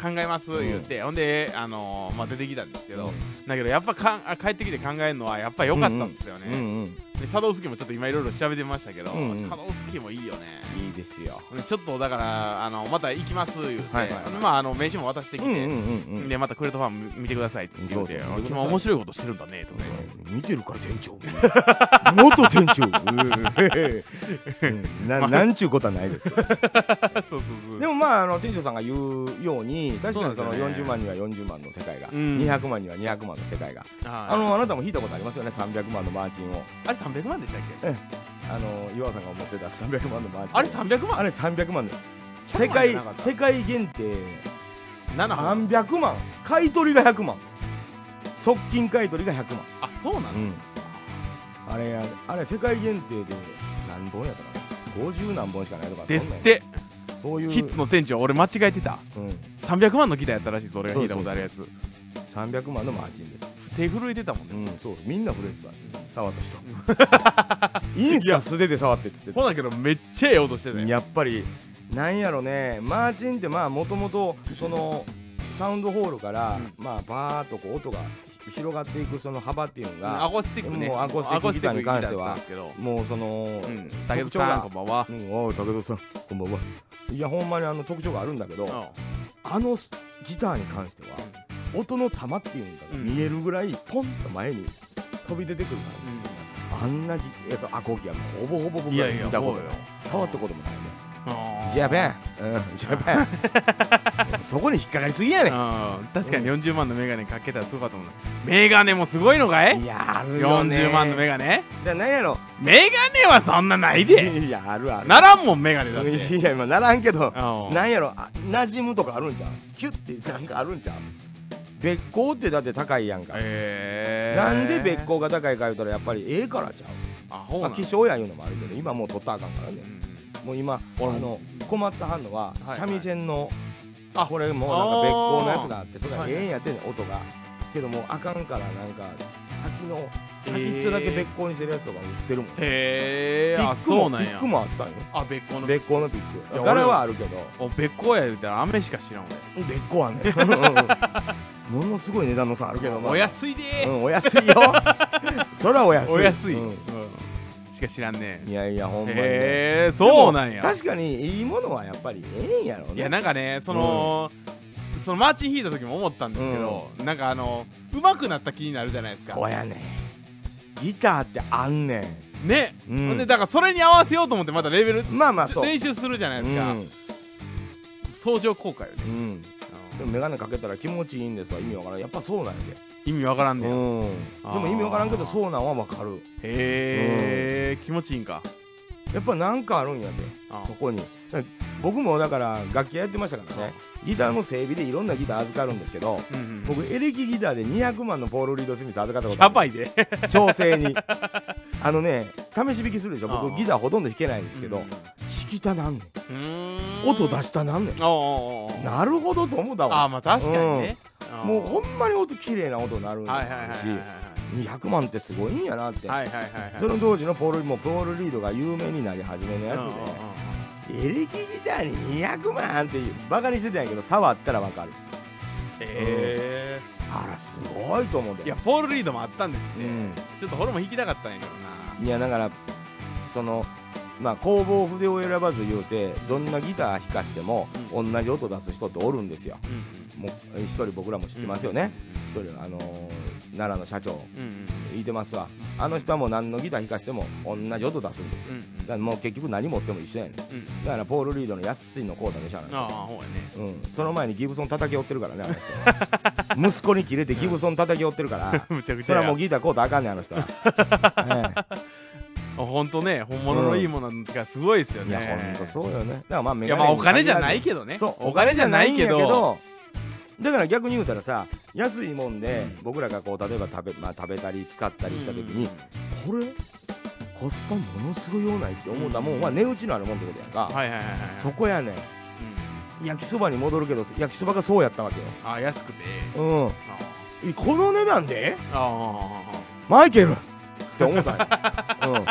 [SPEAKER 2] 考えます言って、ほんであのー、まあ出てきたんですけど、だけどやっぱかんあ帰ってきて考えるのはやっぱ良かったんですよね、
[SPEAKER 1] うんうん
[SPEAKER 2] でサドウスキーもちょっと今いろいろ調べてましたけど、
[SPEAKER 1] うんうん
[SPEAKER 2] サドウスキーもいいよね
[SPEAKER 1] いいですよ
[SPEAKER 2] でちょっとだからあのまた行きます言うて、
[SPEAKER 1] はいはいはい
[SPEAKER 2] まああの名刺も渡してき
[SPEAKER 1] うんうん
[SPEAKER 2] て、
[SPEAKER 1] うんうん
[SPEAKER 2] でまたクレートファン見てくださいっつって言うて
[SPEAKER 1] そうそう見てくだ
[SPEAKER 2] 君
[SPEAKER 1] さい
[SPEAKER 2] 面白いことしてるんだねとね、
[SPEAKER 1] 見てるから店長元店長 うんななんちゅうことはないですけど
[SPEAKER 2] そうそうそう
[SPEAKER 1] でもまああの店長さんが言うように確かにその
[SPEAKER 2] そうなんですよね
[SPEAKER 1] 40万には40万の世界が
[SPEAKER 2] うん
[SPEAKER 1] 200万には200万の世界があ
[SPEAKER 2] あ
[SPEAKER 1] のあなたも弾いたことありますよね300万のマーチンを
[SPEAKER 2] あれ300万でしたっけ
[SPEAKER 1] あの岩尾さんが持ってた300万のマーチン
[SPEAKER 2] あれ300万
[SPEAKER 1] あれ300万です世
[SPEAKER 2] 100万
[SPEAKER 1] 界
[SPEAKER 2] じゃなかった
[SPEAKER 1] 世界限定
[SPEAKER 2] 7本
[SPEAKER 1] 300万買い取りが100万側近買い取りが100万
[SPEAKER 2] あそうなの、
[SPEAKER 1] うん、あれやあれ世界限定で何本やったかな50何本しかないとか
[SPEAKER 2] ですっ
[SPEAKER 1] そんなんや
[SPEAKER 2] て
[SPEAKER 1] そういう
[SPEAKER 2] ヒッツの店長俺間違えてた
[SPEAKER 1] うん、
[SPEAKER 2] 300万のギターやったらしいです俺が弾いたことあるやつ
[SPEAKER 1] 300万のマーチンです
[SPEAKER 2] 手震えてたもん
[SPEAKER 1] う
[SPEAKER 2] ね、
[SPEAKER 1] んそうみんな震えてた触った人 いいんすか素手で触ってっつって
[SPEAKER 2] ほだけどめっちゃええ音してたよ
[SPEAKER 1] やっぱりなんやろねマーチンってまあもともとそのサウンドホールから、まあバーッとこう音が広がっていくその幅っていうの
[SPEAKER 2] ア
[SPEAKER 1] が
[SPEAKER 2] コースティックね
[SPEAKER 1] もうアコースティックギターに関しては
[SPEAKER 2] アコースティックギターだったんです
[SPEAKER 1] もうその、
[SPEAKER 2] けどうん
[SPEAKER 1] 特
[SPEAKER 2] 武田
[SPEAKER 1] 徴が
[SPEAKER 2] さんこんばんは
[SPEAKER 1] うん、おい武田さんこんばんはいやほんまにあの特徴があるんだけど、
[SPEAKER 2] う
[SPEAKER 1] あのギターに関しては音の玉っていうのが
[SPEAKER 2] うん
[SPEAKER 1] 見えるぐらいポンと前に飛び出てくるから、あんなぎやっぱアコギはもうほぼほぼ
[SPEAKER 2] ん
[SPEAKER 1] 僕
[SPEAKER 2] い
[SPEAKER 1] は
[SPEAKER 2] やいや
[SPEAKER 1] 見たこと
[SPEAKER 2] そうよ
[SPEAKER 1] 触ったこともないね
[SPEAKER 2] あー
[SPEAKER 1] ジャパンうんジャパンそこに引っかかりすぎやねん
[SPEAKER 2] うん確かに40万のメガネかけたらすごかったもんなメガネもすごいのかい
[SPEAKER 1] いやあるよね
[SPEAKER 2] ?40 万のメガネ
[SPEAKER 1] だなんやろ
[SPEAKER 2] メガネはそんなないで
[SPEAKER 1] いやあるある
[SPEAKER 2] ならんもんメガネだって
[SPEAKER 1] いや今ならんけど
[SPEAKER 2] うん
[SPEAKER 1] なんやろあ馴染むとかあるんちゃうキュッてなんかあるんちゃう別光ってだって高いやんか、
[SPEAKER 2] えー
[SPEAKER 1] なんで別光が高いか言うたらやっぱりええからちゃう、
[SPEAKER 2] あほう
[SPEAKER 1] ま
[SPEAKER 2] な
[SPEAKER 1] あ、
[SPEAKER 2] んだ
[SPEAKER 1] 希少やいうのもあるけど今もう取ったらあかんからね
[SPEAKER 2] うん
[SPEAKER 1] もう今あ
[SPEAKER 2] 俺
[SPEAKER 1] の
[SPEAKER 2] も
[SPEAKER 1] 困ったはんのは
[SPEAKER 2] はいはい
[SPEAKER 1] 三味線の、
[SPEAKER 2] あ
[SPEAKER 1] これもうなんか別光のやつがあってそれがええんやってんねん音がけどもうあかんからなんか先の先っちょだけ別光にしてるやつとか売ってるもん、
[SPEAKER 2] へえ
[SPEAKER 1] ピ
[SPEAKER 2] あ
[SPEAKER 1] ックも
[SPEAKER 2] そうなん
[SPEAKER 1] ピッ
[SPEAKER 2] や
[SPEAKER 1] クもあったんよ
[SPEAKER 2] あ別個の
[SPEAKER 1] 別光のピッ
[SPEAKER 2] いや
[SPEAKER 1] ク
[SPEAKER 2] 俺
[SPEAKER 1] 柄はあるけど
[SPEAKER 2] お別個や言うたら雨しか知らん
[SPEAKER 1] 別個はね うんものすごい値段の差あるけど、
[SPEAKER 2] 俺お安いで
[SPEAKER 1] う
[SPEAKER 2] ー
[SPEAKER 1] ん、お安 いよそらお安い
[SPEAKER 2] お安い
[SPEAKER 1] うん
[SPEAKER 2] うんしか知らんね
[SPEAKER 1] いやいやほんまにね、
[SPEAKER 2] へえそうなん
[SPEAKER 1] でも
[SPEAKER 2] や
[SPEAKER 1] 確かにいいものはやっぱりええんやろね
[SPEAKER 2] いやなんかねそのそのマーチン引いた時も思ったんですけどなんかあの上手くなった気になるじゃないです
[SPEAKER 1] そう
[SPEAKER 2] か
[SPEAKER 1] やねんギターってあんね
[SPEAKER 2] ね
[SPEAKER 1] ん、う
[SPEAKER 2] ほん
[SPEAKER 1] ん、
[SPEAKER 2] でだからそれに合わせようと思ってまたレベル
[SPEAKER 1] まあまあそう
[SPEAKER 2] 練習するじゃないですか
[SPEAKER 1] う
[SPEAKER 2] 相乗効果よね
[SPEAKER 1] ん、うん、でも眼鏡かけたら気持ちいいんですわ意味わからんやっぱそうなんやで、
[SPEAKER 2] 意味わからん
[SPEAKER 1] う
[SPEAKER 2] ね
[SPEAKER 1] ん、でも意味わからんけどそうなんはわかる
[SPEAKER 2] へえ気持ちいいんか
[SPEAKER 1] やっぱなんかあるんやで
[SPEAKER 2] あ
[SPEAKER 1] そこにだから僕もだから楽器屋やってましたからねギターの整備でいろんなギター預かるんですけど
[SPEAKER 2] うんうん
[SPEAKER 1] 僕エレキギターで200万のポール・リード・スミス預かったこと
[SPEAKER 2] や
[SPEAKER 1] あ
[SPEAKER 2] ばい で
[SPEAKER 1] る調整 にあのね試し弾きするでしょ
[SPEAKER 2] ああ
[SPEAKER 1] 僕ギターほとんど弾けないんですけど弾きたなんね
[SPEAKER 2] うんうん
[SPEAKER 1] ん音出したなんねん
[SPEAKER 2] おうおうおう
[SPEAKER 1] なるほどと思った
[SPEAKER 2] あ
[SPEAKER 1] わ
[SPEAKER 2] あまあ確かにねあー
[SPEAKER 1] もうほんまに音綺麗な音なるん
[SPEAKER 2] はいはいはいはい
[SPEAKER 1] し200万ってすごいんやなって
[SPEAKER 2] はいはいはいはいはい
[SPEAKER 1] その当時のポールもうポール・リードが有名になり始めのや
[SPEAKER 2] うんうんうん
[SPEAKER 1] つでエレキギターに200万ってバカにしてたんやけど触ったらわかる
[SPEAKER 2] え
[SPEAKER 1] あらすごいと思って
[SPEAKER 2] えいやポール・リードもあったんですっ
[SPEAKER 1] う
[SPEAKER 2] て
[SPEAKER 1] ん
[SPEAKER 2] ちょっと俺も弾きたかったんやけど
[SPEAKER 1] いやだからそのまあ工房筆を選ばず言うてどんなギター弾かしても、同じ音出す人っておるんですよ
[SPEAKER 2] な
[SPEAKER 1] もうえ一人僕らも知ってますよね一、人あのー奈良の社長
[SPEAKER 2] うんうん
[SPEAKER 1] いてますわあの人はもう何のギター弾かしても同じ音出すんです
[SPEAKER 2] う
[SPEAKER 1] よ、
[SPEAKER 2] ん
[SPEAKER 1] だからもう結局何持っても一緒やねんだ
[SPEAKER 2] うんうん
[SPEAKER 1] からポール・リードの安いのこうだけしゃあない
[SPEAKER 2] ああほうやね
[SPEAKER 1] うん、その前にギブソン叩き折ってるからねあ の人息子に切れてギブソン叩き折ってるから
[SPEAKER 2] むちゃくち
[SPEAKER 1] そ
[SPEAKER 2] ゃ
[SPEAKER 1] れ
[SPEAKER 2] や
[SPEAKER 1] はもうギターこうたらあかんねんあの 人は、ええ
[SPEAKER 2] あほんとね本物のいいものがすごいですよ
[SPEAKER 1] い
[SPEAKER 2] ね
[SPEAKER 1] や、ほんとそうよね。だからまあ、
[SPEAKER 2] い
[SPEAKER 1] メ
[SPEAKER 2] や
[SPEAKER 1] ガネ
[SPEAKER 2] まあお
[SPEAKER 1] に限ら
[SPEAKER 2] 金
[SPEAKER 1] ず
[SPEAKER 2] じゃないけどね
[SPEAKER 1] そう、
[SPEAKER 2] お金じゃないけ
[SPEAKER 1] お金じゃない
[SPEAKER 2] ど
[SPEAKER 1] んやけど。だから逆に言うたらさ、安いもんで、僕らがこう、例えば食べ、まあ、食べたり、使ったりしたときに、これ、コスパものすごいようないって思ったもんは、値打ちのあるもんってことやんか。
[SPEAKER 2] はいはいはいはい
[SPEAKER 1] そこやね
[SPEAKER 2] うん
[SPEAKER 1] ん。焼きそばに戻るけど、焼きそばがそうやったわけよ。
[SPEAKER 2] あ安くて
[SPEAKER 1] う
[SPEAKER 2] あ
[SPEAKER 1] ん。えこの値段で
[SPEAKER 2] あああ
[SPEAKER 1] マイケルって思ったん よ。うん。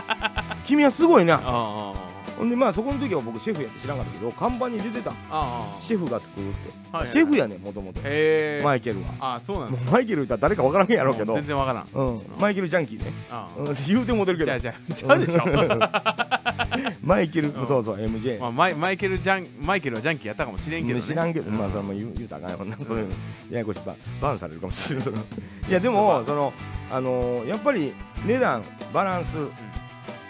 [SPEAKER 1] 君はすごいな。
[SPEAKER 2] あ
[SPEAKER 1] ほんで、まあ、そこの時は僕、シェフやって知らんかったけど、看板に出てた。
[SPEAKER 2] ああ
[SPEAKER 1] シェフが作るって。
[SPEAKER 2] あ
[SPEAKER 1] シェフ
[SPEAKER 2] や
[SPEAKER 1] やねんもともと
[SPEAKER 2] へえ
[SPEAKER 1] マイケルは
[SPEAKER 2] あそうなん
[SPEAKER 1] も
[SPEAKER 2] で
[SPEAKER 1] う
[SPEAKER 2] す
[SPEAKER 1] マイケル言ったら誰か分からんやろうけど
[SPEAKER 2] 全然わからん
[SPEAKER 1] うんマイケルジャンキーね
[SPEAKER 2] ああ
[SPEAKER 1] うん言うてもてるけ
[SPEAKER 2] じゃ
[SPEAKER 1] ど
[SPEAKER 2] あじゃあちゃうでしょ
[SPEAKER 1] マイケル
[SPEAKER 2] うん
[SPEAKER 1] そうそう MJ
[SPEAKER 2] まあマイマイケルジャンマイケルはジャンキーやったかもしれんけどね
[SPEAKER 1] 知らんけどまあそれも言う言うたらあかんやもんなそういうのややこしいバンバンされるかもしれないいやでもそのあのーやっぱり値段バランス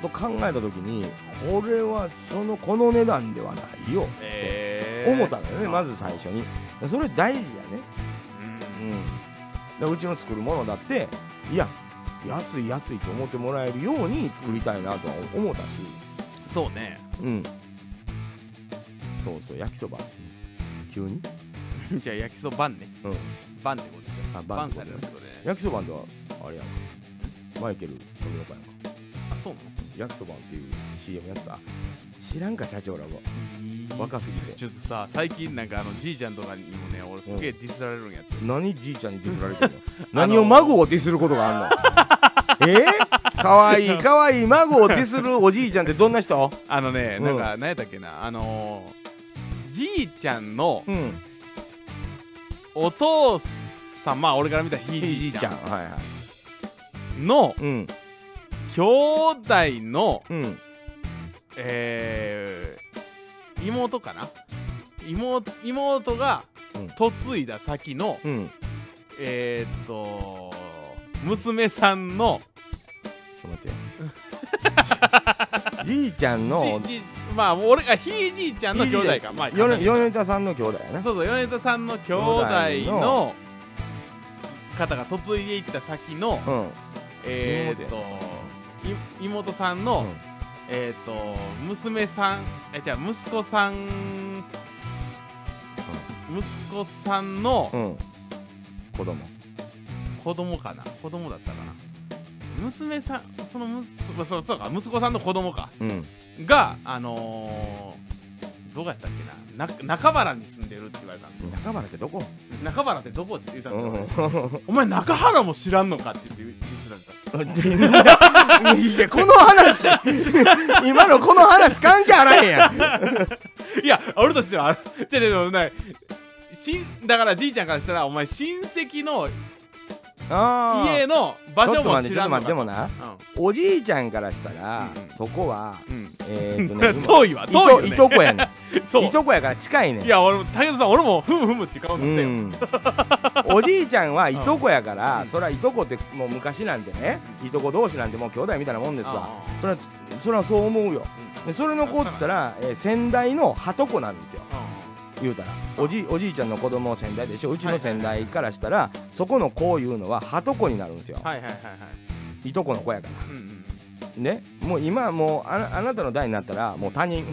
[SPEAKER 1] と考えた時にこれはそのこの値段ではないよって
[SPEAKER 2] ええ
[SPEAKER 1] 思ったのよねま
[SPEAKER 2] ず
[SPEAKER 1] ず最初にそれ大事やねうん、だからうちの作るものだっていや安い安いと思ってもらえるように作りたいなとは思ったし、
[SPEAKER 2] そうね
[SPEAKER 1] うん、そうそう焼きそば急に、
[SPEAKER 2] じゃあ焼きそばんね
[SPEAKER 1] うん、
[SPEAKER 2] バンってことで
[SPEAKER 1] あ
[SPEAKER 2] バ
[SPEAKER 1] バン
[SPEAKER 2] ン
[SPEAKER 1] って
[SPEAKER 2] さ
[SPEAKER 1] こと
[SPEAKER 2] れるっ
[SPEAKER 1] ね
[SPEAKER 2] てことで
[SPEAKER 1] 焼きそばんとはあれやんかマイケル富岡やんか
[SPEAKER 2] あそうなの
[SPEAKER 1] 焼きそばんっていう CM やってた知らんか社長らは若すぎて
[SPEAKER 2] ちょっとさ最近なんかあのじいちゃんとかにもね俺すげえディスられるんやって
[SPEAKER 1] 何じいちゃんにディスられ てるの何を孫をディスることがあ んのえー、かわいいかわいい孫をディスるおじいちゃんってどんな人
[SPEAKER 2] あのね
[SPEAKER 1] うん
[SPEAKER 2] なんか何やったっけなあのーじいちゃんの
[SPEAKER 1] うん
[SPEAKER 2] お父さんまあ俺から見たらひいじ
[SPEAKER 1] じ
[SPEAKER 2] い
[SPEAKER 1] い
[SPEAKER 2] ち
[SPEAKER 1] ち
[SPEAKER 2] ゃ
[SPEAKER 1] ゃんはいはい
[SPEAKER 2] んの
[SPEAKER 1] うん
[SPEAKER 2] 兄弟の
[SPEAKER 1] うん
[SPEAKER 2] えー、妹かな妹妹が
[SPEAKER 1] うん
[SPEAKER 2] 嫁いだ先の、
[SPEAKER 1] うん
[SPEAKER 2] えー、っと娘さんの
[SPEAKER 1] ちょっと待って じいちゃんの
[SPEAKER 2] じじまあ俺がひいじいちゃんの兄弟かまあ
[SPEAKER 1] よね
[SPEAKER 2] そう
[SPEAKER 1] 米田さんの兄弟やな
[SPEAKER 2] そう米田さんの兄弟
[SPEAKER 1] 兄弟
[SPEAKER 2] の方が嫁いでいった先の
[SPEAKER 1] うん
[SPEAKER 2] えーっとい妹さんの、
[SPEAKER 1] うん
[SPEAKER 2] えーっと娘さんえじゃ息子さん息子さんの
[SPEAKER 1] うん子供
[SPEAKER 2] 子供かな子供だったかな娘さんそのむそうそうそうか息子さんの子供か
[SPEAKER 1] うん
[SPEAKER 2] があのー、どこやったっけなな中原に住んでるって言われたんですよ
[SPEAKER 1] 中原ってどこ
[SPEAKER 2] 中原ってどこって言ったん
[SPEAKER 1] う
[SPEAKER 2] ですよ、
[SPEAKER 1] ん
[SPEAKER 2] お前中原も知らんのかって言って言ってたんですよ
[SPEAKER 1] いやこの 話今のこの話関係あらへんやん
[SPEAKER 2] いや、俺としては、じゃでもない。しんだからじいちゃんからしたらお前親戚の
[SPEAKER 1] あー
[SPEAKER 2] 家の場
[SPEAKER 1] ちょ
[SPEAKER 2] 所
[SPEAKER 1] っと待
[SPEAKER 2] も
[SPEAKER 1] ってちょ
[SPEAKER 2] 知
[SPEAKER 1] っと
[SPEAKER 2] らんの
[SPEAKER 1] 待ってで
[SPEAKER 2] か
[SPEAKER 1] もな
[SPEAKER 2] うん
[SPEAKER 1] おじいちゃんからしたら、
[SPEAKER 2] うんうん
[SPEAKER 1] そこは
[SPEAKER 2] うん
[SPEAKER 1] えー、っとね
[SPEAKER 2] 遠いわ
[SPEAKER 1] いと
[SPEAKER 2] 遠い
[SPEAKER 1] い
[SPEAKER 2] よ
[SPEAKER 1] と
[SPEAKER 2] ね
[SPEAKER 1] こやね
[SPEAKER 2] そ
[SPEAKER 1] んいうとこやから近いねん
[SPEAKER 2] いや俺も武田さん俺もふむふむって顔
[SPEAKER 1] う
[SPEAKER 2] になったよ
[SPEAKER 1] ん、おじいちゃんはいとこやから、
[SPEAKER 2] うん
[SPEAKER 1] そりゃいとこってもう昔なんてねいとこ同士なんてもう兄弟みたいなもんですわ
[SPEAKER 2] あ
[SPEAKER 1] それはそれはそう思うよでそれの子っつったら、えー先代のはとこなんですよ言うたらおじいおじいちゃんの子供先代でしょうちの先代からしたら、そこの子いうのははとこになるんですよ、
[SPEAKER 2] うんはいはいはいはい
[SPEAKER 1] い、とこの子やか
[SPEAKER 2] うんうん
[SPEAKER 1] らねもう今はもうあなあなたの代になったらもう他 人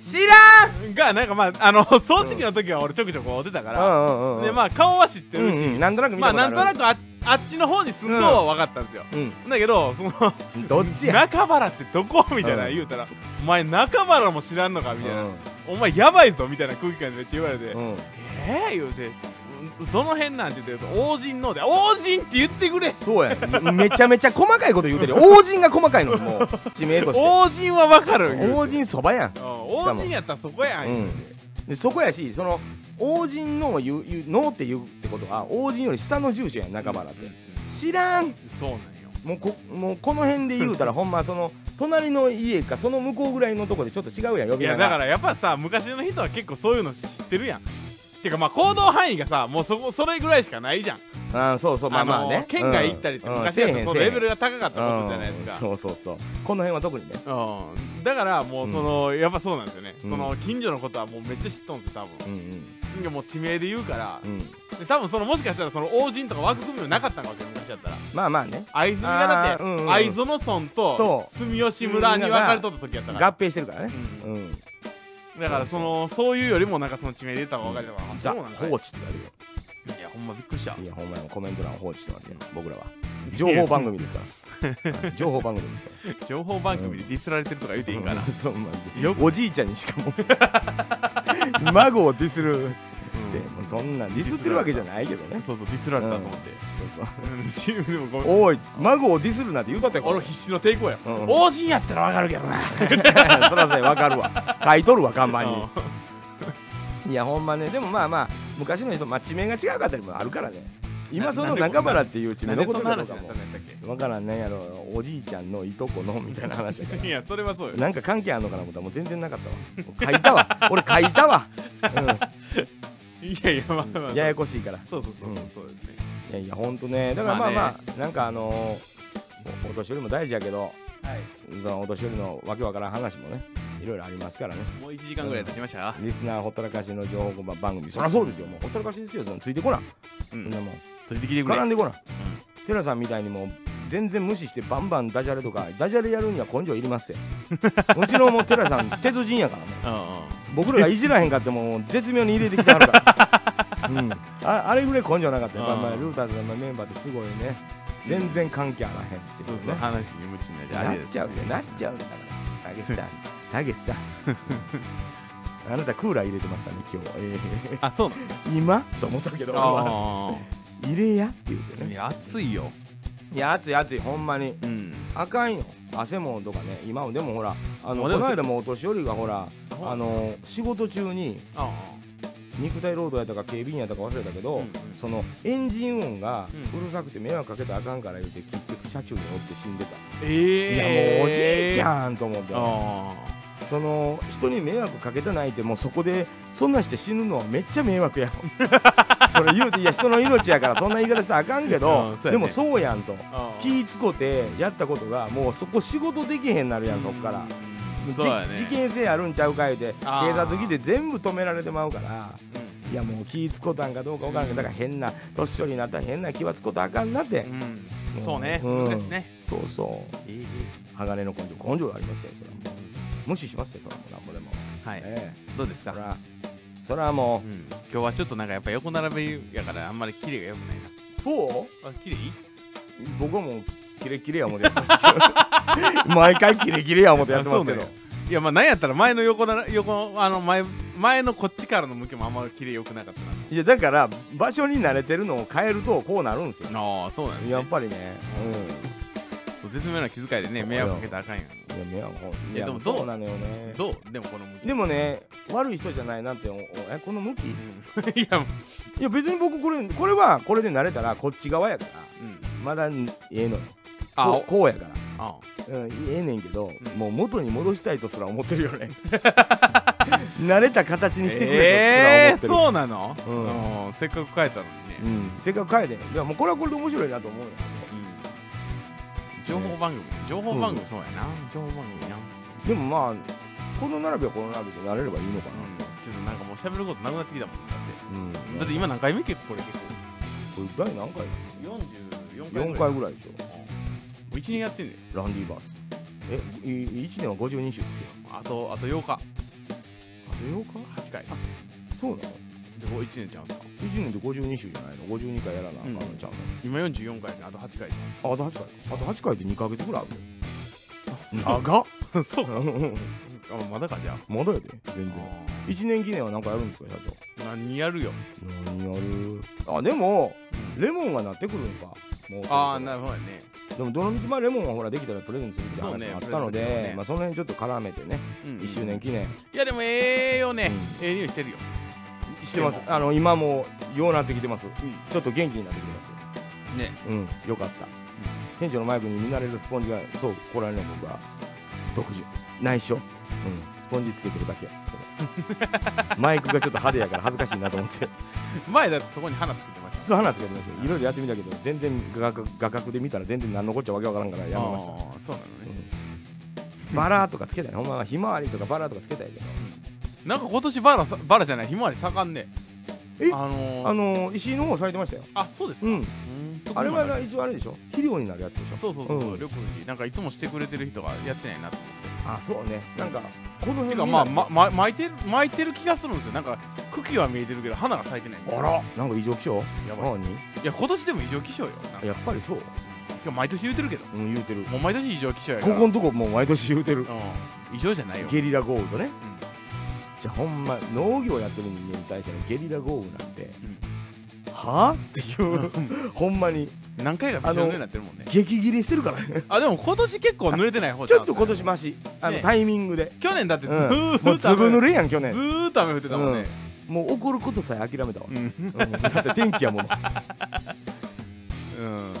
[SPEAKER 1] 知らん
[SPEAKER 2] がなんかまあ あの掃除機の時は俺ちょくちょく会うてたから、
[SPEAKER 1] うんうんうん
[SPEAKER 2] でまあ顔は知って
[SPEAKER 1] うん
[SPEAKER 2] るし、
[SPEAKER 1] うん、なんとなく見
[SPEAKER 2] ま
[SPEAKER 1] た
[SPEAKER 2] あ
[SPEAKER 1] こと
[SPEAKER 2] な
[SPEAKER 1] あ
[SPEAKER 2] ん
[SPEAKER 1] る
[SPEAKER 2] となくああっちの方に住んのは分かったんですよ、
[SPEAKER 1] うん
[SPEAKER 2] だけどその
[SPEAKER 1] どっちや
[SPEAKER 2] 中原ってどこみたいな
[SPEAKER 1] うん
[SPEAKER 2] 言うたら、お前中原も知らんのかみたいな、
[SPEAKER 1] うん
[SPEAKER 2] お前やばいぞみたいな空気感でめっちゃ言われて、
[SPEAKER 1] うん
[SPEAKER 2] ええー、言うてうんどの辺なんて言ってると王神ので王神って言ってくれ
[SPEAKER 1] そうやんめちゃめちゃ細かいこと言うてるよ王人が細かいのもう地名として
[SPEAKER 2] 王神は分かる言うて
[SPEAKER 1] 王人そばやん
[SPEAKER 2] うん王神やったらそこやん、言うて
[SPEAKER 1] でそこやしその王人の言う言うのって言うってことは王人より下の住所やん中原っ
[SPEAKER 2] うん
[SPEAKER 1] て
[SPEAKER 2] うん
[SPEAKER 1] 知らん
[SPEAKER 2] そうなんよ
[SPEAKER 1] もうこもうこの辺で言う たらほんまその隣の家かその向こうぐらいのとこでちょっと違うやん呼
[SPEAKER 2] い
[SPEAKER 1] び
[SPEAKER 2] や
[SPEAKER 1] 名
[SPEAKER 2] だか
[SPEAKER 1] が
[SPEAKER 2] らやっぱさ昔の人は結構そういうの知ってるやんてかまあ行動範囲がさもうそこそれぐらいしかないじゃん
[SPEAKER 1] あーそうそうまあまあ
[SPEAKER 2] の
[SPEAKER 1] ね
[SPEAKER 2] 県外行ったりって
[SPEAKER 1] うんうん
[SPEAKER 2] 昔
[SPEAKER 1] せえ
[SPEAKER 2] は
[SPEAKER 1] へ
[SPEAKER 2] そ
[SPEAKER 1] ん
[SPEAKER 2] の
[SPEAKER 1] せえへん
[SPEAKER 2] レベルが高かったことじゃないですか、
[SPEAKER 1] うんそうそうそうこの辺は特にね
[SPEAKER 2] うん、だからもうその、やっぱそうなんですよね、
[SPEAKER 1] うん
[SPEAKER 2] その近所のことはもうめっちゃ知っとんですよ多
[SPEAKER 1] うん
[SPEAKER 2] 分いやもう地名で言うから
[SPEAKER 1] うんうん
[SPEAKER 2] で多分そのもしかしたらその王人とか枠組みもなかったんかもしれない昔だったら
[SPEAKER 1] まあまあね
[SPEAKER 2] 会津がだって
[SPEAKER 1] あーうんうん
[SPEAKER 2] 会津の村と
[SPEAKER 1] と
[SPEAKER 2] 住吉村に分かれとった時やった
[SPEAKER 1] 合
[SPEAKER 2] から、
[SPEAKER 1] 併してるからね
[SPEAKER 2] う
[SPEAKER 1] うん
[SPEAKER 2] ん、だからそのそういうよりもなんかその地名で言った方が分かるから、あ
[SPEAKER 1] ザ
[SPEAKER 2] そうなんかい
[SPEAKER 1] 放置って言われるよ
[SPEAKER 2] やほんまびっくりした
[SPEAKER 1] いや、ほんまにコメント欄を放置してますよ、僕らは。情報番組ですから。はい情報番組ですから。
[SPEAKER 2] 情報番組でディスられてるとか言うていいんかな、
[SPEAKER 1] そうまあ
[SPEAKER 2] よ
[SPEAKER 1] おじいちゃんにしかも 孫をディスるって、
[SPEAKER 2] うん
[SPEAKER 1] もうそんなんディスってるわけじゃないけどね。
[SPEAKER 2] そうそうディスられたと思って、
[SPEAKER 1] そうそう。
[SPEAKER 2] うん、でもごめん
[SPEAKER 1] おい、孫をディスるなんて言うたってこ
[SPEAKER 2] 俺
[SPEAKER 1] れ。
[SPEAKER 2] 必死の抵抗や、
[SPEAKER 1] うん
[SPEAKER 2] 王人やったら分かるけどな
[SPEAKER 1] そらせ、わかる わ。書いとるわ、看板
[SPEAKER 2] うん
[SPEAKER 1] に。いや、ほんまね、でもまあまあ、昔の人、まあ、地名が違うかったりもあるからね。今、その中原っていう地名
[SPEAKER 2] なんで
[SPEAKER 1] 残っ
[SPEAKER 2] そ
[SPEAKER 1] て
[SPEAKER 2] ん
[SPEAKER 1] る
[SPEAKER 2] な
[SPEAKER 1] かどう
[SPEAKER 2] 話
[SPEAKER 1] か
[SPEAKER 2] になった
[SPEAKER 1] も
[SPEAKER 2] ん。だ
[SPEAKER 1] わか
[SPEAKER 2] ったっけ
[SPEAKER 1] らんねやろ、おじいちゃんのいとこのみたいな話だから
[SPEAKER 2] い。やそれはそうよ
[SPEAKER 1] なんか関係あるのかなと思ったらもう全然なかったわ。書いたわ。俺書いたわ。
[SPEAKER 2] いやいやまあまあ、
[SPEAKER 1] うん、ややこしいから。
[SPEAKER 2] そうそうそうそうそうですね、
[SPEAKER 1] いやいや、ほんとね。だからまあ
[SPEAKER 2] まあ
[SPEAKER 1] まあ、なんかあのーおお年寄りも大事やけど、
[SPEAKER 2] はい
[SPEAKER 1] そのお年寄りのわけわからん話もね、いろいろありますからね。
[SPEAKER 2] もう1時間ぐらい経ちました、
[SPEAKER 1] リスナーほったらかしの情報番組、そりゃそうですよ。もうほったらかしですよ。そのついてこな。
[SPEAKER 2] う
[SPEAKER 1] そ
[SPEAKER 2] ん
[SPEAKER 1] んなもん。
[SPEAKER 2] ついてきてくれ
[SPEAKER 1] 絡んでこな。
[SPEAKER 2] うん
[SPEAKER 1] テラさんみたいにもう全然無視してバンバンダジャレとか、ダジャレやるには根性いりますよ。うちのもうテラさん、鉄人やからね。
[SPEAKER 2] うんうん
[SPEAKER 1] 僕らがいじらへんかっても絶妙に入れてきてはる から、うん、ああれぐらい根性なかったよ、
[SPEAKER 2] うん
[SPEAKER 1] まあまあ、ルーターズのメンバーってすごいね全然関係あらへんって
[SPEAKER 2] そうそう
[SPEAKER 1] ね
[SPEAKER 2] 話に夢中になってあ
[SPEAKER 1] な
[SPEAKER 2] れ
[SPEAKER 1] っ
[SPEAKER 2] です
[SPEAKER 1] ちゃうよなっちゃうんだからたけしさん たけしさんあなたクーラー入れてましたね今日、え
[SPEAKER 2] あそうなの
[SPEAKER 1] ー今と思ったけど
[SPEAKER 2] あ
[SPEAKER 1] 入れやって言うて
[SPEAKER 2] あい
[SPEAKER 1] ね
[SPEAKER 2] や暑いよ
[SPEAKER 1] いや暑い暑いほんまに
[SPEAKER 2] うん
[SPEAKER 1] あかんよ汗もんとかね今もでもほらあのこ
[SPEAKER 2] まあでも
[SPEAKER 1] の間もお年寄りがほら
[SPEAKER 2] あ
[SPEAKER 1] あの仕事中に
[SPEAKER 2] あ
[SPEAKER 1] 肉体労働やったか警備員やったか忘れたけど、
[SPEAKER 2] うんうん
[SPEAKER 1] そのエンジン音が
[SPEAKER 2] う
[SPEAKER 1] うるさくて迷惑かけたらあかんから言うて結局車中に乗って死んでた、
[SPEAKER 2] ええー、
[SPEAKER 1] いやもうおじいち
[SPEAKER 2] ん
[SPEAKER 1] ゃんと思って
[SPEAKER 2] あ
[SPEAKER 1] そ の人に迷惑かけてないってもうそこでそんなんして死ぬのはめっちゃ迷惑やろそれ言うていや人の命やからそんな言い方したらあかんけど、
[SPEAKER 2] うんそうやね
[SPEAKER 1] でもそうやんと
[SPEAKER 2] い
[SPEAKER 1] 気ぃつこてやったことがもうそこ仕事できへんなるやんそっから
[SPEAKER 2] うんそうやね
[SPEAKER 1] じ事件性あるんちゃうか言うて警
[SPEAKER 2] あー
[SPEAKER 1] 察来て全部止められてまうから
[SPEAKER 2] う
[SPEAKER 1] いやもう気ぃつこたんかどうか分からんけどだから変な年寄りになったら変な気はつことあかんなって、
[SPEAKER 2] んうんそうね
[SPEAKER 1] うん
[SPEAKER 2] 難しいね
[SPEAKER 1] そうそう
[SPEAKER 2] いいいい
[SPEAKER 1] 鋼の根性根性がありますよそれはもう無視しますよそれはもうなんぼでも、
[SPEAKER 2] はい
[SPEAKER 1] え
[SPEAKER 2] どうです
[SPEAKER 1] えそ
[SPEAKER 2] か
[SPEAKER 1] らそらも
[SPEAKER 2] うん今日はちょっとなんかやっぱ横並びやからあんまりキレが良くないう
[SPEAKER 1] そう
[SPEAKER 2] なあキレいい
[SPEAKER 1] 僕はもうキレキレや思ってやって ます毎回キレキレや思ってやってますけど
[SPEAKER 2] あそういやまあなんやったら前の横なら横あの前前のこっちからの向きもあんまキレ良くなかったない
[SPEAKER 1] やだから場所に慣れてるのを変えるとこうなるんですよ
[SPEAKER 2] ああそうなんです
[SPEAKER 1] や
[SPEAKER 2] ね
[SPEAKER 1] っぱりね
[SPEAKER 2] そう絶妙な気遣いで
[SPEAKER 1] そう
[SPEAKER 2] ね
[SPEAKER 1] よ
[SPEAKER 2] 迷惑かけたらあかんやん
[SPEAKER 1] うんいや迷惑
[SPEAKER 2] いやでもどう
[SPEAKER 1] そうなのよね
[SPEAKER 2] どうでもこの向き
[SPEAKER 1] でもね悪い人じゃないなっておおえこの向きい
[SPEAKER 2] うんいや
[SPEAKER 1] や別に僕これこれはこれで慣れたらこっち側やから
[SPEAKER 2] うん
[SPEAKER 1] まだええのよ
[SPEAKER 2] あ
[SPEAKER 1] こうこうやから
[SPEAKER 2] あ
[SPEAKER 1] うん、ええねんけど、
[SPEAKER 2] うん
[SPEAKER 1] もう元に戻したいとすら思ってるよね慣れた形にしてく
[SPEAKER 2] え
[SPEAKER 1] れと
[SPEAKER 2] ー
[SPEAKER 1] すら思ってる、
[SPEAKER 2] そうなの
[SPEAKER 1] うん
[SPEAKER 2] うんせっかく書いたのにね
[SPEAKER 1] うん、せっかく変えていやもうこれはこれで面白いなと思うよ
[SPEAKER 2] うん情報番組情報番組そうやな情報番組な
[SPEAKER 1] でもまあこの並びはこの並びで慣れればいいのかな
[SPEAKER 2] うんちょっとなんかもう喋ることなくなってきたもんだっ
[SPEAKER 1] うん、だ
[SPEAKER 2] てだって今何回目結構これ結構
[SPEAKER 1] これ第何回
[SPEAKER 2] 44回ぐらい
[SPEAKER 1] 4回ぐらいでし
[SPEAKER 2] 1年やってんね
[SPEAKER 1] ょランディバースえ1年は52週ですよ
[SPEAKER 2] あとあと8日
[SPEAKER 1] あと8日
[SPEAKER 2] 8回で
[SPEAKER 1] そうなの
[SPEAKER 2] 1年ちゃうんすか
[SPEAKER 1] 1年で52週じゃないの52回やらなあかんのちゃう
[SPEAKER 2] 今44回であと8回じ
[SPEAKER 1] の、ああと8回あと8回って2ヶ月ぐらいあ るよ 長っ
[SPEAKER 2] ゃんそうか
[SPEAKER 1] うん
[SPEAKER 2] あまだかじゃあ
[SPEAKER 1] まだやで全然
[SPEAKER 2] あ
[SPEAKER 1] 1年記念は何かやるんですか社
[SPEAKER 2] ー何やるよ
[SPEAKER 1] 長何やるあでもレモンがなってくるのかもう
[SPEAKER 2] ああなるほどやね
[SPEAKER 1] でもどの道まあレモンはほらできたらプレゼントするって
[SPEAKER 2] そう
[SPEAKER 1] 話
[SPEAKER 2] ね
[SPEAKER 1] があったので、
[SPEAKER 2] プレゼントね
[SPEAKER 1] まあその辺ちょっと絡めてね、
[SPEAKER 2] うん
[SPEAKER 1] 1周年記念
[SPEAKER 2] いやでもええよねええ匂いしてるよ
[SPEAKER 1] してます
[SPEAKER 2] でも
[SPEAKER 1] あの今もうようなってきてます
[SPEAKER 2] う
[SPEAKER 1] ちょっと元気になってきてます
[SPEAKER 2] んね
[SPEAKER 1] うんよかった、店長のマイクに見慣れるスポンジがそうこられるの僕は独自内緒うんスポンジつけてるだけ マイクがちょっと派手やから恥ずかしいなと思って
[SPEAKER 2] 前だってそこに花作ってました
[SPEAKER 1] そう花つけてましたいろいろやってみたけど全然画角画角で見たら全然何のこっちゃわけわからんからやめました
[SPEAKER 2] あーそうなのね
[SPEAKER 1] うんバラとかつけたいほんまはひまわりとかバラとかつけたいけど
[SPEAKER 2] なんか今年バラさバラじゃないひまわり盛んね
[SPEAKER 1] え
[SPEAKER 2] あの
[SPEAKER 1] あ
[SPEAKER 2] ー
[SPEAKER 1] のー、石井の方咲いてましたよ。
[SPEAKER 2] あそうですか
[SPEAKER 1] うん。
[SPEAKER 2] うん
[SPEAKER 1] あれは一応あれでしょ肥料になるやつでしょ
[SPEAKER 2] そうそうそうそう
[SPEAKER 1] うん
[SPEAKER 2] 緑になんかいつもしてくれてる人がやってないなと
[SPEAKER 1] あ、そうね。なんか、この
[SPEAKER 2] て
[SPEAKER 1] 辺
[SPEAKER 2] か
[SPEAKER 1] が
[SPEAKER 2] まあ、まま巻いてる巻いてる気がするんですよなんか茎は見えてるけど花が咲いてない
[SPEAKER 1] あら、なんか異常気象
[SPEAKER 2] やばい
[SPEAKER 1] 何
[SPEAKER 2] いや今年でも異常気象よなんか
[SPEAKER 1] やっぱりそう。
[SPEAKER 2] 今日毎年言うてるけど
[SPEAKER 1] うん、言うてる。
[SPEAKER 2] もう毎年異常気象やか
[SPEAKER 1] こ
[SPEAKER 2] ら
[SPEAKER 1] このとこもう毎年言うてる。
[SPEAKER 2] うん異常じゃないよ
[SPEAKER 1] ゲリラ豪雨とね。
[SPEAKER 2] うん
[SPEAKER 1] じゃあほんま、農業やってる人間に対してのゲリラ豪雨なんて、
[SPEAKER 2] うん
[SPEAKER 1] はぁっていう、ほんまに
[SPEAKER 2] 何回かびしょ濡れになってるもんね
[SPEAKER 1] 激ギリしてるからね。
[SPEAKER 2] あでも今年結構濡れてない方
[SPEAKER 1] ちょっと今年
[SPEAKER 2] ま
[SPEAKER 1] マシ。あの、
[SPEAKER 2] ね
[SPEAKER 1] タイミングで。
[SPEAKER 2] 去年だってず
[SPEAKER 1] うん
[SPEAKER 2] ーっ。と
[SPEAKER 1] もう粒濡
[SPEAKER 2] れ
[SPEAKER 1] れやん、去
[SPEAKER 2] ず
[SPEAKER 1] 年。
[SPEAKER 2] ーっと雨降ってたもんね
[SPEAKER 1] もう怒ることさえ諦めたわ
[SPEAKER 2] う。ん
[SPEAKER 1] うんだって天気やもの。
[SPEAKER 2] うん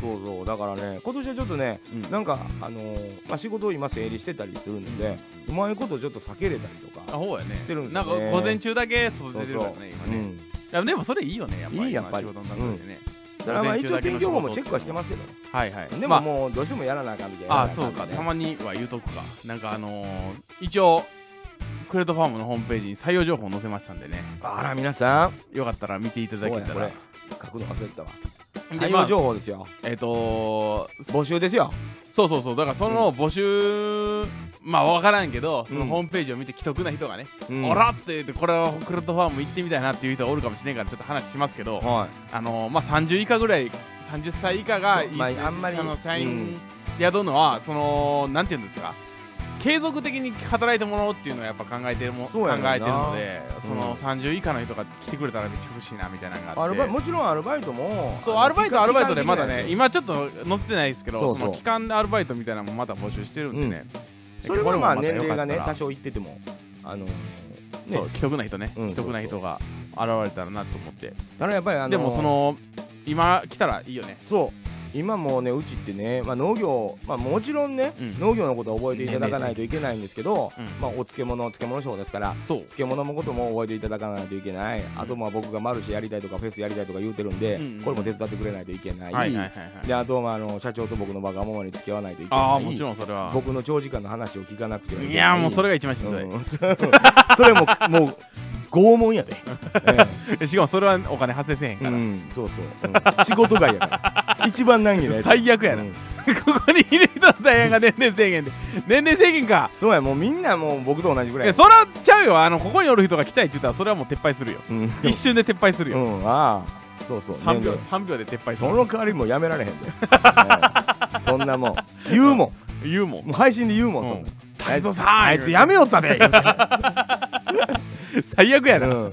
[SPEAKER 1] そうそうだからね今年はちょっとね
[SPEAKER 2] うん
[SPEAKER 1] なんかあのーまあ、仕事を今整理してたりするんで、うまいことちょっと避けれたりと
[SPEAKER 2] あ
[SPEAKER 1] か
[SPEAKER 2] ほうやね
[SPEAKER 1] してるんです
[SPEAKER 2] な
[SPEAKER 1] よ
[SPEAKER 2] んか
[SPEAKER 1] ね
[SPEAKER 2] 午前中だけ外
[SPEAKER 1] そう
[SPEAKER 2] 出て
[SPEAKER 1] そ
[SPEAKER 2] る
[SPEAKER 1] う、
[SPEAKER 2] からね今ね
[SPEAKER 1] うん、
[SPEAKER 2] いやでもそれいいよねやっぱ
[SPEAKER 1] いい
[SPEAKER 2] り
[SPEAKER 1] やっぱり
[SPEAKER 2] 今仕事の中でね、
[SPEAKER 1] だからまあ一応天気予報もチェックはしてますけど
[SPEAKER 2] はいはい
[SPEAKER 1] で
[SPEAKER 2] ま
[SPEAKER 1] ももうどうしてもやらなあかんみたいな
[SPEAKER 2] あ、あそうかたまには言うとくかなんかあのー、一応クレートファームのホームページに採用情報載せましたんでね
[SPEAKER 1] あら皆さん
[SPEAKER 2] よかったら見ていた
[SPEAKER 1] そ
[SPEAKER 2] だ
[SPEAKER 1] う
[SPEAKER 2] け
[SPEAKER 1] や
[SPEAKER 2] た
[SPEAKER 1] こ
[SPEAKER 2] ら
[SPEAKER 1] れ書くの忘れてたわ
[SPEAKER 2] で
[SPEAKER 1] 採
[SPEAKER 2] まあ
[SPEAKER 1] 用情報ですよ
[SPEAKER 2] えっ、と
[SPEAKER 1] 募集ですよ
[SPEAKER 2] そうそうそうだからその募集、まあ分からんけどその
[SPEAKER 1] うん
[SPEAKER 2] ホームページを見て既得な人がね「
[SPEAKER 1] うん
[SPEAKER 2] おら!」って言ってこれはクレートファーム行ってみたいなっていう人がおるかもしれんからちょっと話しますけど、
[SPEAKER 1] は
[SPEAKER 2] あのまあ、30以下ぐらい30歳以下が
[SPEAKER 1] そうまあ
[SPEAKER 2] いい
[SPEAKER 1] あんまり
[SPEAKER 2] あの社員、
[SPEAKER 1] うん
[SPEAKER 2] 宿るのはそのなんていうんですか継続的に働いてもらおうっていうのはやっぱ考えてるも
[SPEAKER 1] そう
[SPEAKER 2] 考
[SPEAKER 1] やねんな
[SPEAKER 2] えてるのでその、
[SPEAKER 1] うん
[SPEAKER 2] 30以下の人が来てくれたらめっちゃ嬉しいなみたいなの
[SPEAKER 1] い
[SPEAKER 2] があ
[SPEAKER 1] ア
[SPEAKER 2] っ
[SPEAKER 1] ル
[SPEAKER 2] て
[SPEAKER 1] バイもちろんアルバイトも
[SPEAKER 2] そう
[SPEAKER 1] あの
[SPEAKER 2] アルバイトはアルバイトでまだ
[SPEAKER 1] 期間
[SPEAKER 2] ね
[SPEAKER 1] 限定
[SPEAKER 2] 今ちょっと載せてないですけど
[SPEAKER 1] そ
[SPEAKER 2] そう
[SPEAKER 1] そう
[SPEAKER 2] の期間でアルバイトみたいなのもまだ募集してるんでね、
[SPEAKER 1] それはまあ年齢がね
[SPEAKER 2] これも
[SPEAKER 1] 多
[SPEAKER 2] またよかったら
[SPEAKER 1] 少いっててもあのーね
[SPEAKER 2] そう既得な人ね、
[SPEAKER 1] うん
[SPEAKER 2] 既得な人が現れたらなと思って、
[SPEAKER 1] ただやっぱりあのー
[SPEAKER 2] でもその今来たらいいよね
[SPEAKER 1] そう今もうねうちってね、まあ、農業、まあ、もちろんね、
[SPEAKER 2] うん
[SPEAKER 1] 農業のことを覚えていただかないといけないんですけど、
[SPEAKER 2] うん
[SPEAKER 1] まあ、お漬物漬物賞ですから
[SPEAKER 2] そう
[SPEAKER 1] 漬物のことも覚えていただかないといけない、あとまあ僕がマルシェやりたいとかフェスやりたいとか言うてるんで、
[SPEAKER 2] うんうん
[SPEAKER 1] これも手伝ってくれないといけない、
[SPEAKER 2] はいはいはいはい
[SPEAKER 1] であとまああの社長と僕のわがままに付き合わないといけない
[SPEAKER 2] ああもちろんそれは
[SPEAKER 1] 僕の長時間の話を聞かなくてはいけない
[SPEAKER 2] いやもうそれが一番しんどい、
[SPEAKER 1] うん それももう拷問やで、ええ
[SPEAKER 2] しかもそれはお金発生せえへんから、
[SPEAKER 1] うん、そうそう、うん仕事外やから一番難儀なやつ
[SPEAKER 2] 最悪やな
[SPEAKER 1] うん
[SPEAKER 2] ここに入れた大変が年齢制限で年齢制限か
[SPEAKER 1] そうやもうみんなもう僕と同じぐらい
[SPEAKER 2] えそらちゃうよあのここにおる人が来たいって言ったらそれはもう撤廃するよ
[SPEAKER 1] うん、
[SPEAKER 2] 一瞬で撤廃する
[SPEAKER 1] う
[SPEAKER 2] よ、
[SPEAKER 1] ん、ああそうそう
[SPEAKER 2] 三3秒
[SPEAKER 1] ね
[SPEAKER 2] 三秒で撤
[SPEAKER 1] え
[SPEAKER 2] 廃す
[SPEAKER 1] そ
[SPEAKER 2] る
[SPEAKER 1] の代わりもうやめられへんで、 はいそんなもん言うもん
[SPEAKER 2] 言うもん
[SPEAKER 1] もう配信で言うもん、そん
[SPEAKER 2] うん
[SPEAKER 1] な
[SPEAKER 2] 太蔵さん
[SPEAKER 1] あいつやめよったべ言うて
[SPEAKER 2] 最悪や な、
[SPEAKER 1] うん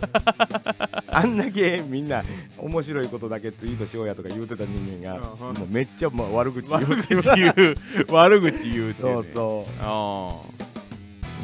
[SPEAKER 1] あんだけみんな面白いことだけツイートしようやとか言うてた人間が
[SPEAKER 2] うん
[SPEAKER 1] もうめっちゃまあ悪口言
[SPEAKER 2] 悪
[SPEAKER 1] う
[SPEAKER 2] 口言う悪口言うっていね
[SPEAKER 1] そうそ
[SPEAKER 2] あー
[SPEAKER 1] う、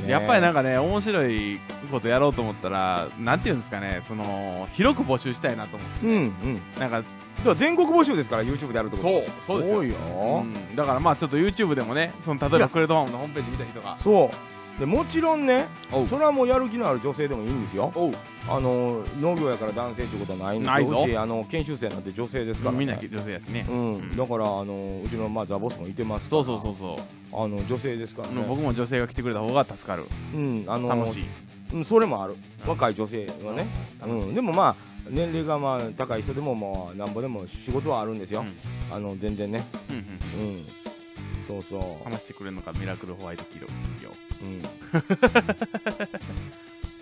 [SPEAKER 1] ねえ
[SPEAKER 2] やっぱりなんかね面白いことやろうと思ったらなんていうんですかねその広く募集したいなと思っ
[SPEAKER 1] うんうん
[SPEAKER 2] てなんか
[SPEAKER 1] だから全国募集ですから YouTube であるってこと
[SPEAKER 2] そうそうですよ
[SPEAKER 1] 多いよ、
[SPEAKER 2] うんだからまあちょっと YouTube でもねその例えばクレドファームのホームページ見た人が
[SPEAKER 1] そうでもちろんね
[SPEAKER 2] おう
[SPEAKER 1] それはもうやる気のある女性でもいいんですよ
[SPEAKER 2] おう
[SPEAKER 1] あの農業やから男性ってことはないんですよ
[SPEAKER 2] ないぞ
[SPEAKER 1] うちあの研修生なんて女性ですから、ね、
[SPEAKER 2] みんな女性やしね
[SPEAKER 1] うん、
[SPEAKER 2] う
[SPEAKER 1] だ
[SPEAKER 2] ん
[SPEAKER 1] からあのうちのまあザボスもいてます
[SPEAKER 2] そうそうそううそう
[SPEAKER 1] あの女性ですからね
[SPEAKER 2] 僕も女性が来てくれた方が助かる
[SPEAKER 1] うんあの
[SPEAKER 2] 楽しい
[SPEAKER 1] うん、それもある
[SPEAKER 2] うん
[SPEAKER 1] 若い女性はね、う
[SPEAKER 2] 楽しい
[SPEAKER 1] ん、でもまあ年齢がまあ高い人でもまあなんぼでも仕事はあるんですよ、
[SPEAKER 2] うん
[SPEAKER 1] あの全然ね
[SPEAKER 2] うんうん
[SPEAKER 1] うんそうそう、
[SPEAKER 2] 話してくれるのがミラクルホワイト企業
[SPEAKER 1] うん、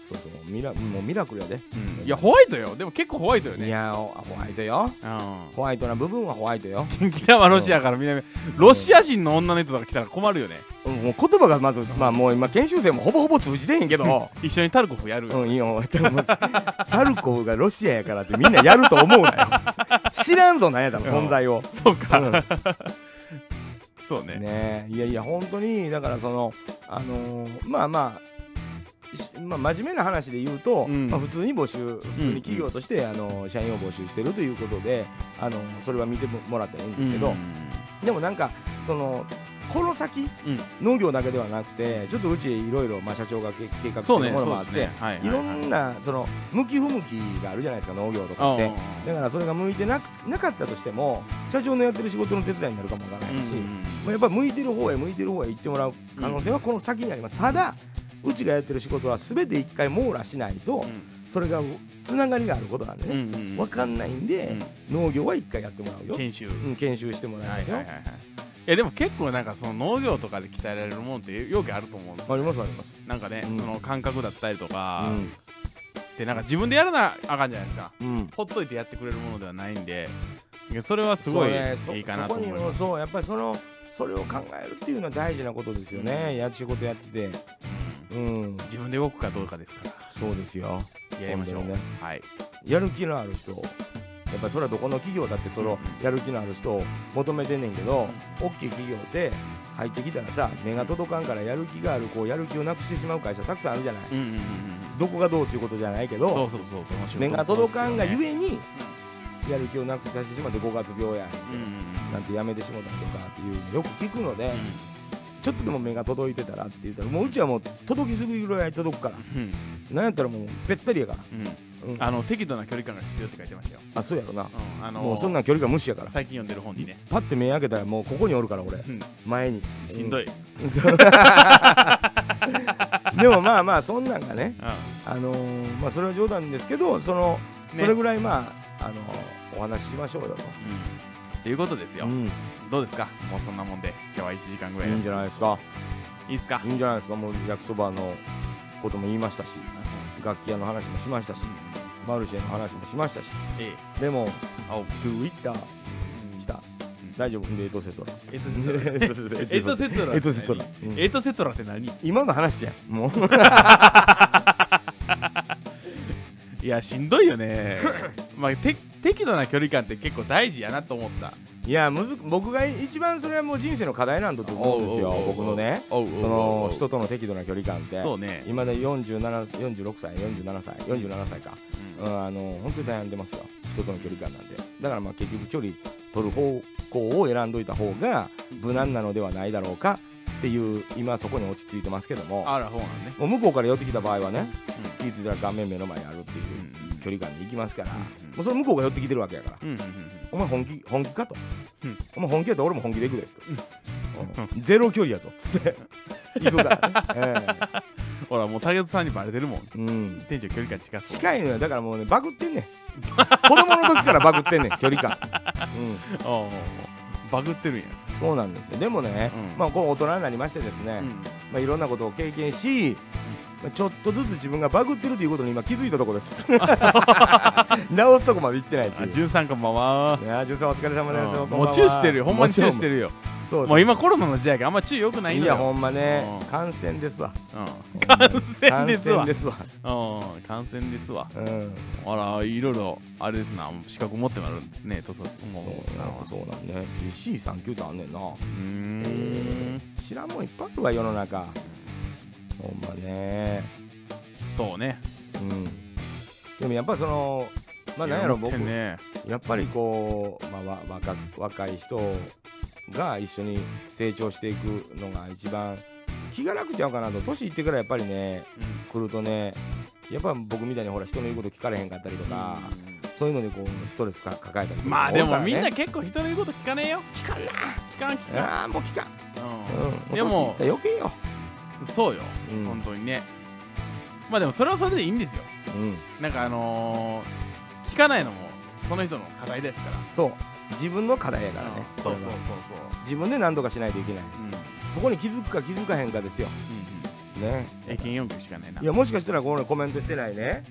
[SPEAKER 1] そうそうミラもうミラクルやで
[SPEAKER 2] うんいやホワイトよでも結構ホワイトよ
[SPEAKER 1] い
[SPEAKER 2] ね
[SPEAKER 1] やーおホワイトよ
[SPEAKER 2] うん
[SPEAKER 1] ホワイトな部分はホワイトよ、
[SPEAKER 2] 北はロシアから南ロシア人の女の人とか来たら困るよね
[SPEAKER 1] うん、もう言葉がまずまあもう今研修生もほぼほぼ通じてへん けど
[SPEAKER 2] 一緒にタルコフやる
[SPEAKER 1] うんいいよまず タルコがロシアやからってみんなやると思うなよ知らんぞなんや多分存在を、
[SPEAKER 2] そうか
[SPEAKER 1] うん
[SPEAKER 2] そうね
[SPEAKER 1] ねえいやいや本当にだからそのあのーまあまあしまあ、真面目な話で言うと、
[SPEAKER 2] うん
[SPEAKER 1] まあ、普通に募集普通に企業として、あのー社員を募集してるということで、あのーそれは見てももらったらいいんですけど、でもなんかそのこの先、
[SPEAKER 2] うん
[SPEAKER 1] 農業だけではなくてちょっとうちいろいろ、まあ、社長がけ計画して
[SPEAKER 2] そう
[SPEAKER 1] る
[SPEAKER 2] ね
[SPEAKER 1] ものも
[SPEAKER 2] そ
[SPEAKER 1] あ
[SPEAKER 2] う
[SPEAKER 1] っ
[SPEAKER 2] で
[SPEAKER 1] て、
[SPEAKER 2] すねはい
[SPEAKER 1] いろんなその向き不向きがあるじゃないですか農業と
[SPEAKER 2] あ
[SPEAKER 1] かって。だからそれが向いてなくなかったとしても社長のやってる仕事の手伝いになるかもわからないし、まあ、やっぱ向いてる方へ向いてる方へ行ってもらう可能性はこの先にあります、ただうちがやってる仕事は全て一回網羅しないとそれがつながりがあることなんでね、分かんないんで、農業は一回やってもらうよ、
[SPEAKER 2] 研修
[SPEAKER 1] うん、研修してもら
[SPEAKER 2] はい
[SPEAKER 1] ま
[SPEAKER 2] い
[SPEAKER 1] す
[SPEAKER 2] はい
[SPEAKER 1] よ、
[SPEAKER 2] はいはいいやでも結構なんかその農業とかで鍛えられるもんってよくあると思うの
[SPEAKER 1] ありますあります、
[SPEAKER 2] なんかね、
[SPEAKER 1] うん
[SPEAKER 2] その感覚だったりと
[SPEAKER 1] う
[SPEAKER 2] か、
[SPEAKER 1] ん
[SPEAKER 2] でなんか自分でやらなあかんじゃないですか
[SPEAKER 1] うん、
[SPEAKER 2] ほっといてやってくれるものではないんでいやそれはすごい
[SPEAKER 1] そうね
[SPEAKER 2] いいかなと思い
[SPEAKER 1] そそこにも
[SPEAKER 2] ます
[SPEAKER 1] そうやっぱりそのそれを考えるっていうのは大事なことですよね、や仕事やってて
[SPEAKER 2] うん
[SPEAKER 1] うん
[SPEAKER 2] 自分で動くかどうかですか
[SPEAKER 1] そうですよ
[SPEAKER 2] らやりましょう、
[SPEAKER 1] 本当にね
[SPEAKER 2] はい
[SPEAKER 1] やる気のある人やっぱりそれはどこの企業だってそのやる気のある人を求めてんねんけど大きい企業って入ってきたらさ目が届かんからやる気があるこうやる気をなくしてしまう会社たくさんあるじゃない
[SPEAKER 2] うんうんうんうん
[SPEAKER 1] どこがどうっていうことじゃないけ
[SPEAKER 2] そ
[SPEAKER 1] ど
[SPEAKER 2] うそうそうどの仕事も
[SPEAKER 1] 目が届かんがゆ
[SPEAKER 2] え
[SPEAKER 1] えにやる気をなくさせてしまって5月病やなんてやめてしまったとかっていうのよく聞くのでちょっとでも目が届いてたらって言ったらもううちはもう届きすぎるぐらい届くからなんやったらもうべったりやから、うん
[SPEAKER 2] あの適度な距離感が必要って書いてましたよ、
[SPEAKER 1] あそうやろな
[SPEAKER 2] うんあの
[SPEAKER 1] もうそんなん距離感無視やから
[SPEAKER 2] 最近読んでる本にね、
[SPEAKER 1] パッて目開けたらもうここにおるから俺
[SPEAKER 2] うん
[SPEAKER 1] 前に
[SPEAKER 2] しんど
[SPEAKER 1] い、
[SPEAKER 2] い、うん
[SPEAKER 1] うん そうでもまあまあそんなんがねあのーまあそれは冗談ですけどその、
[SPEAKER 2] ね
[SPEAKER 1] それぐらいまああのーお話ししましょうよ
[SPEAKER 2] うんということです
[SPEAKER 1] と、
[SPEAKER 2] よ、
[SPEAKER 1] うん、い
[SPEAKER 2] どうですかもうそんなもんで今日は1時間ぐらい
[SPEAKER 1] いんじゃないですか
[SPEAKER 2] いいっすか
[SPEAKER 1] いいんじゃないですかもう焼きそばのことも言いましたし楽器屋の話もしましたしマルシェの話もしましたし
[SPEAKER 2] ええ
[SPEAKER 1] でも
[SPEAKER 2] あおう
[SPEAKER 1] Twitter した大丈夫でエトセトラ
[SPEAKER 2] えっと
[SPEAKER 1] エ
[SPEAKER 2] エトセトラ
[SPEAKER 1] エトセトラ
[SPEAKER 2] って
[SPEAKER 1] うん
[SPEAKER 2] 何エトセトラって何
[SPEAKER 1] 今の話やん もう
[SPEAKER 2] いやしんどいよね まあて適度な距離感って結構大事やなと思った
[SPEAKER 1] いやむず僕が一番それはもう人生の課題なんだと思うんですよ
[SPEAKER 2] おうおうおう
[SPEAKER 1] 僕のね
[SPEAKER 2] おうおうおうおう
[SPEAKER 1] その人との適度な距離感って
[SPEAKER 2] そうね
[SPEAKER 1] 今だ47 46歳47歳47歳か、
[SPEAKER 2] う
[SPEAKER 1] うん、あの本当に悩んでますよ人との距離感なんでだからまあ結局距離取る方向を選んどいた方が無難なのではないだろうかっていう今そこに落ち着いてますけども
[SPEAKER 2] あらほうなんね
[SPEAKER 1] もう向こうから寄ってきた場合はね気ぃ付いたら顔面目の前にあるっていう距離感で行きますからもうそれ向こうが寄ってきてるわけやから
[SPEAKER 2] うんうんうん
[SPEAKER 1] お前本気本気かと、
[SPEAKER 2] うん
[SPEAKER 1] お前本気やったら俺も本気で行くで、うんゼロ距離やぞ つって行くからね、
[SPEAKER 2] ほらもう竹内さんにバレてるもん
[SPEAKER 1] ええうん
[SPEAKER 2] 店長距離感近そう
[SPEAKER 1] 近いのよだからもうねバグ ってんねん子供の時からバグってんねん距離感、
[SPEAKER 2] ああもうバグってるんや
[SPEAKER 1] うん、そうなんですよでもね、
[SPEAKER 2] うん
[SPEAKER 1] まあこう大人になりましてですね、
[SPEAKER 2] うん
[SPEAKER 1] まあ、いろんなことを経験し、まあちょっとずつ自分がバグってるということに今気づいたとこです 直すとこまで行ってないって
[SPEAKER 2] あ
[SPEAKER 1] いう
[SPEAKER 2] 潤さんこんばんはい
[SPEAKER 1] やージュンさんお疲れ様です、
[SPEAKER 2] う
[SPEAKER 1] こ
[SPEAKER 2] ん
[SPEAKER 1] んばん
[SPEAKER 2] も
[SPEAKER 1] は
[SPEAKER 2] うチューしてるよほんまにチューして
[SPEAKER 1] る
[SPEAKER 2] るよ
[SPEAKER 1] そうです
[SPEAKER 2] もう今コロナの時代やからあんまチューよくない
[SPEAKER 1] い
[SPEAKER 2] の
[SPEAKER 1] や
[SPEAKER 2] よ
[SPEAKER 1] ほんまね
[SPEAKER 2] うん
[SPEAKER 1] 感染ですわ
[SPEAKER 2] うん感染ですわ
[SPEAKER 1] 感染 ですわ
[SPEAKER 2] うん感染ですわ
[SPEAKER 1] うん
[SPEAKER 2] あらいろいろあれですな資格持ってなるんですねとさも
[SPEAKER 1] そう
[SPEAKER 2] う
[SPEAKER 1] なんそうなんね BC3 級ってあんねんな
[SPEAKER 2] うーん
[SPEAKER 1] 知らんもんいっぱいあるわ世の中ほんまね
[SPEAKER 2] そうね
[SPEAKER 1] うんでもやっぱりそのまあなんやろ
[SPEAKER 2] 持っ
[SPEAKER 1] 僕
[SPEAKER 2] てんね
[SPEAKER 1] やっぱりこう、まあ、わ若若い人が一緒に成長していくのが一番気が楽ちゃうかなと年いってからやっぱりね来るとねやっぱ僕みたいにほら人の言うこと聞かれへんかったりとか、そういうのでこうストレスか抱えたりする人
[SPEAKER 2] ま
[SPEAKER 1] 多
[SPEAKER 2] あ
[SPEAKER 1] い
[SPEAKER 2] で
[SPEAKER 1] から
[SPEAKER 2] もみんな
[SPEAKER 1] ね
[SPEAKER 2] 結構人の言うこと聞かねえよ
[SPEAKER 1] 聞かんな
[SPEAKER 2] 聞かん聞か
[SPEAKER 1] ああもう聞かん、
[SPEAKER 2] ん
[SPEAKER 1] うん、
[SPEAKER 2] でも
[SPEAKER 1] 年いったら余計よ
[SPEAKER 2] うんそうよ
[SPEAKER 1] うん
[SPEAKER 2] 本当にねまあでもそれはそれでいいんですよ
[SPEAKER 1] うん
[SPEAKER 2] なんかあのー聞かないのもその人の課題ですから
[SPEAKER 1] そう自分の課題やからね
[SPEAKER 2] うん
[SPEAKER 1] こ
[SPEAKER 2] そう
[SPEAKER 1] れ
[SPEAKER 2] そうそう
[SPEAKER 1] は
[SPEAKER 2] そう
[SPEAKER 1] 自分で何とかしないといけない
[SPEAKER 2] うんうん
[SPEAKER 1] そこに気づくか気づかへんかですよね
[SPEAKER 2] うん英検4級しかないない
[SPEAKER 1] やもしかしたらこのコメントしてないね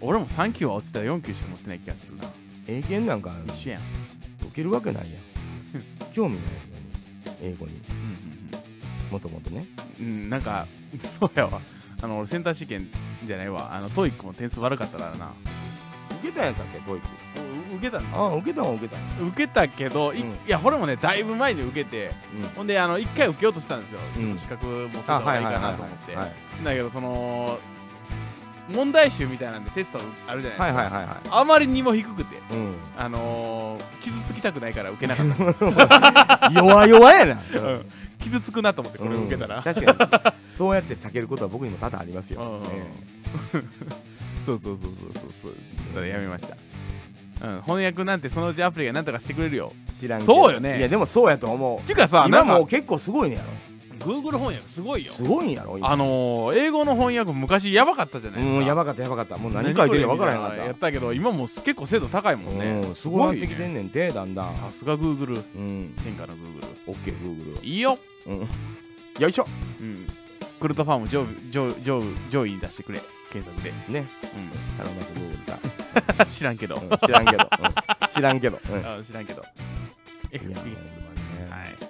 [SPEAKER 2] 俺も3級は落ちたら4級しか持ってない気がするな
[SPEAKER 1] 英検なんか
[SPEAKER 2] 一緒やん
[SPEAKER 1] 受けるわけないや ん興味ないのに英語に
[SPEAKER 2] うん
[SPEAKER 1] もともとね
[SPEAKER 2] うんうんうんなんか そうやわあの俺センター試験じゃないわあのトイックも点数悪かったからな
[SPEAKER 1] 受けたんやったっけトイック
[SPEAKER 2] う受けたんだ
[SPEAKER 1] ああ受けたんは受けたんや
[SPEAKER 2] 受けたけど、い
[SPEAKER 1] うん
[SPEAKER 2] いやこれもねだいぶ前に受けてほんであの一回受けようとしたんですよ、
[SPEAKER 1] うん
[SPEAKER 2] ちょっと資格持って
[SPEAKER 1] あ
[SPEAKER 2] た
[SPEAKER 1] は
[SPEAKER 2] 方が
[SPEAKER 1] い
[SPEAKER 2] いい
[SPEAKER 1] はいは
[SPEAKER 2] か
[SPEAKER 1] い
[SPEAKER 2] な
[SPEAKER 1] は
[SPEAKER 2] と思って、
[SPEAKER 1] いはい
[SPEAKER 2] だけどその問題集みたいなんでテストあるじゃないですか、
[SPEAKER 1] はいはいはいは
[SPEAKER 2] あまりにも低くて
[SPEAKER 1] いうん
[SPEAKER 2] あのー、傷つきたくないから受けなかった
[SPEAKER 1] 弱々やな
[SPEAKER 2] うん 傷つくなと思ってこれ受けたら、
[SPEAKER 1] うん確かにそうやって避けることは僕にも多々ありますよ
[SPEAKER 2] うん
[SPEAKER 1] ええ
[SPEAKER 2] そうそうそうそうそうそうだからやめましたうん、翻訳なんてそのうちアプリがなんとかしてくれるよ。
[SPEAKER 1] 知らんけど
[SPEAKER 2] そうよね
[SPEAKER 1] いやでもそうやと思う
[SPEAKER 2] ていうかさ、な
[SPEAKER 1] 今
[SPEAKER 2] んか
[SPEAKER 1] もう結構すごいんや
[SPEAKER 2] Google 翻訳すごい
[SPEAKER 1] ろ
[SPEAKER 2] よ。
[SPEAKER 1] すごいんやろ今
[SPEAKER 2] あのー、英語の翻訳昔やばかったじゃないですか。
[SPEAKER 1] うんやばかったやばかったもう何書いてるか分からへんか
[SPEAKER 2] や
[SPEAKER 1] っ
[SPEAKER 2] っ
[SPEAKER 1] た
[SPEAKER 2] けど今もう結構精度高いもん
[SPEAKER 1] た
[SPEAKER 2] ね
[SPEAKER 1] うんすごいなってきて
[SPEAKER 2] ね
[SPEAKER 1] んねんてだんだん
[SPEAKER 2] さすが Google
[SPEAKER 1] うん
[SPEAKER 2] 天下の Google
[SPEAKER 1] オッケーグーグル
[SPEAKER 2] いいよ、
[SPEAKER 1] うんよいしょ
[SPEAKER 2] うん、クルトファーム上部上部上部上位に出してくれ検索で、
[SPEAKER 1] ね頼ますグーグルさん
[SPEAKER 2] うん、 知らんけど、
[SPEAKER 1] うん知らんけどうん知らんけどうん
[SPEAKER 2] あ知らんけど
[SPEAKER 1] いやほん
[SPEAKER 2] FPS
[SPEAKER 1] まね
[SPEAKER 2] はい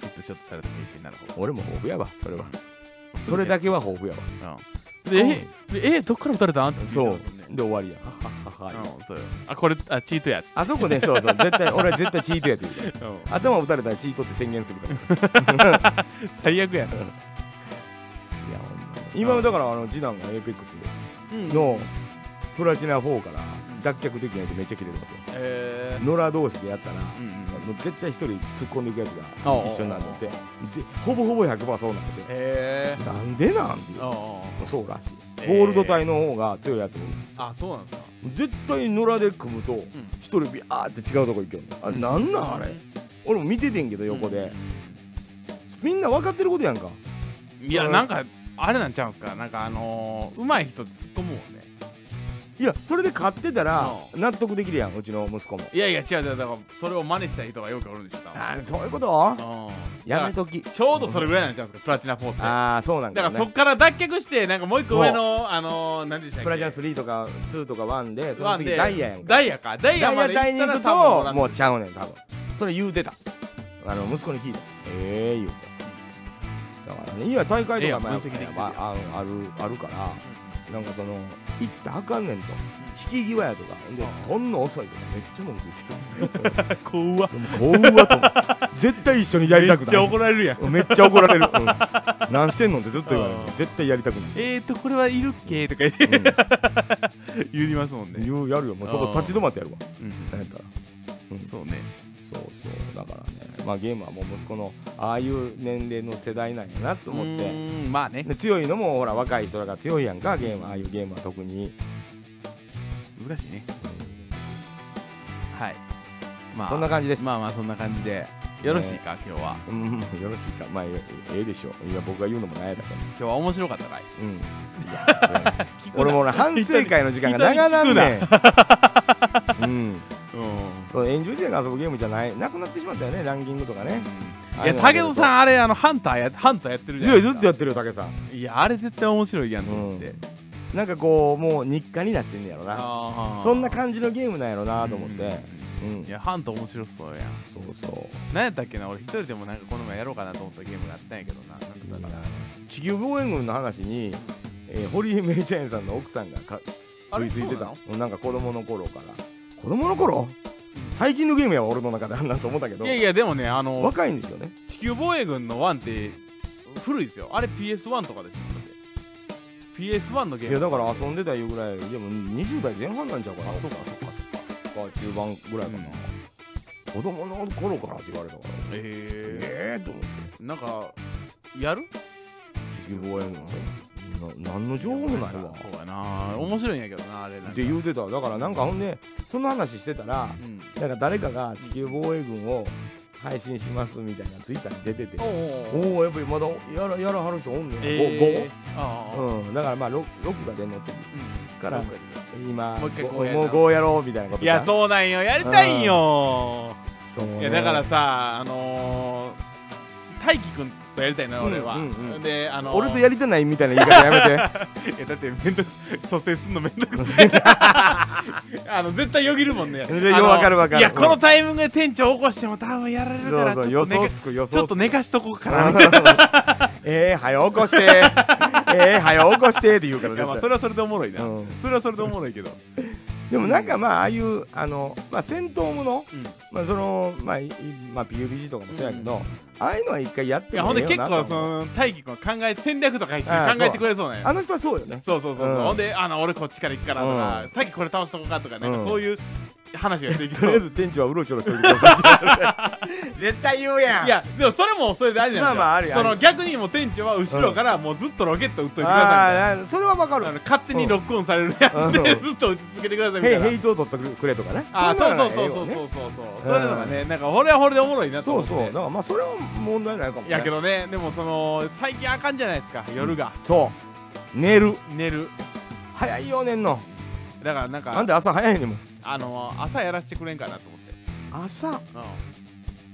[SPEAKER 2] ヘッドショットされた経験になる方
[SPEAKER 1] 俺も豊富やわそれはそれだけは豊富やわ
[SPEAKER 2] うんでえでえどっから打たれたんって聞いた
[SPEAKER 1] そう
[SPEAKER 2] もんね
[SPEAKER 1] で終わ りやははは
[SPEAKER 2] うんそうよあこれあチートやつ
[SPEAKER 1] あそこねそうそう絶対俺は絶対チートやってるから
[SPEAKER 2] うん
[SPEAKER 1] 頭打たれたらチートって宣言するから
[SPEAKER 2] 最悪やな、
[SPEAKER 1] いやほんまに今だからあの次男がエイペックス
[SPEAKER 2] うん
[SPEAKER 1] のプラチナ4から脱却できないとめっちゃ切れてますよ
[SPEAKER 2] えー
[SPEAKER 1] 野良同士でやったら、
[SPEAKER 2] うんうん
[SPEAKER 1] もう絶対一人突っ込んでいくやつが
[SPEAKER 2] ああ
[SPEAKER 1] 一緒になっててぜほぼほぼ100%そうなんで
[SPEAKER 2] え
[SPEAKER 1] なんでなんていう
[SPEAKER 2] ー、ああ
[SPEAKER 1] そうらしい、
[SPEAKER 2] えー
[SPEAKER 1] ゴールド帯の方が強いやつもいる
[SPEAKER 2] あそうなんですか
[SPEAKER 1] 絶対野良で組むと
[SPEAKER 2] ん
[SPEAKER 1] 一人ビャーって違うとこ行けんのあれなんなんあれ俺も見ててんけど横で、みんな分かってることやんか
[SPEAKER 2] いやなんかあれなんちゃうんすかなんかあのー、うまい人って突っ込むもんね
[SPEAKER 1] いやそれで勝ってたら
[SPEAKER 2] う
[SPEAKER 1] 納得できるやんうちの息子も
[SPEAKER 2] いやいや違う違うだからそれを真似した人がよくおるんでしょ多分
[SPEAKER 1] あーそういうこと
[SPEAKER 2] うん
[SPEAKER 1] やめとき
[SPEAKER 2] だからちょうどそれぐらいなんちゃうんすかプラチナ4ってだ
[SPEAKER 1] ああそうなんだ
[SPEAKER 2] か
[SPEAKER 1] よ
[SPEAKER 2] ら
[SPEAKER 1] ね
[SPEAKER 2] そっから脱却してなんかもう一個上のあのー、何でしたっけ
[SPEAKER 1] プラチナ3とか2とか1でその次
[SPEAKER 2] ワンで
[SPEAKER 1] ダイヤやんか
[SPEAKER 2] ダイヤかダイヤ
[SPEAKER 1] ダイ
[SPEAKER 2] ま
[SPEAKER 1] ヤ
[SPEAKER 2] で
[SPEAKER 1] 大に
[SPEAKER 2] 行
[SPEAKER 1] 行
[SPEAKER 2] っ
[SPEAKER 1] く
[SPEAKER 2] たら多
[SPEAKER 1] と
[SPEAKER 2] 分
[SPEAKER 1] もうちゃうねん多分それ言うてたあの息子に聞いたええ言うてだからねいや大会
[SPEAKER 2] ええ
[SPEAKER 1] とか
[SPEAKER 2] やん
[SPEAKER 1] まあ
[SPEAKER 2] 分析できてるやん
[SPEAKER 1] まあああるあるからなんかその行ったらあかんねんと引き際やとかほんで
[SPEAKER 2] うん
[SPEAKER 1] とんの遅いとかめっちゃ文句言ってる
[SPEAKER 2] うん怖っ
[SPEAKER 1] 怖っと思う絶対一緒にやり
[SPEAKER 2] め
[SPEAKER 1] た
[SPEAKER 2] っ
[SPEAKER 1] く
[SPEAKER 2] ちゃ
[SPEAKER 1] ない
[SPEAKER 2] 怒られるやん
[SPEAKER 1] めっちゃ怒られる、うん、何してんのってずっと言われる
[SPEAKER 2] うん
[SPEAKER 1] 絶対やりたくない
[SPEAKER 2] えーとこれはいるっけとか言
[SPEAKER 1] うん
[SPEAKER 2] 言いますもんね、
[SPEAKER 1] 言うやるよもうそこ立ち止まってやるわ
[SPEAKER 2] うん
[SPEAKER 1] なんやったらうんそう
[SPEAKER 2] そうね
[SPEAKER 1] そうだからねまあゲームはもう息子のああいう年齢の世代なんやなと思って
[SPEAKER 2] うーんまあね
[SPEAKER 1] で強いのもほら若い人らが強いやんかゲームああいうゲームは特に、
[SPEAKER 2] 難しいねはいまあ
[SPEAKER 1] こんな感じです
[SPEAKER 2] まあまあそんな感じでよろしいか、今日は
[SPEAKER 1] うん、よろしいかまあええええでしょういや僕が言うのもないだけど
[SPEAKER 2] 今日は面白かったかい
[SPEAKER 1] うんいや 俺もう反省会の時間が長なんねんうん
[SPEAKER 2] うん
[SPEAKER 1] そう炎上時代が遊ぶゲームじゃないなくなってしまったよねランキングとかね
[SPEAKER 2] いや武田さ
[SPEAKER 1] ん
[SPEAKER 2] んあれあのハンターやハンターやってる
[SPEAKER 1] い
[SPEAKER 2] じゃな
[SPEAKER 1] や
[SPEAKER 2] いで
[SPEAKER 1] ず
[SPEAKER 2] す
[SPEAKER 1] っ
[SPEAKER 2] か
[SPEAKER 1] とやってるよ武さん
[SPEAKER 2] いやあれ絶対面白いやんと思って、
[SPEAKER 1] うなんかこうもう日課になってんねやろな
[SPEAKER 2] あー
[SPEAKER 1] そんな感じのゲームなんやろなと思ってうん、
[SPEAKER 2] うんいやハンター面白そうやん
[SPEAKER 1] そうそう
[SPEAKER 2] 何やったっけな俺一人でもなんかこの前やろうかなと思ったゲームがあったんやけどななんだったかな
[SPEAKER 1] 地球防衛軍の話に、えー、堀江メイちゃんさんの奥さんがか
[SPEAKER 2] あ
[SPEAKER 1] 食
[SPEAKER 2] れ
[SPEAKER 1] いついてた
[SPEAKER 2] そうなの
[SPEAKER 1] うんなんか子供の頃から子供の頃最近のゲームやわ俺の中であんなんと思ったけど
[SPEAKER 2] いやいやでもねあの
[SPEAKER 1] 若いんですよね
[SPEAKER 2] 地球防衛軍の1って古いですよあれ PS1 とかですよだって PS1 のゲー
[SPEAKER 1] い
[SPEAKER 2] ム
[SPEAKER 1] やだから遊んでたいうぐらいでも20代前半なんちゃうかな
[SPEAKER 2] あそうかそうかそうか
[SPEAKER 1] か中盤ぐらいかな、子供の頃からって言われたから
[SPEAKER 2] え
[SPEAKER 1] ええー、と思って
[SPEAKER 2] ー、なんかやる
[SPEAKER 1] 地球防衛軍な何の情報もないわ
[SPEAKER 2] そうやな面白いんやけどなあれなんか
[SPEAKER 1] って言うてただからなんかほんでその話してたら
[SPEAKER 2] うん
[SPEAKER 1] なんか誰かが地球防衛軍を配信しますみたいなツイッターに出てて
[SPEAKER 2] お
[SPEAKER 1] お
[SPEAKER 2] お
[SPEAKER 1] おやっぱりまだやらやらはる人おんねん、
[SPEAKER 2] えー、ああ、
[SPEAKER 1] 5? うんだからまあ 6, 六が出んの次
[SPEAKER 2] うん
[SPEAKER 1] から
[SPEAKER 2] 僕
[SPEAKER 1] 今
[SPEAKER 2] もう一回
[SPEAKER 1] ご
[SPEAKER 2] こうやる
[SPEAKER 1] もう5やろうみたいなこと
[SPEAKER 2] いや
[SPEAKER 1] う
[SPEAKER 2] そうなんよやりたいんよ
[SPEAKER 1] そう、ね、
[SPEAKER 2] いやだからさあのー、大輝くんとやりたいのよ俺は、
[SPEAKER 1] うんうんうん
[SPEAKER 2] であのー、
[SPEAKER 1] 俺とやりたないみたいな言い方や
[SPEAKER 2] いやだってめんどく蘇生すんのめんどくさ いあの絶対よぎるもんね
[SPEAKER 1] 全然よ
[SPEAKER 2] あの
[SPEAKER 1] わかるわかる
[SPEAKER 2] いやこのタイミングで店長起こしても多分やられ
[SPEAKER 1] めて
[SPEAKER 2] る
[SPEAKER 1] そ
[SPEAKER 2] か
[SPEAKER 1] う
[SPEAKER 2] ら
[SPEAKER 1] そう
[SPEAKER 2] ちょ
[SPEAKER 1] 予
[SPEAKER 2] っと寝
[SPEAKER 1] 想
[SPEAKER 2] か
[SPEAKER 1] つく予想つく
[SPEAKER 2] ちょっと寝かしとこうかな
[SPEAKER 1] ええー、早起こ してええー、早起こしてって言うから
[SPEAKER 2] いやまあそれはそれでおもろいな、
[SPEAKER 1] うん
[SPEAKER 2] それはそれでおもろいけど、
[SPEAKER 1] でもなんかまあああいうあの、まあ、戦闘もの、
[SPEAKER 2] うん
[SPEAKER 1] まあそのまあ、いいまあ、PUBG とかもそうやけど、
[SPEAKER 2] うん
[SPEAKER 1] ああいうのは一回やっ
[SPEAKER 2] い
[SPEAKER 1] て
[SPEAKER 2] やほ
[SPEAKER 1] も
[SPEAKER 2] ん
[SPEAKER 1] ええ
[SPEAKER 2] で
[SPEAKER 1] よ
[SPEAKER 2] 結
[SPEAKER 1] な
[SPEAKER 2] 構
[SPEAKER 1] と
[SPEAKER 2] そ
[SPEAKER 1] 思う
[SPEAKER 2] の大輝くん考え戦略とか一
[SPEAKER 1] あ
[SPEAKER 2] 緒
[SPEAKER 1] あ
[SPEAKER 2] に考えてくれそうなん
[SPEAKER 1] あ
[SPEAKER 2] や
[SPEAKER 1] の人はそうよね
[SPEAKER 2] そうそうそうそう、
[SPEAKER 1] うん
[SPEAKER 2] ほんであの俺こっちから行くからとか、さっきこれ倒しとこうかとかなん
[SPEAKER 1] うん
[SPEAKER 2] かそういう話ができ
[SPEAKER 1] と
[SPEAKER 2] そ
[SPEAKER 1] りあえ
[SPEAKER 2] う
[SPEAKER 1] ず店長はうろちょろしておいてく ださいって絶対言うやん
[SPEAKER 2] いやでもそれもそれでありなんですよ、
[SPEAKER 1] まあまああるよ
[SPEAKER 2] そ
[SPEAKER 1] あ
[SPEAKER 2] の
[SPEAKER 1] る
[SPEAKER 2] 逆にもう店長は後ろからもうずっとロケット打っといてくださいみたいな
[SPEAKER 1] ああそれはわかる
[SPEAKER 2] あの勝手にロックオンされるやつで
[SPEAKER 1] うん
[SPEAKER 2] ずっと打ち続けてくださいみた
[SPEAKER 1] ヘイ
[SPEAKER 2] いな
[SPEAKER 1] ヘイトを取ってくれとかね
[SPEAKER 2] あー
[SPEAKER 1] い
[SPEAKER 2] そう
[SPEAKER 1] の
[SPEAKER 2] そ
[SPEAKER 1] は
[SPEAKER 2] うそうそう
[SPEAKER 1] ええよね
[SPEAKER 2] そうそうそうそういうのがねなんか俺は俺でおもろいなと
[SPEAKER 1] そ
[SPEAKER 2] 思
[SPEAKER 1] う
[SPEAKER 2] って
[SPEAKER 1] そうだからまあそれは問題ないかも、ね、
[SPEAKER 2] やけどねでもその最近あかんじゃないですか夜が
[SPEAKER 1] そう寝る
[SPEAKER 2] 寝る
[SPEAKER 1] 早いよ寝んの
[SPEAKER 2] だからなん
[SPEAKER 1] あん
[SPEAKER 2] か
[SPEAKER 1] た朝早いねんもん
[SPEAKER 2] あの朝やらしてくれんかなと思って
[SPEAKER 1] 朝
[SPEAKER 2] うん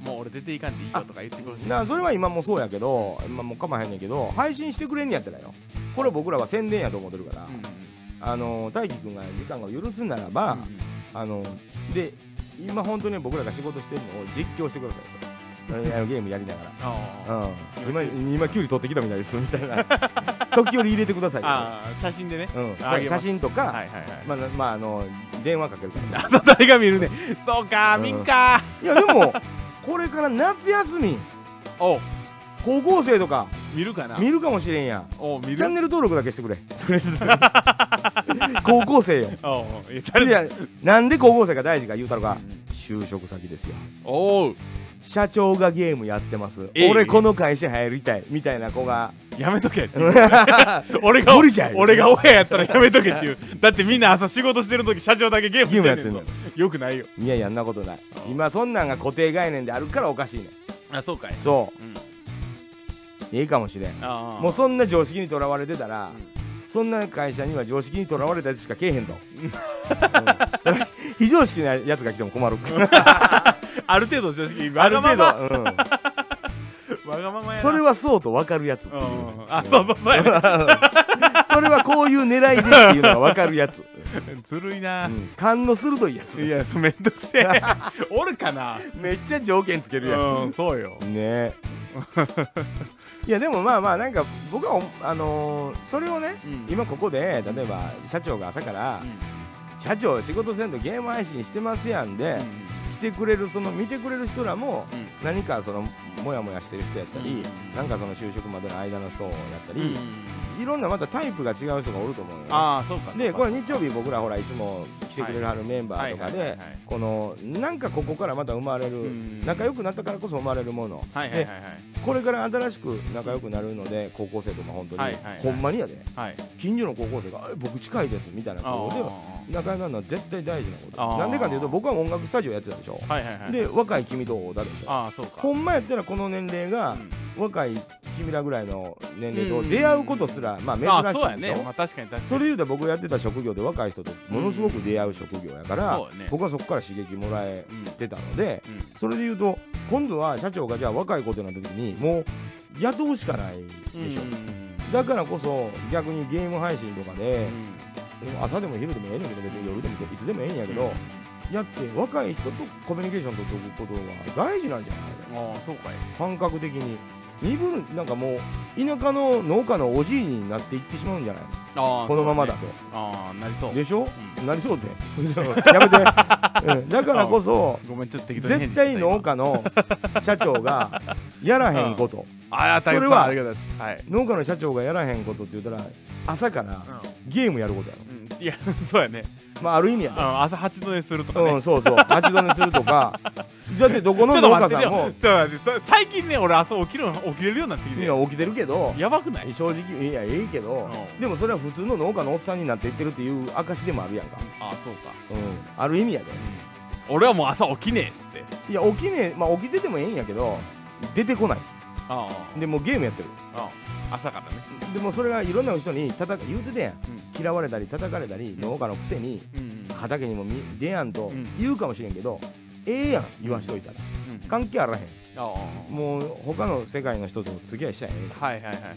[SPEAKER 2] もう俺出ていかんでいいよとか言ってくるし
[SPEAKER 1] なそれは今もそうやけど今もうかまへんねんけど配信してくれんねやったらよこれ僕らは宣伝やと思ってるから、
[SPEAKER 2] うんうん
[SPEAKER 1] あの大輝くんが時間が許すならば、
[SPEAKER 2] うん
[SPEAKER 1] あので今本当に僕らが仕事してるのを実況してくださいとあのゲームやりながら。
[SPEAKER 2] あ
[SPEAKER 1] うん、今今キュウリ取ってきたみたいですみたい な時折入れてくださ
[SPEAKER 2] ー
[SPEAKER 1] いよ、
[SPEAKER 2] あー写真でね
[SPEAKER 1] うん、
[SPEAKER 2] あげま
[SPEAKER 1] 写
[SPEAKER 2] す
[SPEAKER 1] 真とか、
[SPEAKER 2] はいはいはい
[SPEAKER 1] まあなまああの電話かけるから
[SPEAKER 2] 朝誰が見るねそうか
[SPEAKER 1] うん
[SPEAKER 2] 見んか
[SPEAKER 1] いやでもこれから夏休み
[SPEAKER 2] おう
[SPEAKER 1] 高校生とか
[SPEAKER 2] 見るかな
[SPEAKER 1] 見るかもしれんやん
[SPEAKER 2] おう見
[SPEAKER 1] チャン
[SPEAKER 2] る
[SPEAKER 1] ネル登録だけしてくれそれ高校 生よ
[SPEAKER 2] おうおういや誰
[SPEAKER 1] い
[SPEAKER 2] だ
[SPEAKER 1] やなんで高校生が大事か言うたのか
[SPEAKER 2] うん
[SPEAKER 1] 就職先ですよ
[SPEAKER 2] おう
[SPEAKER 1] 社長がゲームやってます、
[SPEAKER 2] ええ
[SPEAKER 1] 俺この会社入りたいみたいな子 が
[SPEAKER 2] やめとけっていう俺が
[SPEAKER 1] 無理じゃい
[SPEAKER 2] 俺が親やったらやめとけっていうだってみんな朝仕事してる時社長だけゲーム
[SPEAKER 1] ゲームや
[SPEAKER 2] し
[SPEAKER 1] ってて
[SPEAKER 2] る
[SPEAKER 1] ん
[SPEAKER 2] の
[SPEAKER 1] の
[SPEAKER 2] よくないよ
[SPEAKER 1] いやいやんなことない
[SPEAKER 2] あ
[SPEAKER 1] 今そんなんが固定概念であるからおかしいねん
[SPEAKER 2] あそうかい
[SPEAKER 1] そ
[SPEAKER 2] うん
[SPEAKER 1] ういいかもしれん
[SPEAKER 2] ああ
[SPEAKER 1] もうそんな常識にとらわれてたら、
[SPEAKER 2] う
[SPEAKER 1] そんな会社には常識にとらわれたやつしかけえへんぞ、うんだから 非常識なやつが来ても困る
[SPEAKER 2] ある程度正直
[SPEAKER 1] あ
[SPEAKER 2] わ
[SPEAKER 1] る
[SPEAKER 2] がま
[SPEAKER 1] 程
[SPEAKER 2] ま
[SPEAKER 1] 度、うん
[SPEAKER 2] わがままやな
[SPEAKER 1] それはそうと分かるやつって
[SPEAKER 2] う
[SPEAKER 1] いうん
[SPEAKER 2] うんあそうそうそうや
[SPEAKER 1] それはこういう狙いでっていうのが分かるやつ、、
[SPEAKER 2] ずるいうなん
[SPEAKER 1] 勘の鋭いやつ
[SPEAKER 2] いやそめんどくせえ おるかな
[SPEAKER 1] めっちゃ条件つけるやん
[SPEAKER 2] うんそうよ
[SPEAKER 1] ねいやでもまあまあなんか僕はおあのーそれをね
[SPEAKER 2] うん
[SPEAKER 1] 今ここで例えば社長が朝から「社長仕事せんとゲーム配信してますやんで」来てくれるその見てくれる人らも何かそのモヤモヤしてる人やったり
[SPEAKER 2] うん
[SPEAKER 1] なんかその就職までの間の人やった
[SPEAKER 2] うんうん
[SPEAKER 1] りいろんなまたタイプが違う人がおると思うよね
[SPEAKER 2] ああそうかそうか
[SPEAKER 1] でこれ日曜日僕らほらいつも来てくれはるメンバーとか
[SPEAKER 2] はいは
[SPEAKER 1] で
[SPEAKER 2] いはいはい
[SPEAKER 1] このなんかここからまた生まれ
[SPEAKER 2] う
[SPEAKER 1] る
[SPEAKER 2] ん
[SPEAKER 1] 仲良くなったからこそ生まれるもの
[SPEAKER 2] はいはい
[SPEAKER 1] で
[SPEAKER 2] はい
[SPEAKER 1] これから新しく仲良くなるので高校生とか本当
[SPEAKER 2] はい
[SPEAKER 1] に
[SPEAKER 2] はいはい
[SPEAKER 1] ほんまにやで
[SPEAKER 2] はいはい
[SPEAKER 1] 近所の高校生がえ「僕近いです」みたいな
[SPEAKER 2] あ
[SPEAKER 1] こと
[SPEAKER 2] ー
[SPEAKER 1] では仲良くなるのは絶対大事なこ
[SPEAKER 2] あ
[SPEAKER 1] と
[SPEAKER 2] ー
[SPEAKER 1] なんでかというと僕は音楽スタジオやってたでしょ
[SPEAKER 2] はいはいはい
[SPEAKER 1] で若い君と会うたでしょ
[SPEAKER 2] ああそうか
[SPEAKER 1] ほんまやったらこの年齢
[SPEAKER 2] う
[SPEAKER 1] が
[SPEAKER 2] ん
[SPEAKER 1] 若い君らぐらいの年齢と
[SPEAKER 2] うん
[SPEAKER 1] 出会うことすらまあ珍
[SPEAKER 2] ああそう
[SPEAKER 1] し
[SPEAKER 2] や
[SPEAKER 1] いでし
[SPEAKER 2] ね
[SPEAKER 1] ょ
[SPEAKER 2] まあ確かに確かに
[SPEAKER 1] それ言うたら僕やってた職業で若い人とものすごく出会う職業やから、
[SPEAKER 2] そうやね
[SPEAKER 1] 僕はそこから刺激もらえ
[SPEAKER 2] うん
[SPEAKER 1] てたので
[SPEAKER 2] うん
[SPEAKER 1] それで言うと今度は社長がじゃあ若い子ってなった時にもう雇うしかないでしょ、
[SPEAKER 2] うん
[SPEAKER 1] だからこそ逆にゲーム配信とか
[SPEAKER 2] う
[SPEAKER 1] で、
[SPEAKER 2] ん
[SPEAKER 1] 朝でも昼でもええねんけど別に夜でもいつでもええんやけど、やって若い人とコミュニケーション取っておくことが大事なんじゃないかな
[SPEAKER 2] ああそうかい
[SPEAKER 1] 感覚的に身分なんかもう田舎の農家のおじいになっていってしまうんじゃない
[SPEAKER 2] ああ
[SPEAKER 1] のこのままだ
[SPEAKER 2] そうね
[SPEAKER 1] と。
[SPEAKER 2] ああなりそう
[SPEAKER 1] でしょ、
[SPEAKER 2] う
[SPEAKER 1] なりそうでや めて、うんだからこそ
[SPEAKER 2] ごめんちょっと適当に
[SPEAKER 1] 絶
[SPEAKER 2] 返事してた
[SPEAKER 1] 対農家の社長 がやらへんこと
[SPEAKER 2] 今ああ大
[SPEAKER 1] そ
[SPEAKER 2] 変
[SPEAKER 1] れは
[SPEAKER 2] ありがとうございますはい
[SPEAKER 1] 農家の社長がやらへんことって言ったら朝からゲームやることやろ
[SPEAKER 2] うんいや そうやね
[SPEAKER 1] まあある意味
[SPEAKER 2] う
[SPEAKER 1] やね
[SPEAKER 2] ん朝8度寝するとかね
[SPEAKER 1] うんそう そう立ち止めするとかだってどこ
[SPEAKER 2] ちょ
[SPEAKER 1] の
[SPEAKER 2] っと
[SPEAKER 1] 農
[SPEAKER 2] 待
[SPEAKER 1] 家
[SPEAKER 2] って
[SPEAKER 1] さんも
[SPEAKER 2] ちょっと待ってそ最近ね俺朝起きるの起きれるようになってき
[SPEAKER 1] い
[SPEAKER 2] て
[SPEAKER 1] や起きてるけど
[SPEAKER 2] やばくない
[SPEAKER 1] 正直いやええけど
[SPEAKER 2] うん
[SPEAKER 1] でもそれは普通の農家のおっさんになっていってるっていう証でもあるやんか
[SPEAKER 2] ああそうか
[SPEAKER 1] うんある意味やで
[SPEAKER 2] 俺はもう朝起きねえっつって
[SPEAKER 1] いや起きねえまあ起きててもええんやけど出てこない
[SPEAKER 2] あ
[SPEAKER 1] でもうゲームやってる
[SPEAKER 2] あ朝からね
[SPEAKER 1] でもそれがいろんな人に叩か言うてたやん、
[SPEAKER 2] う
[SPEAKER 1] 嫌われたり叩かれたり
[SPEAKER 2] ん
[SPEAKER 1] 農家のくせに
[SPEAKER 2] うんうん
[SPEAKER 1] 畑にもみ出やんと
[SPEAKER 2] うん
[SPEAKER 1] 言うかもしれんけど、ええやん言わしといたら
[SPEAKER 2] うん
[SPEAKER 1] 関係あらへ
[SPEAKER 2] あ
[SPEAKER 1] んもう他の世界の人と付き合いしちゃえ
[SPEAKER 2] あはいはいはいはいはい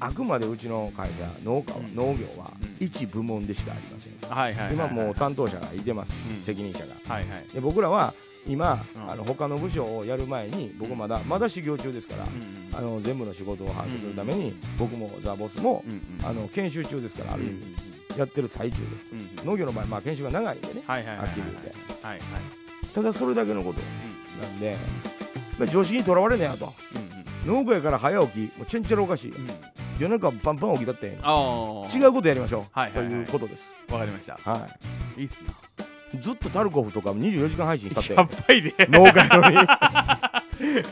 [SPEAKER 1] あくまでうちの会社農家は、
[SPEAKER 2] うん
[SPEAKER 1] 農業は
[SPEAKER 2] うん
[SPEAKER 1] 一部門でしかありません、
[SPEAKER 2] はいはいはい
[SPEAKER 1] 今もう担当者がいてます、
[SPEAKER 2] うん
[SPEAKER 1] 責任者が
[SPEAKER 2] はいはい
[SPEAKER 1] で僕らは今、
[SPEAKER 2] うん
[SPEAKER 1] あの他の部署をやる前に僕まだまだ修行中ですから、
[SPEAKER 2] うん
[SPEAKER 1] あの全部の仕事を把握するために、僕もザ・ボスも、
[SPEAKER 2] うんうん
[SPEAKER 1] あの研修中ですからあ
[SPEAKER 2] うん
[SPEAKER 1] る
[SPEAKER 2] う
[SPEAKER 1] 意
[SPEAKER 2] ん
[SPEAKER 1] 味、やってる最中です
[SPEAKER 2] うんうん
[SPEAKER 1] 農業の場合、まあ、研修が長いんでね
[SPEAKER 2] はいはいはいはい
[SPEAKER 1] はっきり言って
[SPEAKER 2] はいはい
[SPEAKER 1] ただそれだけのこと
[SPEAKER 2] う
[SPEAKER 1] なんで、まあ、常識にとらわれねえやと
[SPEAKER 2] んうんうん
[SPEAKER 1] 農家やから早起きもうちゃんちゃらおかしい
[SPEAKER 2] うん
[SPEAKER 1] 夜中バンバン起きたってえ
[SPEAKER 2] あ
[SPEAKER 1] え
[SPEAKER 2] あ
[SPEAKER 1] ねん違うことやりましょう、
[SPEAKER 2] はいはいはい
[SPEAKER 1] ということです、
[SPEAKER 2] わかりました
[SPEAKER 1] はい、
[SPEAKER 2] いっすない
[SPEAKER 1] ずっとタルコフとかも24時間配信したって
[SPEAKER 2] やばいね
[SPEAKER 1] 農家や の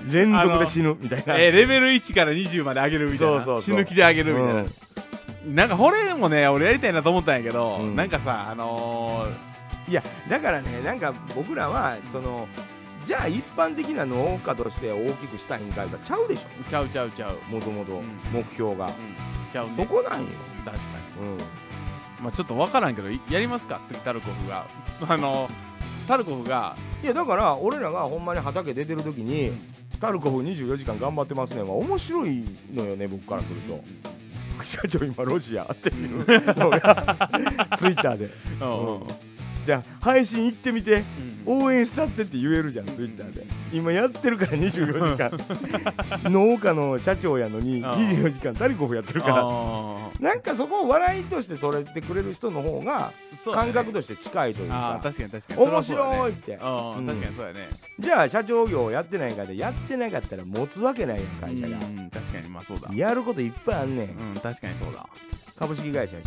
[SPEAKER 1] に連続で死ぬみたいな、
[SPEAKER 2] えーレベル1から20まで上げるみたいな
[SPEAKER 1] そうそうそう
[SPEAKER 2] 死ぬ気で上げるみたいな、
[SPEAKER 1] うん
[SPEAKER 2] なんかこれもね俺やりたいなと思ったんやけど、
[SPEAKER 1] うん
[SPEAKER 2] なんかさあの
[SPEAKER 1] いやだからねなんか僕らはそのじゃあ一般的な農家として大きくしたいんかいとちゃうでしょ
[SPEAKER 2] ー、ちゃうちゃうちゃう、うん、
[SPEAKER 1] もともと
[SPEAKER 2] うん
[SPEAKER 1] 目標が、
[SPEAKER 2] ちゃうね
[SPEAKER 1] そこなんよ、
[SPEAKER 2] 確か
[SPEAKER 1] うん、
[SPEAKER 2] にまあちょっと分からんけどいやりますか次タルコフが あのー、タルコフが
[SPEAKER 1] いやだから俺らがほんまに畑出てる時に、
[SPEAKER 2] うん
[SPEAKER 1] タルコフ24時間頑張ってますねは面白いのよね僕からすると、社長今ロシアって いうのがツイッターで
[SPEAKER 2] うんうんうん
[SPEAKER 1] うんじゃあ配信行ってみて
[SPEAKER 2] うん
[SPEAKER 1] 応援したってって言えるじゃん
[SPEAKER 2] うん
[SPEAKER 1] ツイッターで今やってるから24時間 農家の社長やのに
[SPEAKER 2] ああ
[SPEAKER 1] 24時間タルコフやってるから
[SPEAKER 2] あ
[SPEAKER 1] なんかそこを笑いとして取れてくれる人の方が
[SPEAKER 2] ーそうだね
[SPEAKER 1] 感覚として近いという
[SPEAKER 2] あ
[SPEAKER 1] か
[SPEAKER 2] ー確かに確かに
[SPEAKER 1] 面
[SPEAKER 2] それはそうだ
[SPEAKER 1] 白い
[SPEAKER 2] ね
[SPEAKER 1] って
[SPEAKER 2] あ
[SPEAKER 1] うん
[SPEAKER 2] ー確かにそうだね、
[SPEAKER 1] じゃあ社長業やってないかでやってなかったら持つわけないやん会社が
[SPEAKER 2] うんうん確かにまあそうだ
[SPEAKER 1] やることいっぱいあんねん
[SPEAKER 2] うん確かにそうだ
[SPEAKER 1] 株式会社やし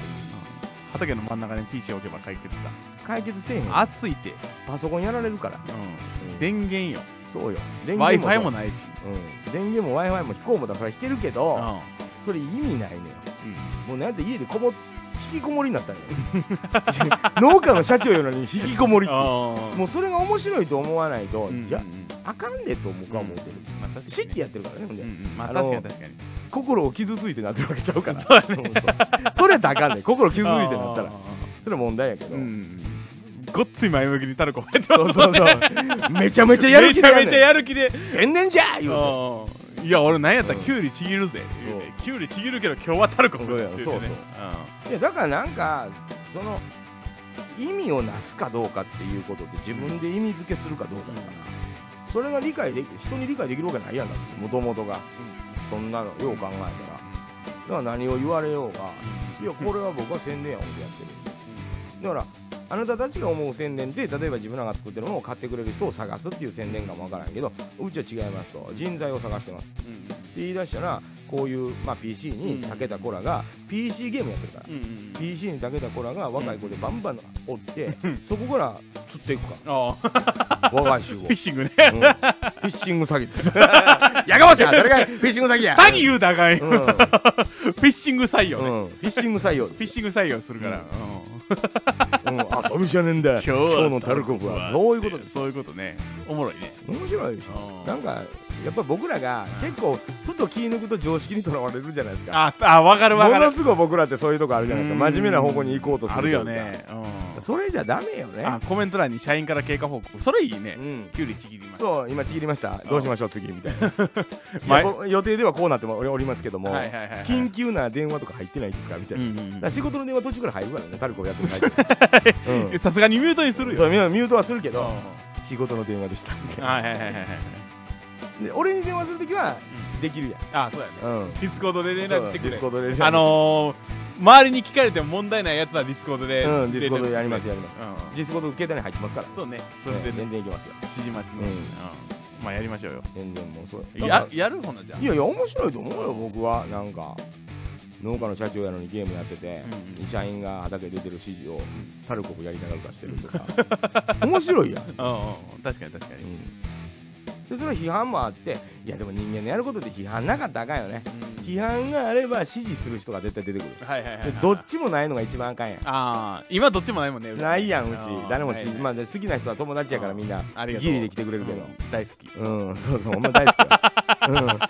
[SPEAKER 2] 畑の真ん中に PC 置けば解決だ
[SPEAKER 1] 解決せえへん
[SPEAKER 2] 暑いて、
[SPEAKER 1] パソコンやられるから
[SPEAKER 2] うん、
[SPEAKER 1] で
[SPEAKER 2] 電源よ
[SPEAKER 1] そうよ
[SPEAKER 2] w
[SPEAKER 1] 電
[SPEAKER 2] i
[SPEAKER 1] 源
[SPEAKER 2] f i も
[SPEAKER 1] ない
[SPEAKER 2] ないし
[SPEAKER 1] 電源も w i f i も飛行もだから引けるけ
[SPEAKER 2] うん
[SPEAKER 1] どそれ意味ないのよ
[SPEAKER 2] う
[SPEAKER 1] もうなんて家でこも引きこもりになったんよ 農家の社長よのに引きこもり
[SPEAKER 2] ん
[SPEAKER 1] って
[SPEAKER 2] あー
[SPEAKER 1] もうそれが面白いと思わないと、
[SPEAKER 2] うん
[SPEAKER 1] いや
[SPEAKER 2] うんうん
[SPEAKER 1] あかんでと僕は思ってる、
[SPEAKER 2] まあ確かにね
[SPEAKER 1] 知ってやってるからねほんで、
[SPEAKER 2] うんうんまあ
[SPEAKER 1] あの
[SPEAKER 2] 確かに確かに
[SPEAKER 1] 心を傷ついてなってるわけちゃうからそうそうそれやったらあかんね心傷ついてなったら
[SPEAKER 2] あ
[SPEAKER 1] それは問題やけ
[SPEAKER 2] ー
[SPEAKER 1] ど、
[SPEAKER 2] うんうんごっつい前向きにタルコ入って
[SPEAKER 1] そう
[SPEAKER 2] ます
[SPEAKER 1] そうそうめちゃめちゃやる気
[SPEAKER 2] めち
[SPEAKER 1] だ
[SPEAKER 2] ゃ
[SPEAKER 1] よ、ねん、
[SPEAKER 2] めちゃやる気で
[SPEAKER 1] 宣伝じゃー言う
[SPEAKER 2] あーいや俺なんやったら
[SPEAKER 1] うん
[SPEAKER 2] キュウリちぎるぜ言うてキュウリちぎるけど今日はタルコ
[SPEAKER 1] そうや
[SPEAKER 2] って
[SPEAKER 1] そ
[SPEAKER 2] 言
[SPEAKER 1] うそ
[SPEAKER 2] うて
[SPEAKER 1] う
[SPEAKER 2] ね
[SPEAKER 1] ていやだからなんかその意味をなすかどうかっていうことって自分で意味付けするかどうかだから、それが理解でき人に理解できるわけないやんだってもともとがそんなのよう考えたらだから何を言われようがいやこれは僕は宣伝や思ってやってるだからあなたたちが思う宣伝で例えば自分らが作ってるものを買ってくれる人を探すっていう宣伝かもわからんけどうちは違いますと人材を探してますって言い出したらこういう、まあ、PC に長けた子らが PC ゲームやってるから、
[SPEAKER 2] うんうんうん、
[SPEAKER 1] PC に長けた子らが若い子でバンバンおって、そこから釣っていくか
[SPEAKER 2] ああ
[SPEAKER 1] ら我が衆を
[SPEAKER 2] フィッシングね
[SPEAKER 1] うんフィッシング詐欺です やかましいわ誰がフィッシング詐欺や
[SPEAKER 2] 詐欺言うたらあかんよ、
[SPEAKER 1] うんうん
[SPEAKER 2] フィッシング採用
[SPEAKER 1] う
[SPEAKER 2] ね、
[SPEAKER 1] んフィッシング採用
[SPEAKER 2] フィッシング採用するから、
[SPEAKER 1] うん
[SPEAKER 2] うん
[SPEAKER 1] うん、遊びじゃねえんだよ
[SPEAKER 2] 今日は
[SPEAKER 1] のタルコフはそういうことです
[SPEAKER 2] そういうことねおもろいね
[SPEAKER 1] 面白いでしょ
[SPEAKER 2] うん
[SPEAKER 1] なんかやっぱ僕らが結構ふと気抜くと常識にとらわれるじゃないですか
[SPEAKER 2] ああ分かる分
[SPEAKER 1] も
[SPEAKER 2] か
[SPEAKER 1] の
[SPEAKER 2] る
[SPEAKER 1] すごい僕らってそういうとこあるじゃないですか
[SPEAKER 2] うん
[SPEAKER 1] 真面目な方向に行こうとすると
[SPEAKER 2] ある
[SPEAKER 1] いうか
[SPEAKER 2] よね、う
[SPEAKER 1] それじゃダメよ
[SPEAKER 2] ん、
[SPEAKER 1] ね
[SPEAKER 2] あコメント欄に社員から経過報告それいいね
[SPEAKER 1] うん
[SPEAKER 2] キュウリちぎりました
[SPEAKER 1] そう今ちぎりましたどうしましょう次みたいな
[SPEAKER 2] 前
[SPEAKER 1] いやこ予定ではこうなっておりますけども
[SPEAKER 2] はいはいはい、はい、
[SPEAKER 1] 緊急な電話とか入ってないですかみたい
[SPEAKER 2] うん
[SPEAKER 1] な
[SPEAKER 2] うん
[SPEAKER 1] だから仕事の電話途中から入るからねタルコフやってる 入
[SPEAKER 2] うんさすがにミュートにするよ
[SPEAKER 1] そうミュミュートはするけ
[SPEAKER 2] うん
[SPEAKER 1] ど仕事の電話でしたみたいな
[SPEAKER 2] はいはいはいはいはい
[SPEAKER 1] で俺に電話するときはできるやん
[SPEAKER 2] あそうやね
[SPEAKER 1] うん
[SPEAKER 2] ディスコードで連
[SPEAKER 1] そう
[SPEAKER 2] 絡してく
[SPEAKER 1] ディス
[SPEAKER 2] れ
[SPEAKER 1] コードで
[SPEAKER 2] あのー、周りに聞かれても問題ないやつはディスコードで、
[SPEAKER 1] うんディスコードでやりますやります
[SPEAKER 2] うんうん
[SPEAKER 1] ディスコード携帯に入ってますから
[SPEAKER 2] そうねそれで
[SPEAKER 1] 全然いけますよ
[SPEAKER 2] 指示待ちね、
[SPEAKER 1] うん
[SPEAKER 2] うんまあやりましょうよ
[SPEAKER 1] 全然もうそれ
[SPEAKER 2] ややるほなじゃあ
[SPEAKER 1] いやいや面白いと思うよ僕はなんか農家の社長やのにゲームやってて
[SPEAKER 2] うんうん
[SPEAKER 1] 社員が畑出てる指示をタルコフやりながら出してるとか 面白いやん
[SPEAKER 2] うんうん確かに確かに、
[SPEAKER 1] でそれは批判もあっていやでも人間のやることって批判なかったらあかんよね批判があれば支持する人が絶対出てくる
[SPEAKER 2] はいはい はい、はい、
[SPEAKER 1] でどっちもないのが一番あかん やん
[SPEAKER 2] ああ今どっちもないもんねうち
[SPEAKER 1] ないやんうち
[SPEAKER 2] あー
[SPEAKER 1] 誰も
[SPEAKER 2] な
[SPEAKER 1] し
[SPEAKER 2] いね
[SPEAKER 1] まあで好きな人は友達やからみんな
[SPEAKER 2] ありがとう
[SPEAKER 1] ギリで来てくれるけど
[SPEAKER 2] うん大好き
[SPEAKER 1] うんそうそうほんま大好きようんは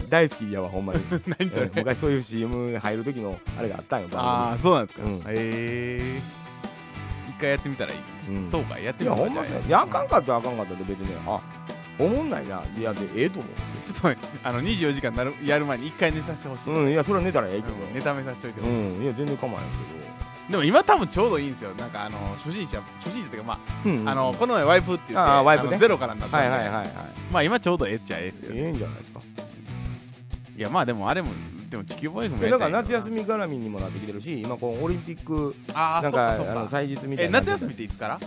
[SPEAKER 1] あ大好きやわほんまに
[SPEAKER 2] 何それ、
[SPEAKER 1] うん昔そういう CM 入る時のあれがあったんよ
[SPEAKER 2] あ
[SPEAKER 1] 番
[SPEAKER 2] あそうなんですか、
[SPEAKER 1] うん
[SPEAKER 2] へえ一回やってみたらいい、
[SPEAKER 1] うん
[SPEAKER 2] そうかやって
[SPEAKER 1] 組いや
[SPEAKER 2] みた
[SPEAKER 1] ほ
[SPEAKER 2] ら
[SPEAKER 1] んまそうやいやあかんかったらあかんかったで別にあおもんないないやでええと思
[SPEAKER 2] ち ょっと待ってあの24時間なるやる前に一回寝させてほし
[SPEAKER 1] う
[SPEAKER 2] い、
[SPEAKER 1] うんいやそれは寝たらええけ
[SPEAKER 2] ネ
[SPEAKER 1] ど
[SPEAKER 2] タ目させておいてほ
[SPEAKER 1] う
[SPEAKER 2] しい、
[SPEAKER 1] んいや全然構わへん
[SPEAKER 2] でも今多分ちょうどいいんですよなんかあの初心者初心者っていうかまあ、
[SPEAKER 1] けどうん
[SPEAKER 2] あの
[SPEAKER 1] は
[SPEAKER 2] この前ワイプって言って
[SPEAKER 1] あーワイプね
[SPEAKER 2] あのゼロからになったん
[SPEAKER 1] い
[SPEAKER 2] で、
[SPEAKER 1] はいはいはい
[SPEAKER 2] まあ今ちょうどええっちゃええっすよ、
[SPEAKER 1] ええんじゃないですか
[SPEAKER 2] いやまあでもあれもでも地球防衛軍も
[SPEAKER 1] で
[SPEAKER 2] や
[SPEAKER 1] だ
[SPEAKER 2] り
[SPEAKER 1] か
[SPEAKER 2] たい
[SPEAKER 1] ら夏休み絡みにもなってきてるし今こうオリンピック
[SPEAKER 2] あ
[SPEAKER 1] な
[SPEAKER 2] あそ
[SPEAKER 1] ん
[SPEAKER 2] う
[SPEAKER 1] か
[SPEAKER 2] か
[SPEAKER 1] あ
[SPEAKER 2] そう
[SPEAKER 1] の
[SPEAKER 2] か
[SPEAKER 1] 祭日みたい
[SPEAKER 2] え
[SPEAKER 1] な
[SPEAKER 2] 夏休みっていつから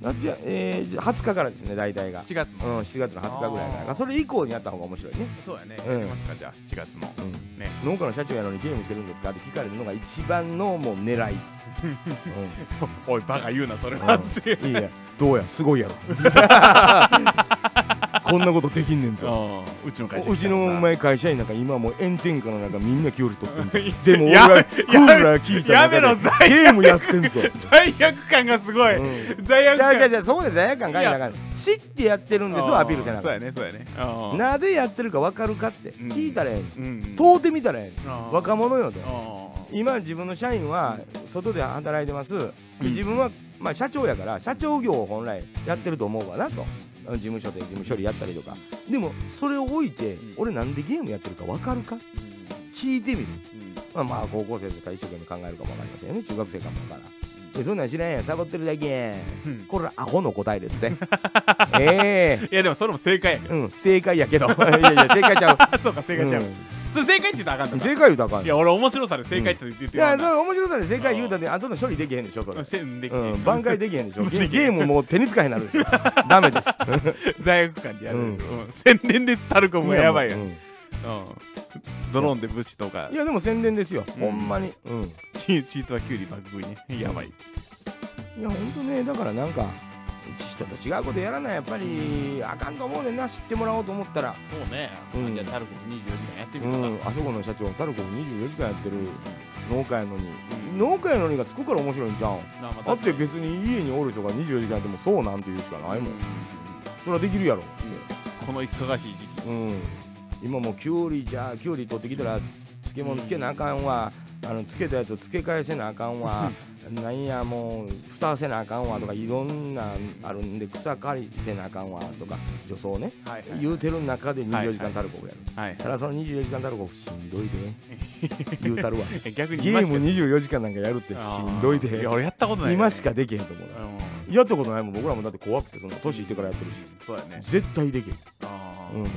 [SPEAKER 1] 夏や、えー、20日からですね大体が
[SPEAKER 2] ?7 月
[SPEAKER 1] う
[SPEAKER 2] の、
[SPEAKER 1] ん7月の20日ぐらいから
[SPEAKER 2] あー
[SPEAKER 1] それ以降にやった方が面白いね、
[SPEAKER 2] そうやね、
[SPEAKER 1] うん
[SPEAKER 2] やりますかじゃあ7月の
[SPEAKER 1] うん
[SPEAKER 2] ね
[SPEAKER 1] 農家の社長やのにゲームしてるんですかって聞かれるのが一番のもう狙い、う
[SPEAKER 2] おいバカ言うなそれは
[SPEAKER 1] うん
[SPEAKER 2] つって
[SPEAKER 1] ん、いいやどうやすご いやろこんなことできんねんぞ
[SPEAKER 2] うんうちの会社
[SPEAKER 1] うちの前会社員なんか今もう炎天下の中みんな距離取って んぞで
[SPEAKER 2] で
[SPEAKER 1] も
[SPEAKER 2] も
[SPEAKER 1] 俺
[SPEAKER 2] や
[SPEAKER 1] は
[SPEAKER 2] め
[SPEAKER 1] クーラー聞いた
[SPEAKER 2] やめろ
[SPEAKER 1] 中で
[SPEAKER 2] 罪
[SPEAKER 1] ゲームやってん ぞ、
[SPEAKER 2] 罪悪感がすごい、
[SPEAKER 1] うん
[SPEAKER 2] 罪悪
[SPEAKER 1] じゃあじゃあ
[SPEAKER 2] 感
[SPEAKER 1] じゃあそこで罪悪感かいなあかん知ってやってるんです
[SPEAKER 2] うん
[SPEAKER 1] よアピールせなあ
[SPEAKER 2] そう
[SPEAKER 1] か
[SPEAKER 2] やねそうやねうん
[SPEAKER 1] んなぜやってるか分かるかって
[SPEAKER 2] ん
[SPEAKER 1] 聞いたらええねん
[SPEAKER 2] うん
[SPEAKER 1] 問うてみたらええねん
[SPEAKER 2] うん
[SPEAKER 1] 若者よと
[SPEAKER 2] う
[SPEAKER 1] 今自分の社員は外で働いてます、で
[SPEAKER 2] うん
[SPEAKER 1] 自分は、まあ、社長やから社長業を本来やってると思うわなとあの事務所で事務処理やったりとかでもそれを置いて、
[SPEAKER 2] うん
[SPEAKER 1] 俺なんでゲームやってるか分かるか
[SPEAKER 2] ん
[SPEAKER 1] 聞いてみる、
[SPEAKER 2] うん
[SPEAKER 1] まあ、まあ高校生とか一生懸命考えるかも分かりませんよね中学生かも分からんでそんなん知らんやんサボってるだけやん
[SPEAKER 2] うん
[SPEAKER 1] これはアホの答えです ぜええ
[SPEAKER 2] いやでもそれも正解や けど
[SPEAKER 1] うん正解や けどいやいや正解ちゃう
[SPEAKER 2] あそうか正解ちゃう、それ正解って言ったらあかん
[SPEAKER 1] うん
[SPEAKER 2] の
[SPEAKER 1] 正
[SPEAKER 2] か
[SPEAKER 1] 解言うたらあかん
[SPEAKER 2] い
[SPEAKER 1] よ
[SPEAKER 2] や俺面白さで正解って言って
[SPEAKER 1] い
[SPEAKER 2] るわ
[SPEAKER 1] やそ
[SPEAKER 2] な
[SPEAKER 1] れ面白さで正解言うたで後の処理できへんでしょそれ
[SPEAKER 2] せんでき
[SPEAKER 1] うん、挽回
[SPEAKER 2] で
[SPEAKER 1] できへんでしょ
[SPEAKER 2] でき
[SPEAKER 1] ゲ
[SPEAKER 2] へん
[SPEAKER 1] ゲームもう手につかへんなるダメ です
[SPEAKER 2] 罪悪感でやる、
[SPEAKER 1] う
[SPEAKER 2] うんん宣伝ですタルコもやばいよ、
[SPEAKER 1] う
[SPEAKER 2] うん
[SPEAKER 1] ん
[SPEAKER 2] ドローンで物資とか
[SPEAKER 1] いやでも宣伝ですよ、
[SPEAKER 2] うん
[SPEAKER 1] ほんまに、うん、い
[SPEAKER 2] チチートはキュウリ爆食いねやばい
[SPEAKER 1] やほんとねだからなんか人と違うことやらないやっぱりあかんと思うねんな知ってもらおうと思ったら、
[SPEAKER 2] そうね、
[SPEAKER 1] うん
[SPEAKER 2] じゃあタルコも24時間やってみ
[SPEAKER 1] う
[SPEAKER 2] ようか、
[SPEAKER 1] ん、あそこの社長タルコも24時間やってる農家やのに、農家やのにがつくから面白いんじゃうん
[SPEAKER 2] まあま
[SPEAKER 1] だ
[SPEAKER 2] あ
[SPEAKER 1] って
[SPEAKER 2] 確かに
[SPEAKER 1] 別に家におる人が24時間やってもそうなんて言うしかないもん、
[SPEAKER 2] うん
[SPEAKER 1] それはできるやろ
[SPEAKER 2] この忙しい時期
[SPEAKER 1] うん、今もうきゅうりじゃあきゅうり取ってきたら漬物つけなあかんわ、あのつけたやつ漬け返せなあかん わなんやもう蓋せなあかんわとかいろんなあるんで草刈りせなあかんわとか除草ね
[SPEAKER 2] はい
[SPEAKER 1] 言うてる中で
[SPEAKER 2] はい
[SPEAKER 1] 24時間たるこをやる、
[SPEAKER 2] はい
[SPEAKER 1] ただその24時間たるこしんど いで言うたるわ
[SPEAKER 2] 逆に
[SPEAKER 1] ゲ
[SPEAKER 2] 今
[SPEAKER 1] ー
[SPEAKER 2] しか
[SPEAKER 1] ム24時間なんかやるってしんどい
[SPEAKER 2] あーい
[SPEAKER 1] で
[SPEAKER 2] や俺やったことない、ね、
[SPEAKER 1] 今しかできへんと思うな
[SPEAKER 2] うん
[SPEAKER 1] やったことないもん僕らもだって怖くてそんな年いってからやってるし
[SPEAKER 2] そうやね
[SPEAKER 1] 絶対できへん
[SPEAKER 2] あ
[SPEAKER 1] うん
[SPEAKER 2] ー
[SPEAKER 1] だか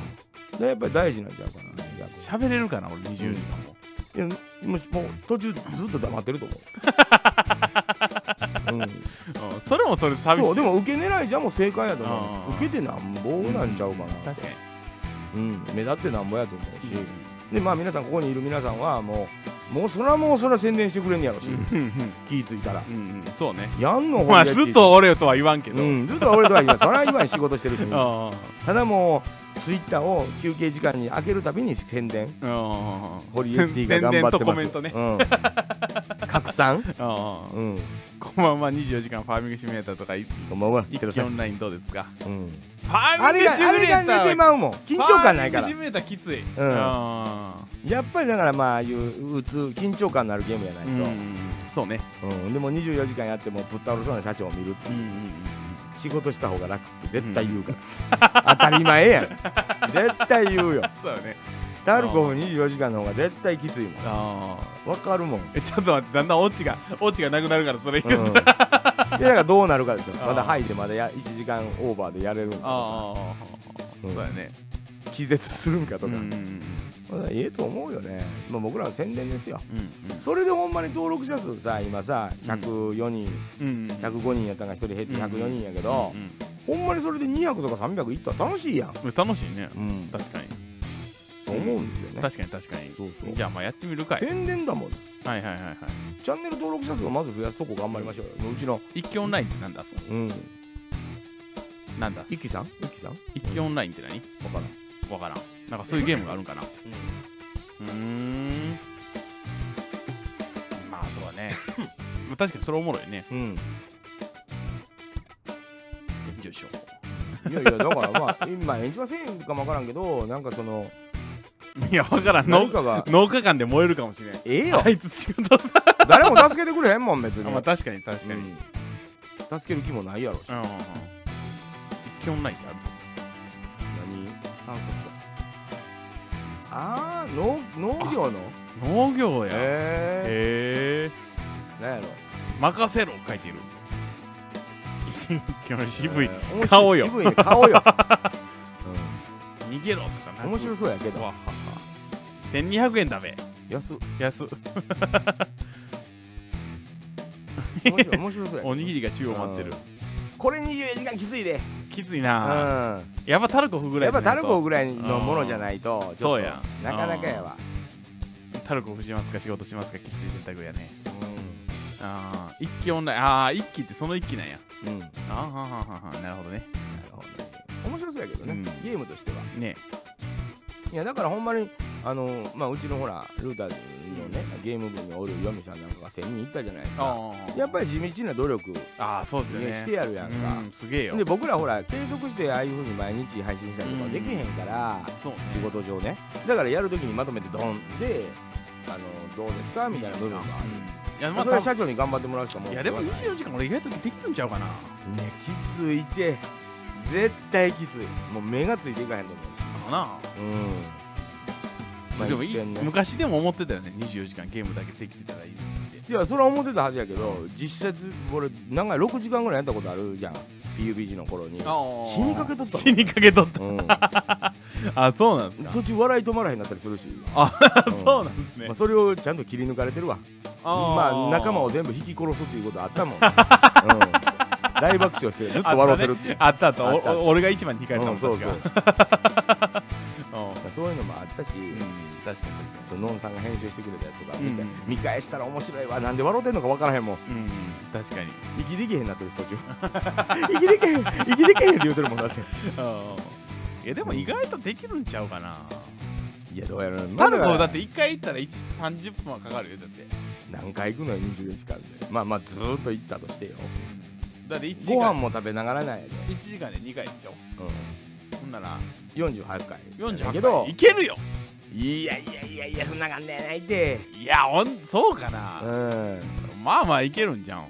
[SPEAKER 1] らやっぱり大事なんちゃうかな逆に
[SPEAKER 2] 喋れるかな俺24時間も、
[SPEAKER 1] いやもうもう途中ずっと黙ってると思う うん
[SPEAKER 2] うんそれもそれで寂しい
[SPEAKER 1] そうでも受け狙いじゃもう正解やと思う
[SPEAKER 2] うん
[SPEAKER 1] んです受けてなんぼなんちゃうかな、
[SPEAKER 2] 確かに
[SPEAKER 1] うん、目立ってなんぼやと思うし、でまあ皆さんここにいる皆さんはもうもうそらもうそら宣伝してくれんねやろし、
[SPEAKER 2] うん
[SPEAKER 1] 気ぃついたら
[SPEAKER 2] うんうんうんそうね
[SPEAKER 1] やんの
[SPEAKER 2] まあ
[SPEAKER 1] ほんで
[SPEAKER 2] ずっと俺とは言わんけど
[SPEAKER 1] う
[SPEAKER 2] うん
[SPEAKER 1] んずっと俺とは言わんそら言わん仕事してるしみんな
[SPEAKER 2] うん
[SPEAKER 1] ただもうツイッターを休憩時間に開けるたびに宣伝堀エッティが頑張ってます
[SPEAKER 2] 宣伝とコメントね
[SPEAKER 1] うん、 拡散、
[SPEAKER 2] うん
[SPEAKER 1] うん、
[SPEAKER 2] こんばんは24時間ファーミングシミュレーターとかい
[SPEAKER 1] こんばんは
[SPEAKER 2] 一気オンラインどうですか
[SPEAKER 1] うん、
[SPEAKER 2] ファ
[SPEAKER 1] あ
[SPEAKER 2] ーミン
[SPEAKER 1] れ
[SPEAKER 2] グ
[SPEAKER 1] が
[SPEAKER 2] シミ
[SPEAKER 1] あ
[SPEAKER 2] ュ
[SPEAKER 1] れ
[SPEAKER 2] レ
[SPEAKER 1] が
[SPEAKER 2] ーター
[SPEAKER 1] 寝てまうもん緊張感ないか
[SPEAKER 2] ファー
[SPEAKER 1] ら
[SPEAKER 2] ミングシミュレーターきつい
[SPEAKER 1] うんやっぱりだからまあああいううつ緊張感のあるゲームやない
[SPEAKER 2] うんそうね
[SPEAKER 1] と、うんでも24時間やってもぶっ倒れそうな社長を見る
[SPEAKER 2] うんうんうん
[SPEAKER 1] 仕事した方が楽って絶対言うから、当 たり前やん絶対言うよ
[SPEAKER 2] そうよね
[SPEAKER 1] タルコフ24時間の方が絶対きついも
[SPEAKER 2] ああ
[SPEAKER 1] んわか るもん、うん、
[SPEAKER 2] えちょっと待ってだんだんオチがオチがなくなるからそれ
[SPEAKER 1] で
[SPEAKER 2] 言うと
[SPEAKER 1] だからどうなるかですよ
[SPEAKER 2] あー
[SPEAKER 1] まだ入ってまだや1時間オーバーでやれるんか
[SPEAKER 2] ああ
[SPEAKER 1] うん
[SPEAKER 2] そうやね
[SPEAKER 1] 気絶するんかとか、
[SPEAKER 2] うんうん
[SPEAKER 1] まだええと思うよね、まあ、僕らの宣伝ですよ
[SPEAKER 2] うんうん
[SPEAKER 1] それでほんまに登録者数さ今さ104人、
[SPEAKER 2] うんうん
[SPEAKER 1] 105人やったんが1人減って104人やけど、
[SPEAKER 2] うん
[SPEAKER 1] ほんまにそれで200とか300いったら楽しいやん、
[SPEAKER 2] うん楽しいね
[SPEAKER 1] うん、
[SPEAKER 2] 確かに
[SPEAKER 1] と思うんですよね
[SPEAKER 2] 確かに確かに
[SPEAKER 1] そうそう
[SPEAKER 2] じゃあまあやってみるかい
[SPEAKER 1] 宣伝だもん
[SPEAKER 2] はいはいはいはい
[SPEAKER 1] チャンネル登録者数をまず増やすとこ頑張りましょうよもううちの
[SPEAKER 2] 一気オンラインってなんだそ
[SPEAKER 1] うん
[SPEAKER 2] うなんだ
[SPEAKER 1] 一輝さん一輝さん
[SPEAKER 2] 一気オンラインって何
[SPEAKER 1] 分からん
[SPEAKER 2] わからんなんかそういうゲームがあるんかなうーんまあそうだねまあ 確かにそれおもろいね
[SPEAKER 1] うん、
[SPEAKER 2] 炎上しよ
[SPEAKER 1] いやいやだからま あ今演じませんかも分からんけどなんかその
[SPEAKER 2] う いやわからん
[SPEAKER 1] 何
[SPEAKER 2] 農
[SPEAKER 1] かが
[SPEAKER 2] 農家間で燃えるかもしれん
[SPEAKER 1] ええよ
[SPEAKER 2] あいつ仕事さ
[SPEAKER 1] 誰も助けてくれへんもん別に、
[SPEAKER 2] まあ確かに確か
[SPEAKER 1] う
[SPEAKER 2] に
[SPEAKER 1] ん助ける気もないやろし
[SPEAKER 2] うんうんうん一気オンラインってある
[SPEAKER 1] 何酸素とああ農農業の
[SPEAKER 2] と農業やへ
[SPEAKER 1] えー、
[SPEAKER 2] え
[SPEAKER 1] なんやろ
[SPEAKER 2] 任せろ書いている 渋
[SPEAKER 1] え
[SPEAKER 2] い
[SPEAKER 1] ー面白
[SPEAKER 2] 顔よ
[SPEAKER 1] 渋いね顔 よ、
[SPEAKER 2] 逃げろとかな
[SPEAKER 1] うん、面白そうやけ
[SPEAKER 2] わ
[SPEAKER 1] ど
[SPEAKER 2] はは1200円だべ
[SPEAKER 1] 安っ
[SPEAKER 2] 安
[SPEAKER 1] 面白い面白そうやけど
[SPEAKER 2] おにぎりが中央待ってる
[SPEAKER 1] これ24時間きついで
[SPEAKER 2] きついうなんやっぱタルコフぐら
[SPEAKER 1] や
[SPEAKER 2] い
[SPEAKER 1] っぱタルコぐ
[SPEAKER 2] ら
[SPEAKER 1] らいのものじゃないとちょっと
[SPEAKER 2] そうや
[SPEAKER 1] なかなかやわ
[SPEAKER 2] いタルコフしますか仕事しますかきつい選択やね
[SPEAKER 1] う
[SPEAKER 2] あー一気オンラインああ一気ってその一気なんや
[SPEAKER 1] ん、うん、なる
[SPEAKER 2] あーはーはーはーなるほどね
[SPEAKER 1] ほどね面白そうやけどね、
[SPEAKER 2] うん
[SPEAKER 1] ゲームとしては
[SPEAKER 2] ね
[SPEAKER 1] いやだからほんまにあのまあうちのほらルーターのねゲーム部におるヨミさんなんかが1000人いったじゃないですか
[SPEAKER 2] あー
[SPEAKER 1] やっぱり地道な努力、ね、
[SPEAKER 2] あーそうですよね
[SPEAKER 1] してやるやんか
[SPEAKER 2] う、んすげえよ
[SPEAKER 1] で僕らほら継続してああいうふうに毎日配信したりとかできへんから、
[SPEAKER 2] そうね
[SPEAKER 1] 仕事上ねだからやるときにまとめてドンであのどうですかみたいな部分がある
[SPEAKER 2] うんいやまあ
[SPEAKER 1] それは
[SPEAKER 2] 多分
[SPEAKER 1] 社長に頑張ってもらうしかもう
[SPEAKER 2] いやでも
[SPEAKER 1] ね
[SPEAKER 2] 24時間俺意外とできるんちゃうかな
[SPEAKER 1] きついて絶対きついもう目がついていかへんと思
[SPEAKER 2] かな
[SPEAKER 1] ううんまあ
[SPEAKER 2] でもいい
[SPEAKER 1] 一見ね
[SPEAKER 2] 昔でも思ってたよね24時間ゲームだけできてたらいいって
[SPEAKER 1] いやそれは思ってたはずやけど実質俺長い6時間ぐらいやったことあるじゃん PUBG の頃に 死にかけとったもん
[SPEAKER 2] 死にかけとっ
[SPEAKER 1] うん
[SPEAKER 2] たあそうなんですか
[SPEAKER 1] 途中笑い止まらへんなったりするし
[SPEAKER 2] あ
[SPEAKER 1] うん
[SPEAKER 2] そうなんですね
[SPEAKER 1] まあ、それをちゃんと切り抜かれてるわまあ仲間を全部引き殺すっていうことあったもん、う ん大爆笑してずっと笑ってるっていう
[SPEAKER 2] あったあった
[SPEAKER 1] あったあった
[SPEAKER 2] おお俺が一番に控えた
[SPEAKER 1] う
[SPEAKER 2] も
[SPEAKER 1] ん
[SPEAKER 2] ん
[SPEAKER 1] そう
[SPEAKER 2] 確
[SPEAKER 1] そ
[SPEAKER 2] か
[SPEAKER 1] う
[SPEAKER 2] うん
[SPEAKER 1] そういうのもあったし、
[SPEAKER 2] 確かに確か
[SPEAKER 1] そのノンさんが編集してくれたやつとか見て、
[SPEAKER 2] うん
[SPEAKER 1] 見返したら面白いわなんで笑ってんのか分からへんもん
[SPEAKER 2] にうん確かに
[SPEAKER 1] 息できへんなってる途中 息できへん息できへんって言うてるもんだって
[SPEAKER 2] うんいやでも意外とできるんちゃうかない
[SPEAKER 1] やどうやら
[SPEAKER 2] タルコだって1回行ったら1 30分はかかるよだって
[SPEAKER 1] 何回行くのよ24時間でまあまあずーっと行ったとしてよ
[SPEAKER 2] だって1時
[SPEAKER 1] ご飯
[SPEAKER 2] 間
[SPEAKER 1] も食べながらなんやで、
[SPEAKER 2] 1時間で2回でしょほんなら
[SPEAKER 1] うん、48回
[SPEAKER 2] 48
[SPEAKER 1] だ
[SPEAKER 2] 回
[SPEAKER 1] けど
[SPEAKER 2] いけるよ
[SPEAKER 1] いやいやいやいやそんな感じやないで
[SPEAKER 2] いやほんそうか
[SPEAKER 1] う
[SPEAKER 2] なんまあまあいけるんじゃん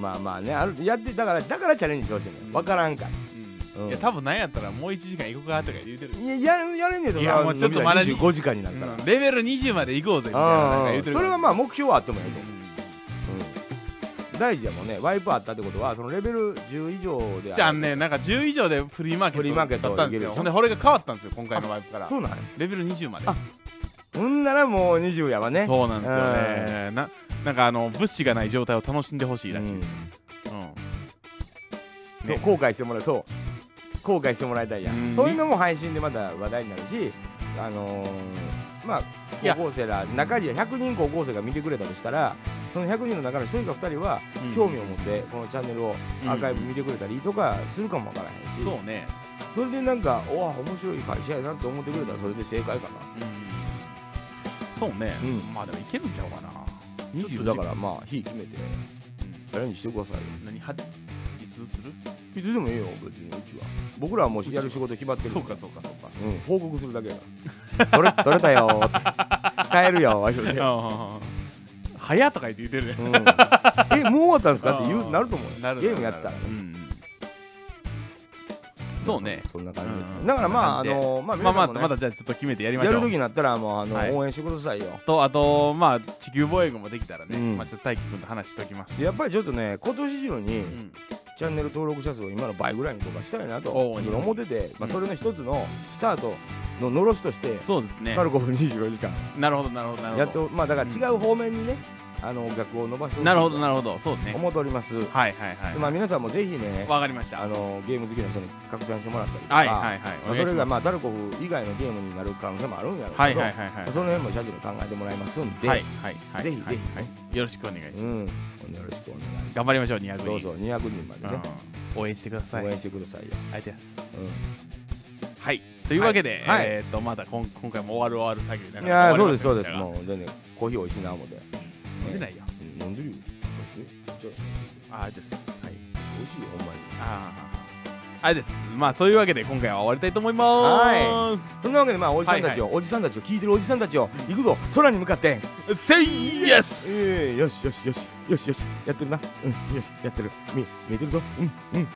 [SPEAKER 1] まあまあねあるやってだからだからチャレンジしてほしいのよ分からんからうん
[SPEAKER 2] いや多分なんやったらもう1時間行こうかとか言うてる、
[SPEAKER 1] いややるやれんねえぞ
[SPEAKER 2] いや
[SPEAKER 1] まあ
[SPEAKER 2] もうちょっとまだ
[SPEAKER 1] 伸びたら25時間になるから、
[SPEAKER 2] レベル20まで行こうぜみたいななん
[SPEAKER 1] あ
[SPEAKER 2] か
[SPEAKER 1] あ
[SPEAKER 2] 言うてる
[SPEAKER 1] それはまあ目標はあってもいいと思
[SPEAKER 2] う
[SPEAKER 1] う、うん、大事やもんねワイプあったってことはそのレベル10以上で
[SPEAKER 2] んじゃ
[SPEAKER 1] あ
[SPEAKER 2] あねなんか10以上でフリーマーケ
[SPEAKER 1] フリーマーケ
[SPEAKER 2] ッ
[SPEAKER 1] ッ
[SPEAKER 2] トだ
[SPEAKER 1] ト
[SPEAKER 2] った
[SPEAKER 1] だ
[SPEAKER 2] ん
[SPEAKER 1] ったんで
[SPEAKER 2] で
[SPEAKER 1] すすよ
[SPEAKER 2] よほんでこれが変わったんですよ今回のワイプから
[SPEAKER 1] そうなんや
[SPEAKER 2] レベル20まで
[SPEAKER 1] あほんならもう20やわね
[SPEAKER 2] そうなんですよねななんかあの物資がない状態を楽しんでほしいらしいです、うん
[SPEAKER 1] そう
[SPEAKER 2] ね
[SPEAKER 1] 後悔してもらうそう後悔してもらいたいやん
[SPEAKER 2] うん
[SPEAKER 1] そういうのも配信でまた話題になるしあのー、まあ
[SPEAKER 2] いや
[SPEAKER 1] 高校生ら中には100人高校生が見てくれたとしたらその100人の中の1人か2人は
[SPEAKER 2] うん
[SPEAKER 1] 興味を持ってこのチャンネルを
[SPEAKER 2] うん
[SPEAKER 1] アーカイブ見てくれたりとかするかもわからへんし、
[SPEAKER 2] そうね、
[SPEAKER 1] それでなんかおわ面白い会社やなって思ってくれたらそれで正解かな
[SPEAKER 2] うん、そうね、
[SPEAKER 1] うん
[SPEAKER 2] まあでもいけるんちゃうかな
[SPEAKER 1] ちょっとだからまあ日決めてやるにしてくださいよ
[SPEAKER 2] 何は椅子する
[SPEAKER 1] いつでもいいよ別にうちは僕らはもうやる仕事決まってる
[SPEAKER 2] そうかそうかそうか
[SPEAKER 1] うん、報告するだけやから。取れ取れたよー。帰るよー。言うて
[SPEAKER 2] ああ早とか言って言ってるね
[SPEAKER 1] うん、え、もう終わったんですかって言
[SPEAKER 2] あ
[SPEAKER 1] う
[SPEAKER 2] ー
[SPEAKER 1] なると思うよ。
[SPEAKER 2] なる
[SPEAKER 1] ゲームやってたら
[SPEAKER 2] なる。うんうんそうね
[SPEAKER 1] そんな感じです、
[SPEAKER 2] うん
[SPEAKER 1] だからまあ、あ
[SPEAKER 2] そんな感じで
[SPEAKER 1] のーまあ、
[SPEAKER 2] ま
[SPEAKER 1] 皆
[SPEAKER 2] あま
[SPEAKER 1] さん
[SPEAKER 2] あ
[SPEAKER 1] も、ね
[SPEAKER 2] まだじゃあちょっと決めてやりましょ
[SPEAKER 1] や
[SPEAKER 2] う
[SPEAKER 1] る時になったら、もう、あの、
[SPEAKER 2] はい
[SPEAKER 1] 応援してくださいよ。
[SPEAKER 2] とあとまあ地球防衛軍もできたらね、
[SPEAKER 1] うん
[SPEAKER 2] まあちょっと大輝くんと話しときます、
[SPEAKER 1] やっぱりちょっとね、今年中に、
[SPEAKER 2] うん
[SPEAKER 1] チャンネル登録者数を今の倍ぐらいにとかしたいなと
[SPEAKER 2] おー
[SPEAKER 1] 思ってて、まあ、
[SPEAKER 2] うん
[SPEAKER 1] それの一つのスタートののろしとして、
[SPEAKER 2] そうですね
[SPEAKER 1] カルコフ24時間
[SPEAKER 2] なるほどなるほどなるほど
[SPEAKER 1] やってお、まあ、だから違う方面にね、あの、楽を伸ばしてほしい
[SPEAKER 2] なるほ
[SPEAKER 1] と
[SPEAKER 2] どなるほどそうね
[SPEAKER 1] 思っております。
[SPEAKER 2] はいはいはい
[SPEAKER 1] まあ、皆さんもぜひね、
[SPEAKER 2] わかりました
[SPEAKER 1] あのゲーム好きな人に拡散してもらったりとか、
[SPEAKER 2] はいはいはい
[SPEAKER 1] まあ、それがまあダルコフ以外のゲームになる可能性もあるんやろうけど、
[SPEAKER 2] はいはいはいはい
[SPEAKER 1] まあその辺も社長に考えてもらいますんで、
[SPEAKER 2] はいはいはい
[SPEAKER 1] ぜひぜひね、
[SPEAKER 2] ひよろしくお願いしま
[SPEAKER 1] う
[SPEAKER 2] す、
[SPEAKER 1] ん、よろしくお願いしま
[SPEAKER 2] 頑張りましょう200
[SPEAKER 1] す
[SPEAKER 2] 人
[SPEAKER 1] どうぞ200人までね、
[SPEAKER 2] うん応援してください
[SPEAKER 1] 応
[SPEAKER 2] あり
[SPEAKER 1] 援してくださいよ、
[SPEAKER 2] がとうございます、
[SPEAKER 1] う
[SPEAKER 2] はいというわけで、
[SPEAKER 1] はい
[SPEAKER 2] えっ、とまだこん今回も終わる終わる作業
[SPEAKER 1] ん、いやーそうですそうです
[SPEAKER 2] も
[SPEAKER 1] もう全然コーヒー美味しいな思って、
[SPEAKER 2] 飲んでないよ
[SPEAKER 1] うん、飲んでるよえちょ
[SPEAKER 2] ああれですはい
[SPEAKER 1] 美味しいよほんまに
[SPEAKER 2] あーあれですまあそういうわけで今回は終わりたいと思いま
[SPEAKER 1] は
[SPEAKER 2] ーす、
[SPEAKER 1] そんなわけでまあおじさんたちを、おじさんたちを聞いてるおじさんたちを行くぞ空に向かって
[SPEAKER 2] せいやす
[SPEAKER 1] えー、よしよしよしよしよしやってるなうんよしやってる見見えてるぞうんうん